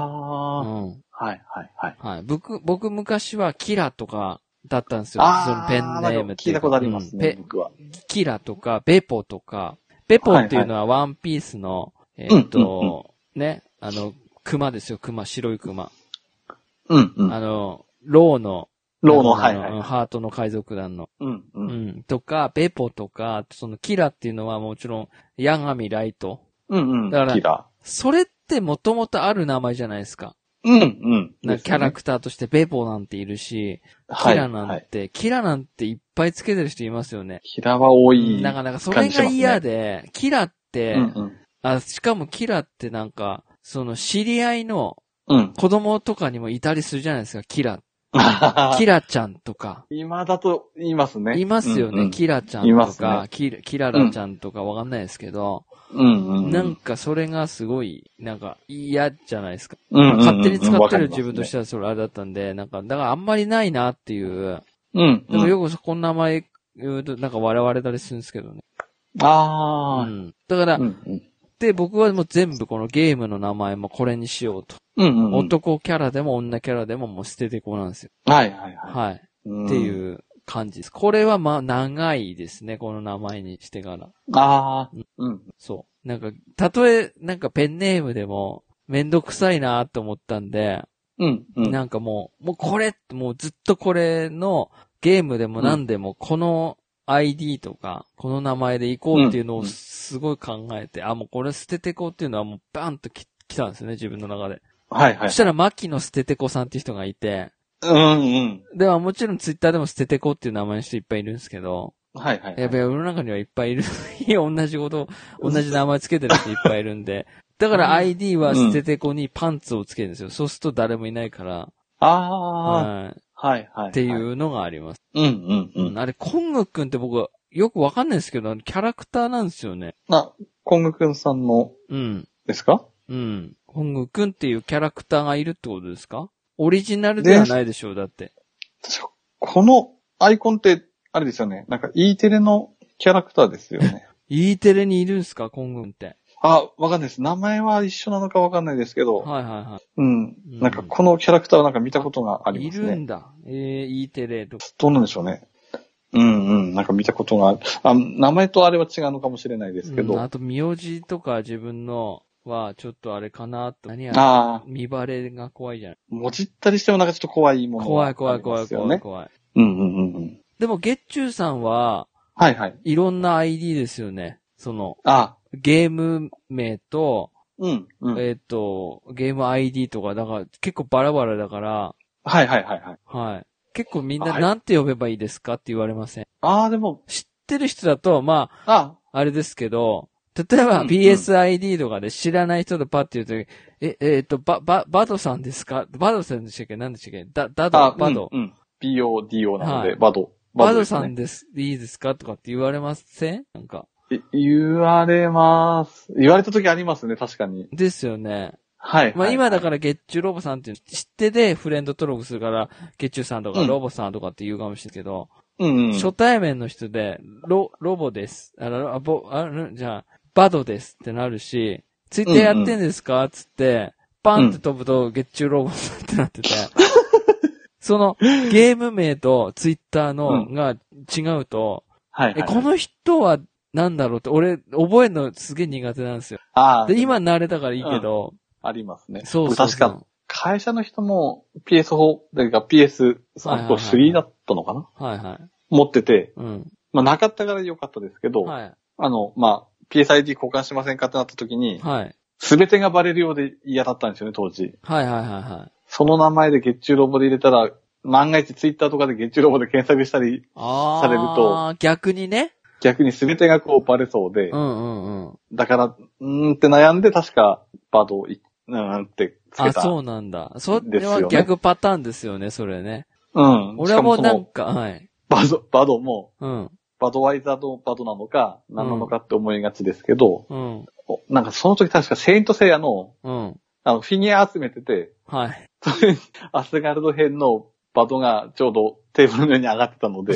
Speaker 1: う
Speaker 2: ああ。
Speaker 1: ん。
Speaker 2: はいはいはい。
Speaker 1: はい。僕、僕昔はキラとかだったんですよ。
Speaker 2: あ
Speaker 1: そのペ
Speaker 2: あ
Speaker 1: ンネームって
Speaker 2: 聞
Speaker 1: い
Speaker 2: いう
Speaker 1: か
Speaker 2: たことあります
Speaker 1: うん
Speaker 2: ね、
Speaker 1: ペ
Speaker 2: 僕は。
Speaker 1: キラとか、ベポとか、ベポっていうのはワンピースの、えーっと、ね、あの、熊ですよ、熊、白い熊。
Speaker 2: うんう
Speaker 1: あ
Speaker 2: ん。
Speaker 1: の、ローの、
Speaker 2: ローの、は
Speaker 1: あ
Speaker 2: いはい
Speaker 1: うん。ハートの海賊団の。
Speaker 2: うんう。
Speaker 1: うんん。とか、ベポとか、あとそのキラっていうのはもちろん、ヤガミライト。
Speaker 2: うんうん。
Speaker 1: だから
Speaker 2: キラ
Speaker 1: それってもともとある名前じゃないですか。
Speaker 2: ー。うんうん。
Speaker 1: なんかキャラクターとしてベポなんているし、
Speaker 2: はい
Speaker 1: キラなんて、
Speaker 2: はい
Speaker 1: キラなんていっぱいつけてる人いますよね。
Speaker 2: キラは多い。
Speaker 1: なかなかそれが嫌で、キラって、
Speaker 2: うんうん。
Speaker 1: あ、しかもキラってなんか、その知り合いの
Speaker 2: うん。
Speaker 1: 子供とかにもいたりするじゃないですか、キラ。キ
Speaker 2: ラ。
Speaker 1: ラちゃんとか。
Speaker 2: 今だと言いますね。
Speaker 1: いますよね、
Speaker 2: うんうん
Speaker 1: キラちゃん
Speaker 2: い
Speaker 1: と
Speaker 2: ます
Speaker 1: か、
Speaker 2: ね
Speaker 1: キラキララちゃんとかわかんないですけど、
Speaker 2: うんうん。
Speaker 1: なんかそれがすごい、なんか嫌じゃないですか。
Speaker 2: うんうんうん、。
Speaker 1: 勝手に使ってる自分としててはそれあれだったんで、なんか、だからあんまりないなっていう。
Speaker 2: うん、
Speaker 1: でもよくこんな名前言うと、なんか笑われたりするんですけどね。う
Speaker 2: ああ。
Speaker 1: ん。だから
Speaker 2: う、んうん。
Speaker 1: で、僕はもう全部このゲームの名前もこれにしようと。
Speaker 2: うんうん。
Speaker 1: 男キャラでも女キャラでももう捨ててこうなんですよ。
Speaker 2: はいはいは
Speaker 1: はい。
Speaker 2: い。
Speaker 1: って
Speaker 2: うん。
Speaker 1: いう感じです。これはまあ長いですね、この名前にしてから。
Speaker 2: ああ。うん。
Speaker 1: そう。なんか、たとえ、なんかペンネームでも、めんどくさいなと思ったんで、
Speaker 2: うんうん。
Speaker 1: なんかもう、もうこれ、もうずっとこれの、ゲームでも何でも、この ID とか、この名前で行こうっていうの
Speaker 2: う
Speaker 1: を
Speaker 2: ん
Speaker 1: すごい考えて、あ、もうこれ捨ててこうっていうのはもうバンとき来たんですよね、自分の中で。
Speaker 2: はいはい
Speaker 1: そし。たら、牧野捨ててこさんっていう人がいて、
Speaker 2: うんうん。
Speaker 1: ではもちろんツイッターでも捨ててこっていう名前の人いっぱいいるんですけど、
Speaker 2: はいはい。
Speaker 1: やべえ、世の中にはいっぱいいる。 [LAUGHS] 同じこと、同じ名前つけてる人いっぱいいるんで。だから ID は捨ててこにパンツをつけるんですよ。そうすると誰もいないから。
Speaker 2: あ
Speaker 1: はい
Speaker 2: あ。はいはい。
Speaker 1: ってい。うのがあります。
Speaker 2: うんうんう
Speaker 1: うん
Speaker 2: ん。
Speaker 1: あれ、コングくんって僕はよくわかんないですけど、キャラクターなんですよね。
Speaker 2: あ、コングくんさんの
Speaker 1: うん。
Speaker 2: ですか
Speaker 1: うん。コングくんっていうキャラクターがいるってことですかオリジナルではないでしょう、だって。
Speaker 2: 確かこのアイコンって、あれですよね。なんか E テレのキャラクターですよ
Speaker 1: [LAUGHS]
Speaker 2: ね。
Speaker 1: E テレにいるんすか、コングくんって。
Speaker 2: あ、わかんないです。名前は一緒なのかわかんないですけど。
Speaker 1: はいはいは
Speaker 2: うん。
Speaker 1: うん
Speaker 2: なんかこのキャラクターはなんか見たことがあ
Speaker 1: い。
Speaker 2: り
Speaker 1: い
Speaker 2: ます
Speaker 1: る
Speaker 2: ね。
Speaker 1: んだ。えー、E テレとか。
Speaker 2: どうなんでしょうね。うんうん。なんか見たことがある。あ、名前とあれは違うのかもしれないですけど。
Speaker 1: うん
Speaker 2: あ
Speaker 1: あと、名字とか自分のは、ちょっとあれかなと。何やら、
Speaker 2: あ、
Speaker 1: 見バレが怖いじゃない。
Speaker 2: もじったりしてもなんかちょっと怖いものが
Speaker 1: 怖
Speaker 2: あ
Speaker 1: い
Speaker 2: り
Speaker 1: 怖い怖
Speaker 2: ま
Speaker 1: い
Speaker 2: すよ
Speaker 1: 怖い
Speaker 2: ね。
Speaker 1: 怖い。
Speaker 2: うんうんうんうん。
Speaker 1: でも、月中さんは、
Speaker 2: はいはい。
Speaker 1: いろんな ID ですよね。その、
Speaker 2: あ
Speaker 1: ゲーム名と、
Speaker 2: うんうん。はい
Speaker 1: えっ、と、ゲーム ID とか、だから結構バラバラだから、
Speaker 2: はいはいはい。
Speaker 1: はい。結構みんな
Speaker 2: はい
Speaker 1: なんて呼べばいいですかって言われません。
Speaker 2: ああ、でも、
Speaker 1: 知ってる人だと、まあ、
Speaker 2: あ
Speaker 1: あれですけど、例えば
Speaker 2: うん
Speaker 1: BSID とかで知らない人とパッて言うと、え、えっ、と、ば、ば、バドさんですかバドさんでしたっけ何でしたっけだ、ダ
Speaker 2: あ
Speaker 1: ド、、バド。
Speaker 2: うん。うん BODO なの
Speaker 1: は
Speaker 2: で、
Speaker 1: い
Speaker 2: バド。
Speaker 1: バド
Speaker 2: ですね
Speaker 1: さんです、いいですかとかって言われませんなんか。
Speaker 2: い言われます。言われた時ありますね、確かに。
Speaker 1: ですよね。
Speaker 2: はい。。
Speaker 1: [LAUGHS] まあ今だからら月中ロボさんっていう知ってでフレンド登録するから、月中さんとか
Speaker 2: うん
Speaker 1: ロボさんとかって言うかもしれないけど、
Speaker 2: うんうん。
Speaker 1: 初対面の人で、ロ、ロボです。あら、あぼ、あんじゃあ、バドですってなるし、ツイッターやってんですかつって、パンって飛ぶと月中ロボさんってな
Speaker 2: [LAUGHS]
Speaker 1: ってて、そのゲーム名とツイッターの
Speaker 2: う
Speaker 1: が違うと、
Speaker 2: はいはい。
Speaker 1: え、この人はなんだろうって、俺、覚えるのすげえ苦手なんですよ。
Speaker 2: ああ、
Speaker 1: で、今慣れたからいいけど、
Speaker 2: ありますね。
Speaker 1: そうそうそう
Speaker 2: 確か、会社の人も PS4、だから PS3 と3だったのかな
Speaker 1: はいはい。
Speaker 2: 持ってて、
Speaker 1: うん。
Speaker 2: まあなかったから良かったですけど、
Speaker 1: は
Speaker 2: あの、まあ、PSID 交換しませんかってなった時
Speaker 1: い。
Speaker 2: に、
Speaker 1: はい。
Speaker 2: すべてがバレるようで嫌だったんですよね、当時。
Speaker 1: はいはいはいはい。
Speaker 2: その名前で月中ロボで入れたら、万が一ツイッターとかで月中ロボで検索したり、
Speaker 1: ああ。
Speaker 2: されると。
Speaker 1: 逆にね。
Speaker 2: 逆にすべてがこうバレそうで
Speaker 1: う、んうんうん。
Speaker 2: だから、うーんって悩んで確かバードをい、うーんってつけ
Speaker 1: あ、
Speaker 2: た。
Speaker 1: そうなんだ。そ
Speaker 2: で
Speaker 1: れ
Speaker 2: すよね
Speaker 1: は逆パターンですよね、それね。
Speaker 2: うん。
Speaker 1: 俺はもう
Speaker 2: し
Speaker 1: な
Speaker 2: か
Speaker 1: ん
Speaker 2: も
Speaker 1: か、はい。
Speaker 2: そのバド、バドも、
Speaker 1: うん。
Speaker 2: バドワイザーのバドなのか、何なのかって思いがちですけど、
Speaker 1: うん。
Speaker 2: おなんかその時確かセイントセイヤの、
Speaker 1: うん。
Speaker 2: あの、フィギュア集めてて、
Speaker 1: はい。
Speaker 2: それにアスガルド編のバドがちょうどテーブルの上に上がってたので、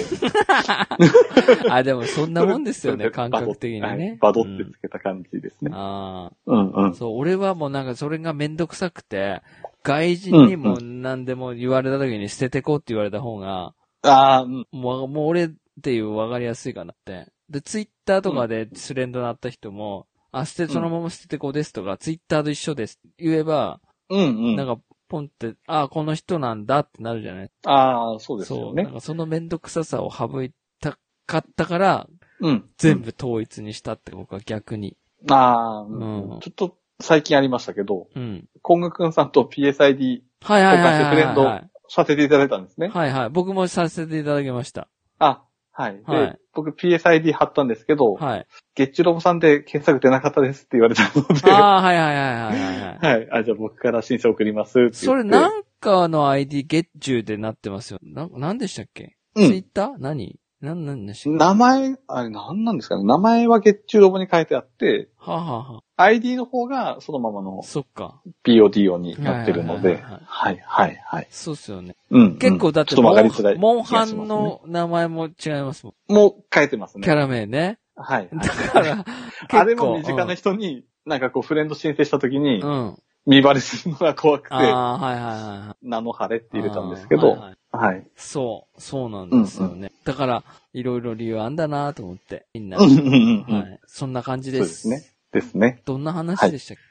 Speaker 1: あ、でもそんなもんですよ
Speaker 2: [LAUGHS] そ
Speaker 1: ね、
Speaker 2: れバ
Speaker 1: 感
Speaker 2: ド
Speaker 1: 覚的に
Speaker 2: はい
Speaker 1: ね。
Speaker 2: バドっ
Speaker 1: う
Speaker 2: て
Speaker 1: ん
Speaker 2: つけた感じですね。
Speaker 1: あ
Speaker 2: うんう
Speaker 1: あ。
Speaker 2: ん。
Speaker 1: そう、俺はもうなんかそれがめんどくさくて、外人にも何でも言われた時に捨ててこうって言われた方が、
Speaker 2: ああ、うん。
Speaker 1: もう、もう俺っていう分かりやすいかなって。で、ツイッターとかでスレンドなった人も、あ、捨て、そのまま捨ててこうですとか、ツイッターと一緒ですって言えば、
Speaker 2: うんう
Speaker 1: なん
Speaker 2: ん。
Speaker 1: か、ポンって、あ、この人なんだってなるじゃない
Speaker 2: ああ、そうですよ
Speaker 1: そう。な
Speaker 2: ね
Speaker 1: ん。かそのめんどくささを省いたかったから、
Speaker 2: うん。
Speaker 1: 全部統一にしたって僕は逆に。
Speaker 2: ああ、
Speaker 1: うん
Speaker 2: ちょっと最近ありましたけど、
Speaker 1: うん。
Speaker 2: コングくんさんと PSID
Speaker 1: はいはいはい
Speaker 2: 交換して
Speaker 1: は
Speaker 2: フ
Speaker 1: い
Speaker 2: レンド
Speaker 1: は
Speaker 2: させていただいたんです
Speaker 1: い。
Speaker 2: ね。
Speaker 1: はいはい。僕もさせていただきました。
Speaker 2: あ、はい。で、
Speaker 1: はい
Speaker 2: 僕 PSID 貼ったんですけど、
Speaker 1: はい。
Speaker 2: ゲッチュロボさんで検索出なかったですって言われたので、は
Speaker 1: ああ、はいはいはいはいはい
Speaker 2: [LAUGHS]
Speaker 1: はい。
Speaker 2: い。あ、じゃあ僕から申請送りますって言って。
Speaker 1: それなんかの ID 月中でなってますよ。な、なんでしたっけ、
Speaker 2: う
Speaker 1: ツイッ
Speaker 2: ん。
Speaker 1: ター何なんなんでしたっけ
Speaker 2: 名前、あれ何なんですかね。名前はゲッチュロボに書いてあって、
Speaker 1: はあ、はあは
Speaker 2: ID の方がそのままの
Speaker 1: あ、そっか。
Speaker 2: PODO になってるの
Speaker 1: はいは
Speaker 2: で、
Speaker 1: いはい
Speaker 2: はいはいはい。
Speaker 1: そうっすよね。
Speaker 2: うん。
Speaker 1: 結構だって
Speaker 2: ちょっと
Speaker 1: モ
Speaker 2: 曲がり
Speaker 1: ン
Speaker 2: づらい、
Speaker 1: モン
Speaker 2: 気が
Speaker 1: ハ
Speaker 2: しま
Speaker 1: ン
Speaker 2: すね
Speaker 1: の名前も違いますもん。
Speaker 2: もう変えてますね。
Speaker 1: キャラ名
Speaker 2: [LAUGHS]
Speaker 1: ね。
Speaker 2: はい、はい。
Speaker 1: だから、結構。
Speaker 2: あれも身近な人に、なんかこうフレンド申請した時に
Speaker 1: う、ん。
Speaker 2: 見バレするのが怖くて、
Speaker 1: ああ、はいはいはいはい。
Speaker 2: 名の晴れって入れたんですけど、
Speaker 1: あーはいはい
Speaker 2: はい。
Speaker 1: そう、そうなんですよね。
Speaker 2: う
Speaker 1: だから、いろいろ理由あんだなと思って、みんな。
Speaker 2: うん
Speaker 1: は
Speaker 2: うんうんうん。
Speaker 1: い。そんな感じ
Speaker 2: そう
Speaker 1: で。
Speaker 2: ですすね。。ですね。
Speaker 1: どんな話でしたっけ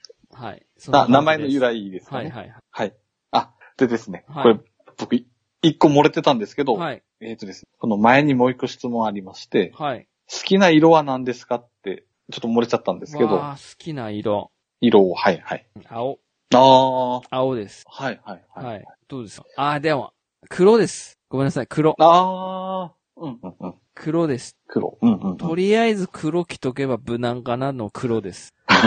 Speaker 1: はい。そんな
Speaker 2: あ
Speaker 1: 感じ
Speaker 2: 名前の由
Speaker 1: で
Speaker 2: 来です
Speaker 1: す。
Speaker 2: か
Speaker 1: はい
Speaker 2: ね。
Speaker 1: はいはい。
Speaker 2: はい。あ、でですね、
Speaker 1: はい
Speaker 2: これ、僕、一個漏れてたんですけど、
Speaker 1: はい。
Speaker 2: えっ、とですね、この前にもう一個質問ありまして、
Speaker 1: はい。
Speaker 2: 好きな色は何ですかって、ちょっと漏れちゃったんですけど
Speaker 1: わ、あ、好きな色。
Speaker 2: 色を、はいはい。
Speaker 1: 青。
Speaker 2: ああ、はい
Speaker 1: 青です。
Speaker 2: はいはい。
Speaker 1: はい。どうですかああ、でも、黒です。ごめんなさい、黒。
Speaker 2: ああ、うんうんうん。
Speaker 1: 黒です。
Speaker 2: 黒。うんうん、う
Speaker 1: と
Speaker 2: ん。
Speaker 1: りあえず黒着とけば無難かなの黒です。僕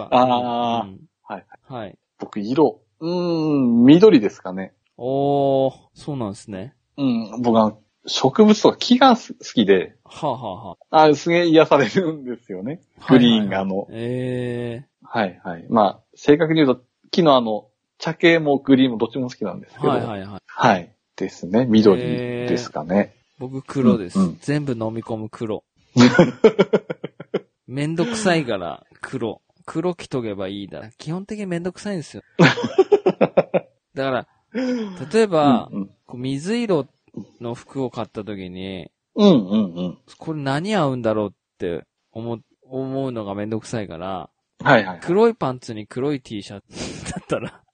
Speaker 1: は。
Speaker 2: あー
Speaker 1: うん
Speaker 2: はい。
Speaker 1: はい。
Speaker 2: [LAUGHS] 僕、色。うーん、緑ですかね。
Speaker 1: おー、そうなんですね。
Speaker 2: うん、僕は植物とか木がす好きで、
Speaker 1: はあ、はあはあ、
Speaker 2: あすげえ癒されるんですよね。グリーンがあ
Speaker 1: はいはいはい
Speaker 2: の、
Speaker 1: え
Speaker 2: はいはい。まあ、正確に言うと、木のあの、茶系もグリーンもどっちも好きなんですけ
Speaker 1: ー、
Speaker 2: ど、
Speaker 1: は
Speaker 2: はいい、
Speaker 1: はいはい。
Speaker 2: ですね。緑ですかね。
Speaker 1: 僕黒です。
Speaker 2: うんうん
Speaker 1: 全部飲み込む
Speaker 2: [LAUGHS]
Speaker 1: 黒。めんどくさいから黒。黒着とけばいいだ。基本的にめんどくさいんです
Speaker 2: [LAUGHS]
Speaker 1: よ。だから、例えば、
Speaker 2: うん
Speaker 1: こう水色の服を買った時に、
Speaker 2: うん、うんうんうん。
Speaker 1: これ何合うんだろうって思、思うのがめんどくさいから、
Speaker 2: はいはい。
Speaker 1: 黒いパンツに黒い T シャツだった
Speaker 2: [LAUGHS]
Speaker 1: ら、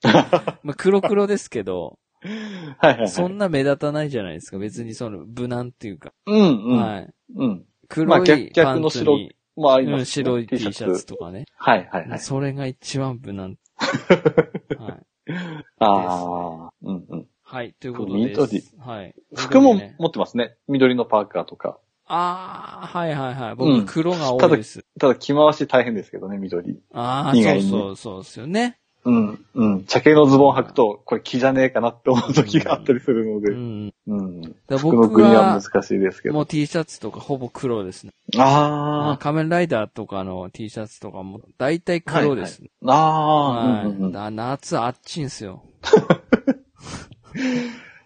Speaker 1: まあ黒黒ですけど、
Speaker 2: はいはい、はい。
Speaker 1: そんな目立たないじゃないですか。別にその、無難っていうか。
Speaker 2: うんうん。
Speaker 1: はい。
Speaker 2: うん。まあ
Speaker 1: 黒
Speaker 2: 逆
Speaker 1: いパ
Speaker 2: 逆
Speaker 1: ン
Speaker 2: の
Speaker 1: ツ
Speaker 2: 白
Speaker 1: に、
Speaker 2: まあ、あり
Speaker 1: う
Speaker 2: ま
Speaker 1: ん、
Speaker 2: すね
Speaker 1: 白い T シャツ。とかね。
Speaker 2: はいはいはい。
Speaker 1: それが一番無
Speaker 2: [LAUGHS]
Speaker 1: 難。はい。
Speaker 2: ああ、うんうん。
Speaker 1: はい、ということです。はい。
Speaker 2: 服も
Speaker 1: 緑ね
Speaker 2: 持ってますね。緑のパーカーとか。
Speaker 1: ああ、はいはいはい。
Speaker 2: う
Speaker 1: 僕
Speaker 2: ん
Speaker 1: 黒が多いです。
Speaker 2: ただ着回し大変ですけどね、緑。
Speaker 1: ああ、
Speaker 2: 意
Speaker 1: そ
Speaker 2: 外
Speaker 1: う
Speaker 2: にね
Speaker 1: そうそうですよね。
Speaker 2: うん、うん。茶系のズボン履くと、これ着じゃねえかなって思う時があったりするの
Speaker 1: う
Speaker 2: で。
Speaker 1: ん。
Speaker 2: うん。
Speaker 1: だ
Speaker 2: 服の
Speaker 1: 僕
Speaker 2: 組みは
Speaker 1: は、
Speaker 2: 難しいですけ
Speaker 1: も
Speaker 2: ど。
Speaker 1: う T シャツとかほぼ黒ですね。
Speaker 2: あ
Speaker 1: 仮面ライダーとかの T シャツとかも大体
Speaker 2: あ。はい
Speaker 1: 黒ですね。
Speaker 2: はいあ
Speaker 1: は
Speaker 2: あ、うんうんう
Speaker 1: い。
Speaker 2: ん。も
Speaker 1: だ夏あっちんすよ。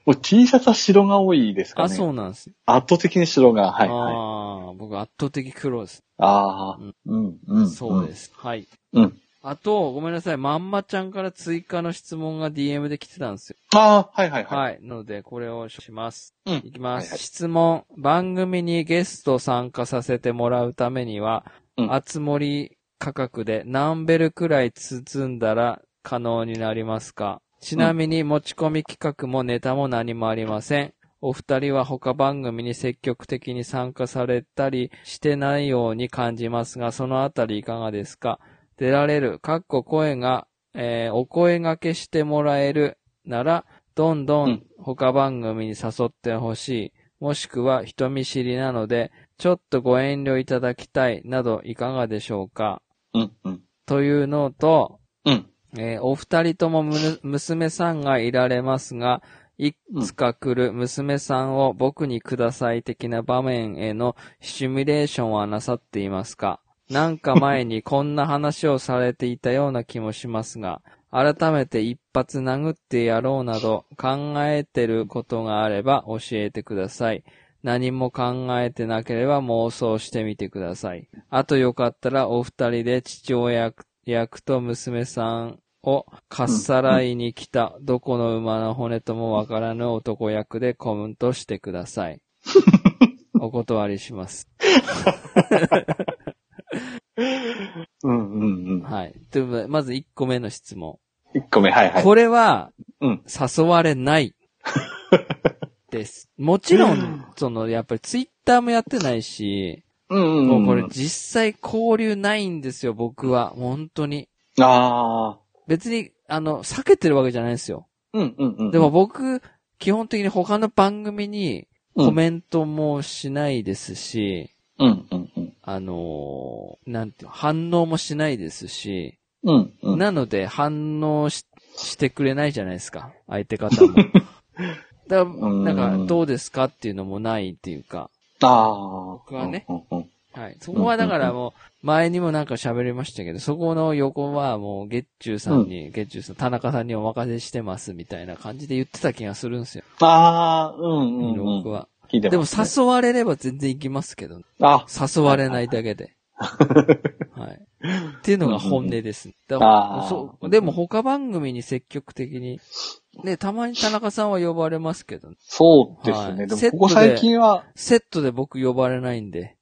Speaker 2: う T シャツは白が多いですかね。
Speaker 1: あ、そうなんです。
Speaker 2: 圧倒的に白が、はいはい。
Speaker 1: ああ、僕圧倒的黒です。
Speaker 2: ああ、うん、うん。
Speaker 1: そうです。はい。
Speaker 2: うん。
Speaker 1: あと、ごめんなさい。まんまちゃんから追加の質問が DM で来てたんですよ。
Speaker 2: ああ、はいはいはい。
Speaker 1: はい。なので、これをします。
Speaker 2: うん
Speaker 1: いきます。
Speaker 2: はいはい
Speaker 1: 質問。番組にゲスト参加させてもらうためには、
Speaker 2: うん
Speaker 1: あつ森価格で何ベルくらい包んだら可能になりますかちなみに持ち込み企画もネタも何もありません。お二人は他番組に積極的に参加されたりしてないように感じますが、そのあたりいかがですか出られる、かっこ声が、えーお声掛けしてもらえるなら、どんど
Speaker 2: うんん
Speaker 1: 他番組に誘ってほしい、もしくは人見知りなので、ちょっとご遠慮いただきたいなどいかがでしょうか
Speaker 2: うん、うん。
Speaker 1: というのと、
Speaker 2: うん。
Speaker 1: えーお二人ともむぬ娘さんがいられますが、いつか来る娘さんを僕にください的な場面へのシミュレーションはなさっていますかなんか前にこんな話をされていたような気もしますが、改めて一発殴ってやろうなど考えてることがあれば教えてください。何も考えてなければ妄想してみてください。あとよかったらお二人で父親役役と娘さんをかっさらいに来たどこの馬の骨ともわからぬ男役でコメントしてくだ
Speaker 2: [LAUGHS]
Speaker 1: さい。お断りします。
Speaker 2: うん、うん、うん。
Speaker 1: はい。ということで、まず1個目の質問。
Speaker 2: 1個目、はいはい。
Speaker 1: これは
Speaker 2: うん。
Speaker 1: 誘われ
Speaker 2: [LAUGHS]
Speaker 1: ない。です。もちろん、その、やっぱりツイッターもやってないし、
Speaker 2: うん、うん、う
Speaker 1: も
Speaker 2: ん。
Speaker 1: うこれ実際交流ないんですよ、僕は。本当に。
Speaker 2: ああ。
Speaker 1: 別に、あの、避けてるわけじゃないんですよ。
Speaker 2: うん、うん、うん。
Speaker 1: でも、僕、基本的に他の番組にコメントもしないですし、
Speaker 2: うん、うん、うん。
Speaker 1: あのーなんていうの反応もしないですし、
Speaker 2: うん、うん。
Speaker 1: なので反応ししてくれないじゃないですか、相手方
Speaker 2: [LAUGHS]
Speaker 1: も。だから
Speaker 2: うん
Speaker 1: なんか、どうですかっていうのもないっていうか、
Speaker 2: ああ。
Speaker 1: 僕はね
Speaker 2: うん、うん、うん。
Speaker 1: はい。そこはだからもう、前にもなんか喋りましたけど、そこの横はもう、月中さんに、月中さん、田中さんにお任せしてます、みたいな感じで言ってた気がするんですよ。
Speaker 2: ああ、うん、うん、うん。
Speaker 1: 僕は。
Speaker 2: 聞いて
Speaker 1: でも
Speaker 2: ますね
Speaker 1: 誘われれば全然行きますけど、
Speaker 2: あ、
Speaker 1: 誘われないだけで。はい。っていうのが本音です。だ
Speaker 2: あー
Speaker 1: そうでも他番組に積極的に、ね、たまに田中さんは呼ばれますけど、
Speaker 2: そうです
Speaker 1: はい
Speaker 2: ね。でも
Speaker 1: セッ、ト
Speaker 2: こ
Speaker 1: で
Speaker 2: こ最近は、
Speaker 1: セットで僕呼ばれないん
Speaker 2: [LAUGHS]
Speaker 1: で。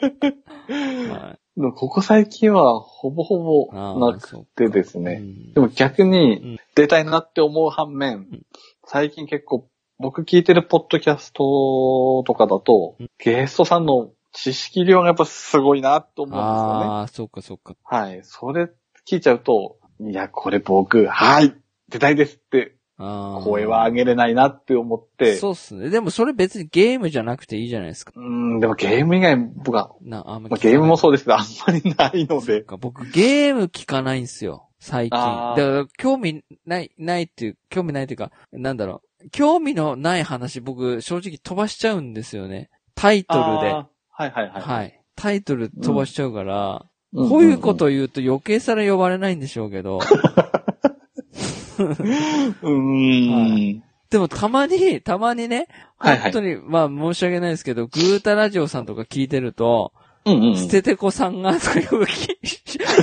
Speaker 1: は
Speaker 2: でもここ最近は、ほぼほ
Speaker 1: い。あ
Speaker 2: ぼ
Speaker 1: ー
Speaker 2: なく
Speaker 1: そう
Speaker 2: てですね。
Speaker 1: うん
Speaker 2: でも逆
Speaker 1: うん
Speaker 2: に、出たいなって思う反面、
Speaker 1: ん
Speaker 2: 最近結構、僕聞いてるポッドキャストとかだと、
Speaker 1: うん
Speaker 2: ゲストさんの知識量がやっぱすごいなと思うんですよね。
Speaker 1: ああ、そうかそうか。
Speaker 2: はい。それ聞いちゃうと、いや、これ僕、はい、出たいですって、
Speaker 1: あー
Speaker 2: 声は上げれないなって思って、
Speaker 1: そうっすね。でもそれ別にゲームじゃなくていいじゃないですか。
Speaker 2: うん、でもゲーム以外、僕は、
Speaker 1: な、あんま
Speaker 2: まあ、ゲームも
Speaker 1: う
Speaker 2: そうですけど、あんまりないので、
Speaker 1: か。僕ゲーム聞かないんすよ。最近。
Speaker 2: あ
Speaker 1: だか
Speaker 2: ー
Speaker 1: ら興味ない、ないっていう、興味ないっていうか、なんだろう。興味のない話僕正直飛ばしちゃうんですよね。タイトルで。
Speaker 2: あーはいはいはい。
Speaker 1: はい。タイトル飛ばしちゃうから、
Speaker 2: んんん
Speaker 1: こういうことを言うと余計さら呼ばれないんでしょうけ
Speaker 2: [LAUGHS]
Speaker 1: ど、
Speaker 2: うーん、
Speaker 1: はいでもたまに、たまにね、
Speaker 2: はいは
Speaker 1: 本
Speaker 2: い
Speaker 1: 当に、まあ申し訳ないですけど、グータラジオさんとか聞いてると、
Speaker 2: うんうん。
Speaker 1: 捨ててこさんが、とかよく聞い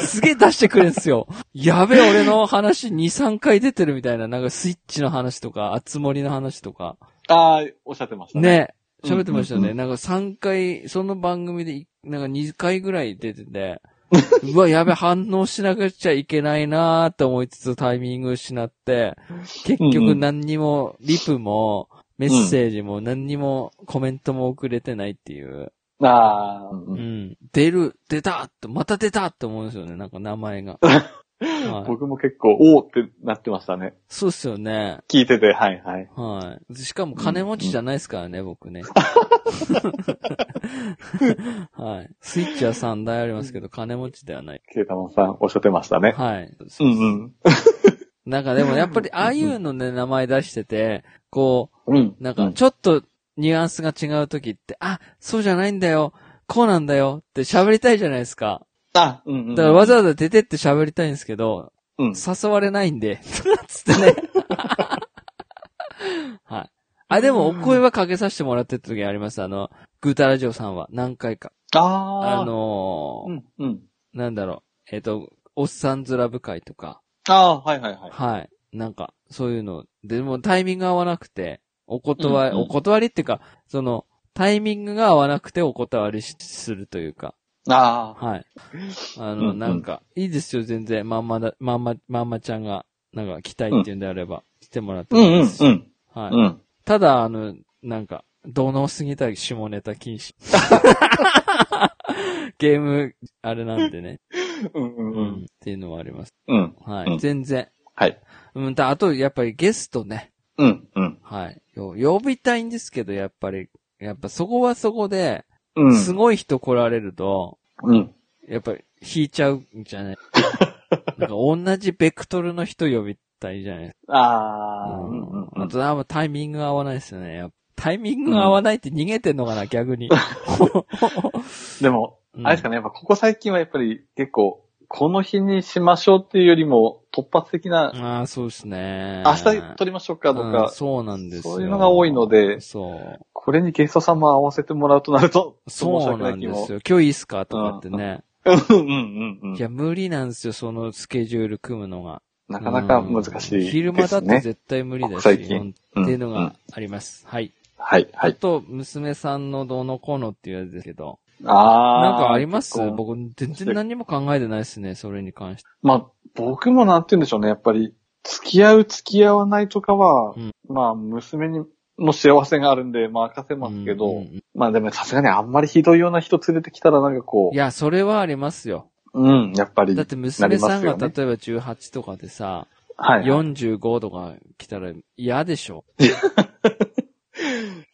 Speaker 1: すげえ出してくれるんです [LAUGHS] よ。やべえ、俺の話2、3回出てるみたいな、なんかスイッチの話とか、あつ森の話とか。
Speaker 2: ああ、おっしゃってましたね。
Speaker 1: ね。喋ってましたよね。
Speaker 2: うん
Speaker 1: なんか3回、その番組でい、なんか2回ぐらい出て [LAUGHS] て、うわ、やべえ、反応しなくちゃいけないなーって思いつつタイミング失って、結
Speaker 2: うんう
Speaker 1: 局
Speaker 2: ん
Speaker 1: 何にも、リプも、メッセージも何にもコメントも送れてないっていう。
Speaker 2: ああ、
Speaker 1: うん。出る、出たって、また出たって思うんですよね。なんか名前
Speaker 2: [LAUGHS]
Speaker 1: が。はい、
Speaker 2: 僕も結構、おーってなってましたね。
Speaker 1: そうっすよね。
Speaker 2: 聞いてて、はいはい。
Speaker 1: はい。しかも金持ちじゃないですからね、僕ね。はい。スイッチは3台ありますけど、金持ちではない。
Speaker 2: ケータマンさん、おっしゃってましたね。
Speaker 1: はい。
Speaker 2: うんうん。
Speaker 1: なんかでもやっぱり、ああいうのね、名前出してて、こ
Speaker 2: うん。
Speaker 1: う、なんか、ちょっとニュアンスが違う時って、あ、そうじゃないんだよ、こうなんだよって喋りたいじゃないですか。
Speaker 2: あ、うん、うん。
Speaker 1: だからわざわざ出てって喋りたいんですけど、
Speaker 2: うん。
Speaker 1: 誘われないんで、 [LAUGHS] つってね。はい。あ、でもお声はかけさせてもらってた時あります。あの、グータラジオさんは何回か。
Speaker 2: ああ
Speaker 1: あ、の
Speaker 2: う
Speaker 1: ー
Speaker 2: ん、うん。
Speaker 1: なんだろう、えっ、と、おっさんずラブ会とか、
Speaker 2: ああー、はいはいはい。
Speaker 1: はい。なんか、そういうの、でもタイミング合わなくて、お断り、
Speaker 2: うんうん
Speaker 1: お断りっていうか、その、タイミングが合わなくてお断りしするというか、
Speaker 2: ああ。
Speaker 1: はい。あ
Speaker 2: うん
Speaker 1: の、
Speaker 2: うん
Speaker 1: なんか、いいですよ、全然。まんまだ、まんま、まんまちゃんが、なんか、来たいっていうんであれば、来てもらって
Speaker 2: うん
Speaker 1: も
Speaker 2: う
Speaker 1: いい
Speaker 2: ん
Speaker 1: ですし
Speaker 2: うん。
Speaker 1: はい。
Speaker 2: うん。
Speaker 1: ただ、あの、なんか、堂々すぎた下ネタ禁止。 [LAUGHS] ゲーム、あれなんでね。
Speaker 2: うんうん
Speaker 1: う
Speaker 2: うん
Speaker 1: ん。っていうのはあります。
Speaker 2: うん。
Speaker 1: は
Speaker 2: うん
Speaker 1: い。全然。
Speaker 2: はい。
Speaker 1: うん、だあと、やっぱりゲストね。
Speaker 2: うんうん。
Speaker 1: はい。よ呼びたいんですけど、やっぱり、やっぱそこはそこで、
Speaker 2: うん。
Speaker 1: すごい人来られると、
Speaker 2: うん。
Speaker 1: やっぱり引いちゃうんじゃ
Speaker 2: [LAUGHS]
Speaker 1: ないなんか同じベクトルの人呼びたいじゃないですか。
Speaker 2: ああ。うんうん
Speaker 1: うん
Speaker 2: う
Speaker 1: あ
Speaker 2: ん。
Speaker 1: と、あタイミングが合わないですよね。やっぱタイミングが合わないって逃げてんのかな、逆に。
Speaker 2: でも、
Speaker 1: うん
Speaker 2: [LAUGHS] あれですかね、やっぱここ最近はやっぱり結構、この日にしましょうっていうよりも突発的な、
Speaker 1: ああ、そうですね。
Speaker 2: 明日撮りましょうかと
Speaker 1: うん
Speaker 2: か、
Speaker 1: そうなんですよ。
Speaker 2: そういうのが多いので
Speaker 1: そう。
Speaker 2: これにゲスト様合わせてもらうとなると、
Speaker 1: そうなんですよ。今日いいっすかとかってね。
Speaker 2: 申し訳ない気も。うんうんうんう
Speaker 1: いや、無理なんですよ、そのスケジュール組むのが。
Speaker 2: ん。なかなか難しいです、ね。
Speaker 1: 昼間だって絶対無理だし、
Speaker 2: ここ最近
Speaker 1: うん
Speaker 2: うん
Speaker 1: っていうの
Speaker 2: うん
Speaker 1: があります。はい。
Speaker 2: はい、は
Speaker 1: あ
Speaker 2: い。
Speaker 1: と、娘さんのどうのこうのっていうやつですけど。
Speaker 2: あー
Speaker 1: なんかあります
Speaker 2: 結構
Speaker 1: 僕、全然何も考えてないですね、それに関して。
Speaker 2: まあ、僕もなんて言うんでしょうね。やっぱり、付き合う、付き合わないとかは、
Speaker 1: うん
Speaker 2: まあ、娘にの幸せがあるんで、まあ、任せますけど、
Speaker 1: うんうん
Speaker 2: まあでもさすがにあんまりひどいような人連れてきたらなんかこ、
Speaker 1: いうや、それはありますよ。
Speaker 2: うん、やっぱり。
Speaker 1: だって娘さんが、
Speaker 2: なりますよね
Speaker 1: 例えば18とかでさ、
Speaker 2: はい。
Speaker 1: 45とか来たら嫌でしょ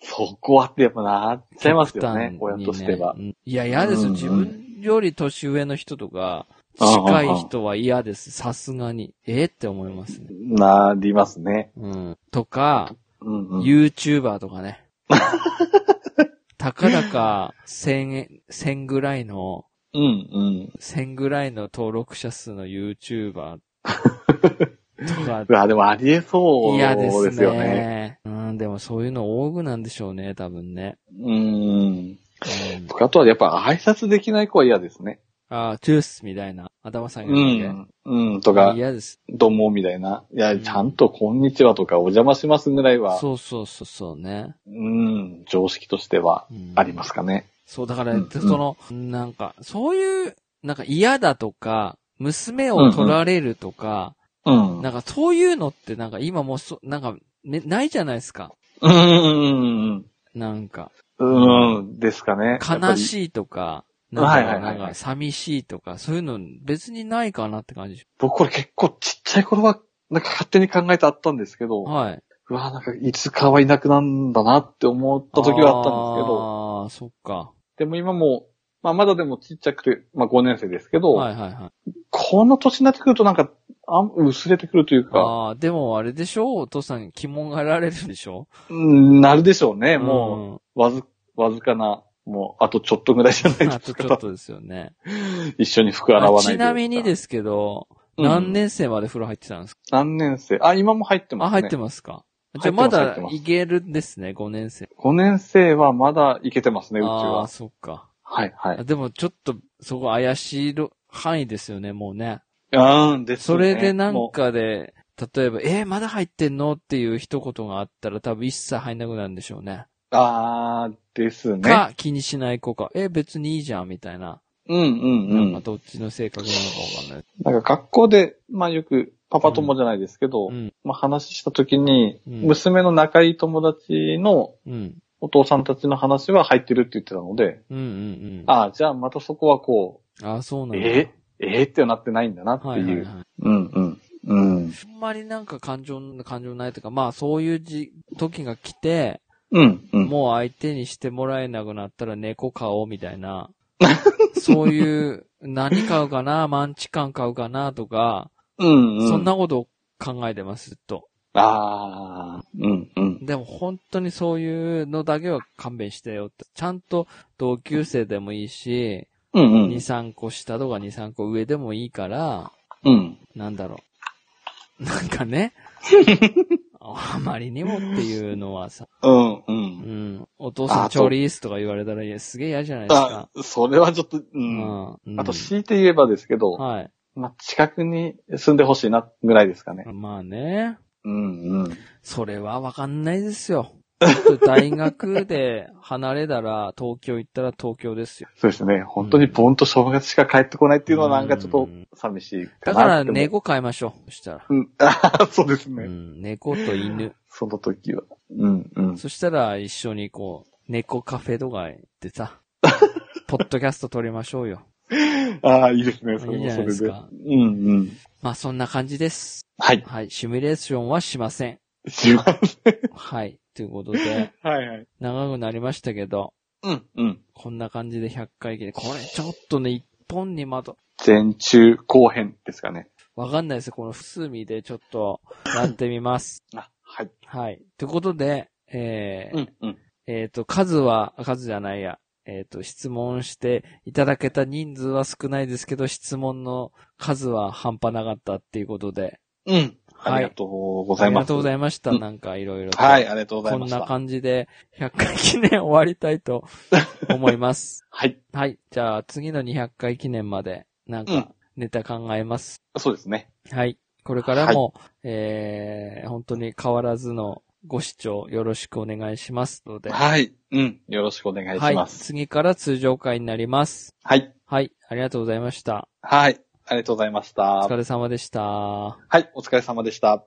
Speaker 2: そこはってやっぱなっちゃいますよね、
Speaker 1: 極端
Speaker 2: 親
Speaker 1: に
Speaker 2: としては
Speaker 1: う。んいや、嫌ですよ。
Speaker 2: うんうん
Speaker 1: 自分より年上の人とか、近い人は嫌です。さすがに。えーって思いますね。
Speaker 2: なりますね。
Speaker 1: うん。とか、
Speaker 2: うん、うん。
Speaker 1: YouTuber とかね。 [LAUGHS] たかだか、1000円、1000ぐらいの、
Speaker 2: うん、うん。
Speaker 1: 1000ぐらいの登録者数の YouTuber と
Speaker 2: [LAUGHS]
Speaker 1: か
Speaker 2: う、わ、でもありえそう
Speaker 1: 嫌で
Speaker 2: です
Speaker 1: ね。
Speaker 2: すよね。
Speaker 1: うん、でもそういうの多くなんでしょうね、多分ね。
Speaker 2: うん。
Speaker 1: うん
Speaker 2: 僕あとはやっぱ挨拶できない子は嫌ですね。
Speaker 1: あー、トゥースみたいな。頭下げ
Speaker 2: う
Speaker 1: るだけ。
Speaker 2: ん。うん、とか、
Speaker 1: 嫌です。
Speaker 2: どうも、みたいな。いや、
Speaker 1: うん
Speaker 2: ちゃんとこんにちはとかお邪魔しますぐらいは、
Speaker 1: そうそうそうそうね。
Speaker 2: うん、常識としては
Speaker 1: うん
Speaker 2: ありますかね。
Speaker 1: そう、だから、
Speaker 2: うん
Speaker 1: その、なんか、そういう、なんか嫌だとか、娘を取られるとか、
Speaker 2: うん。うん
Speaker 1: なんかそういうのってなんか今もうそ、なんか、ね、ないじゃないですか。
Speaker 2: うん、
Speaker 1: なんか、
Speaker 2: うん、うん、ですかね。
Speaker 1: 悲
Speaker 2: い。
Speaker 1: しいとか、なん
Speaker 2: はいはいは
Speaker 1: か、
Speaker 2: いは
Speaker 1: ないんか寂しいとか、そういうの別にないかなって感じでし
Speaker 2: 僕これ結構ちっちゃい頃は、なんか勝手に考えてあったんですけど、
Speaker 1: ょ。はい。
Speaker 2: うわ、なんかいつかはいなくなんだなって思った時はあったんですけど、
Speaker 1: ああ、そっか。
Speaker 2: でも今も、まあまだでもちっちゃくて、まあ5年生ですけど、
Speaker 1: はいはいはい。
Speaker 2: この年になってくるとなんか、あん薄れてくるというか、
Speaker 1: ああー、でもあれでしょお父さん、疑問がられるでしょ
Speaker 2: うん、なるでしょうね、も
Speaker 1: う
Speaker 2: う。
Speaker 1: ん
Speaker 2: わず、わずかな、もう、あとちょっとぐらいじゃない
Speaker 1: あ
Speaker 2: で
Speaker 1: と
Speaker 2: す
Speaker 1: ちょっ
Speaker 2: か。
Speaker 1: とですよね。
Speaker 2: 一緒に服洗わない
Speaker 1: ち
Speaker 2: で。
Speaker 1: なみにですすけど、
Speaker 2: うん
Speaker 1: 何年生まで風呂入ってたんですか、
Speaker 2: 何年生あ、今も入ってます
Speaker 1: あ、
Speaker 2: ね。
Speaker 1: 入ってますかじゃあま
Speaker 2: 入っ
Speaker 1: だ
Speaker 2: てます入ってます
Speaker 1: いけるんですね、5年生。
Speaker 2: 5年生はまだいけてますね、うち
Speaker 1: ああー、
Speaker 2: は。
Speaker 1: そっか。
Speaker 2: はい、は
Speaker 1: あ [LAUGHS]
Speaker 2: い。
Speaker 1: でもちょっと、そこ怪しいろ範囲ですよね、もうね。
Speaker 2: あーですね。
Speaker 1: それでなん
Speaker 2: も
Speaker 1: かで、例えば、えー、まだ入ってんのっていう一言があったら多分一切入んなくなるんでしょうね。
Speaker 2: う。あーですね。
Speaker 1: か、気にしない子か、えー、別にいいじゃん、みたいな。
Speaker 2: うん、うん、う
Speaker 1: なんか
Speaker 2: ん。
Speaker 1: どっちの性格なのかわかんない。
Speaker 2: なんか学校で、まあよく、パパ友じゃないですけど、
Speaker 1: うん。
Speaker 2: まあ話した時に、
Speaker 1: うん
Speaker 2: 娘の仲いい友達の
Speaker 1: うん。
Speaker 2: お父さんたちの話は入ってるって言ってたので、
Speaker 1: うんうんうん。
Speaker 2: ああ、じゃあまたそこはこ
Speaker 1: ああ、そうな
Speaker 2: う、
Speaker 1: んだ。
Speaker 2: えええってなってないんだなって
Speaker 1: はいいはいうはい。
Speaker 2: うんうん。うん。
Speaker 1: あんまりなんか感情、感情ないというか、まあそういうじ時が来て、
Speaker 2: うんうん。
Speaker 1: もう相手にしてもらえなくなったら猫買おうみたい
Speaker 2: [LAUGHS]
Speaker 1: な、そういう、何買うかな、マンチカン買うかなとか、
Speaker 2: うんうん。
Speaker 1: そん。なことを考えてます、ずっと。
Speaker 2: ああ。うんうん。
Speaker 1: でも本当にそういうのだけは勘弁してよって。ちゃんと同級生でもいいし、
Speaker 2: うん
Speaker 1: 2、
Speaker 2: うん。
Speaker 1: 3個下とか2、3個上でもいいから、
Speaker 2: うん。
Speaker 1: なんだろう。なんか
Speaker 2: [LAUGHS]
Speaker 1: ね。あまりにもっていうのはさ、
Speaker 2: うんう。
Speaker 1: うんん。お父さん
Speaker 2: あと
Speaker 1: チョリースとか言われたら、いや、すげえ嫌じゃないです
Speaker 2: あ
Speaker 1: か。、
Speaker 2: それはちょっと、う。
Speaker 1: うんん。
Speaker 2: あ
Speaker 1: うん
Speaker 2: と、強いて言えばですけど、
Speaker 1: はい。
Speaker 2: まあ、近くに住んでほしいな、ぐらいですかね。
Speaker 1: まあね。
Speaker 2: うんうん。
Speaker 1: それはわかんないですよ。大学で離れたら、 [LAUGHS] 東京行ったら東京ですよ。
Speaker 2: そうですね。本当にボンと正月しか帰ってこないっていうのはなんかちょっと寂しい
Speaker 1: だ
Speaker 2: かな
Speaker 1: から
Speaker 2: って思う。
Speaker 1: 猫飼いましょう。そしたら。
Speaker 2: うん。あそうです
Speaker 1: う
Speaker 2: ね。
Speaker 1: ん、猫と犬。
Speaker 2: その時は。うん、うん。
Speaker 1: そしたら一緒にこう、猫カフェとか行って
Speaker 2: [LAUGHS]
Speaker 1: さ、ポッドキャスト撮りましょうよ。
Speaker 2: ああ、いいですね。それ
Speaker 1: いい
Speaker 2: も
Speaker 1: じゃ
Speaker 2: そ
Speaker 1: ないで
Speaker 2: れで。
Speaker 1: すか
Speaker 2: うん、うん。
Speaker 1: まあそんな感じです。
Speaker 2: はい。
Speaker 1: はい。シミュレーションはしません。
Speaker 2: します。
Speaker 1: [LAUGHS] はい。ということで、
Speaker 2: はいはい。
Speaker 1: 長くなりましたけど、
Speaker 2: うん、うん。
Speaker 1: こんな感じで100回記念。これちょっとね、一本にまと、
Speaker 2: 前中後編ですかね。
Speaker 1: わかんないです。この伏見でちょっと、やってみます。 [LAUGHS]
Speaker 2: あ、はい。
Speaker 1: はい。ということで、えー
Speaker 2: うん、うん。
Speaker 1: えっ、と、数は、数じゃないや。えっ、と、質問していただけた人数は少ないですけど、質問の数は半端なかったっていうことで。
Speaker 2: うん。
Speaker 1: はい
Speaker 2: ありがとうござ
Speaker 1: あ
Speaker 2: い
Speaker 1: り
Speaker 2: ま
Speaker 1: が
Speaker 2: す。
Speaker 1: とうございました。
Speaker 2: うん
Speaker 1: なんかいろいろと。
Speaker 2: はい、ありがとうござ
Speaker 1: こ
Speaker 2: いま
Speaker 1: ん
Speaker 2: した。
Speaker 1: な感じで、100回記念終わりたいと思い
Speaker 2: [LAUGHS]
Speaker 1: ます。
Speaker 2: はい。
Speaker 1: はい。じゃあ、次の200回記念まで、なん
Speaker 2: うん
Speaker 1: か、ネタ考えます。
Speaker 2: そうですね。
Speaker 1: はい。これからも、えー、本当に変わらずのご視聴よろしくお願いしますので。
Speaker 2: はい。うん。よろしくお願いし
Speaker 1: は
Speaker 2: ま
Speaker 1: い。
Speaker 2: す。
Speaker 1: 次から通常回になります。
Speaker 2: はい。
Speaker 1: はい。ありがとうございました。
Speaker 2: はい。ありがとうございまし
Speaker 1: お
Speaker 2: た
Speaker 1: 疲。れ様でした。
Speaker 2: はい。お疲れ様でした。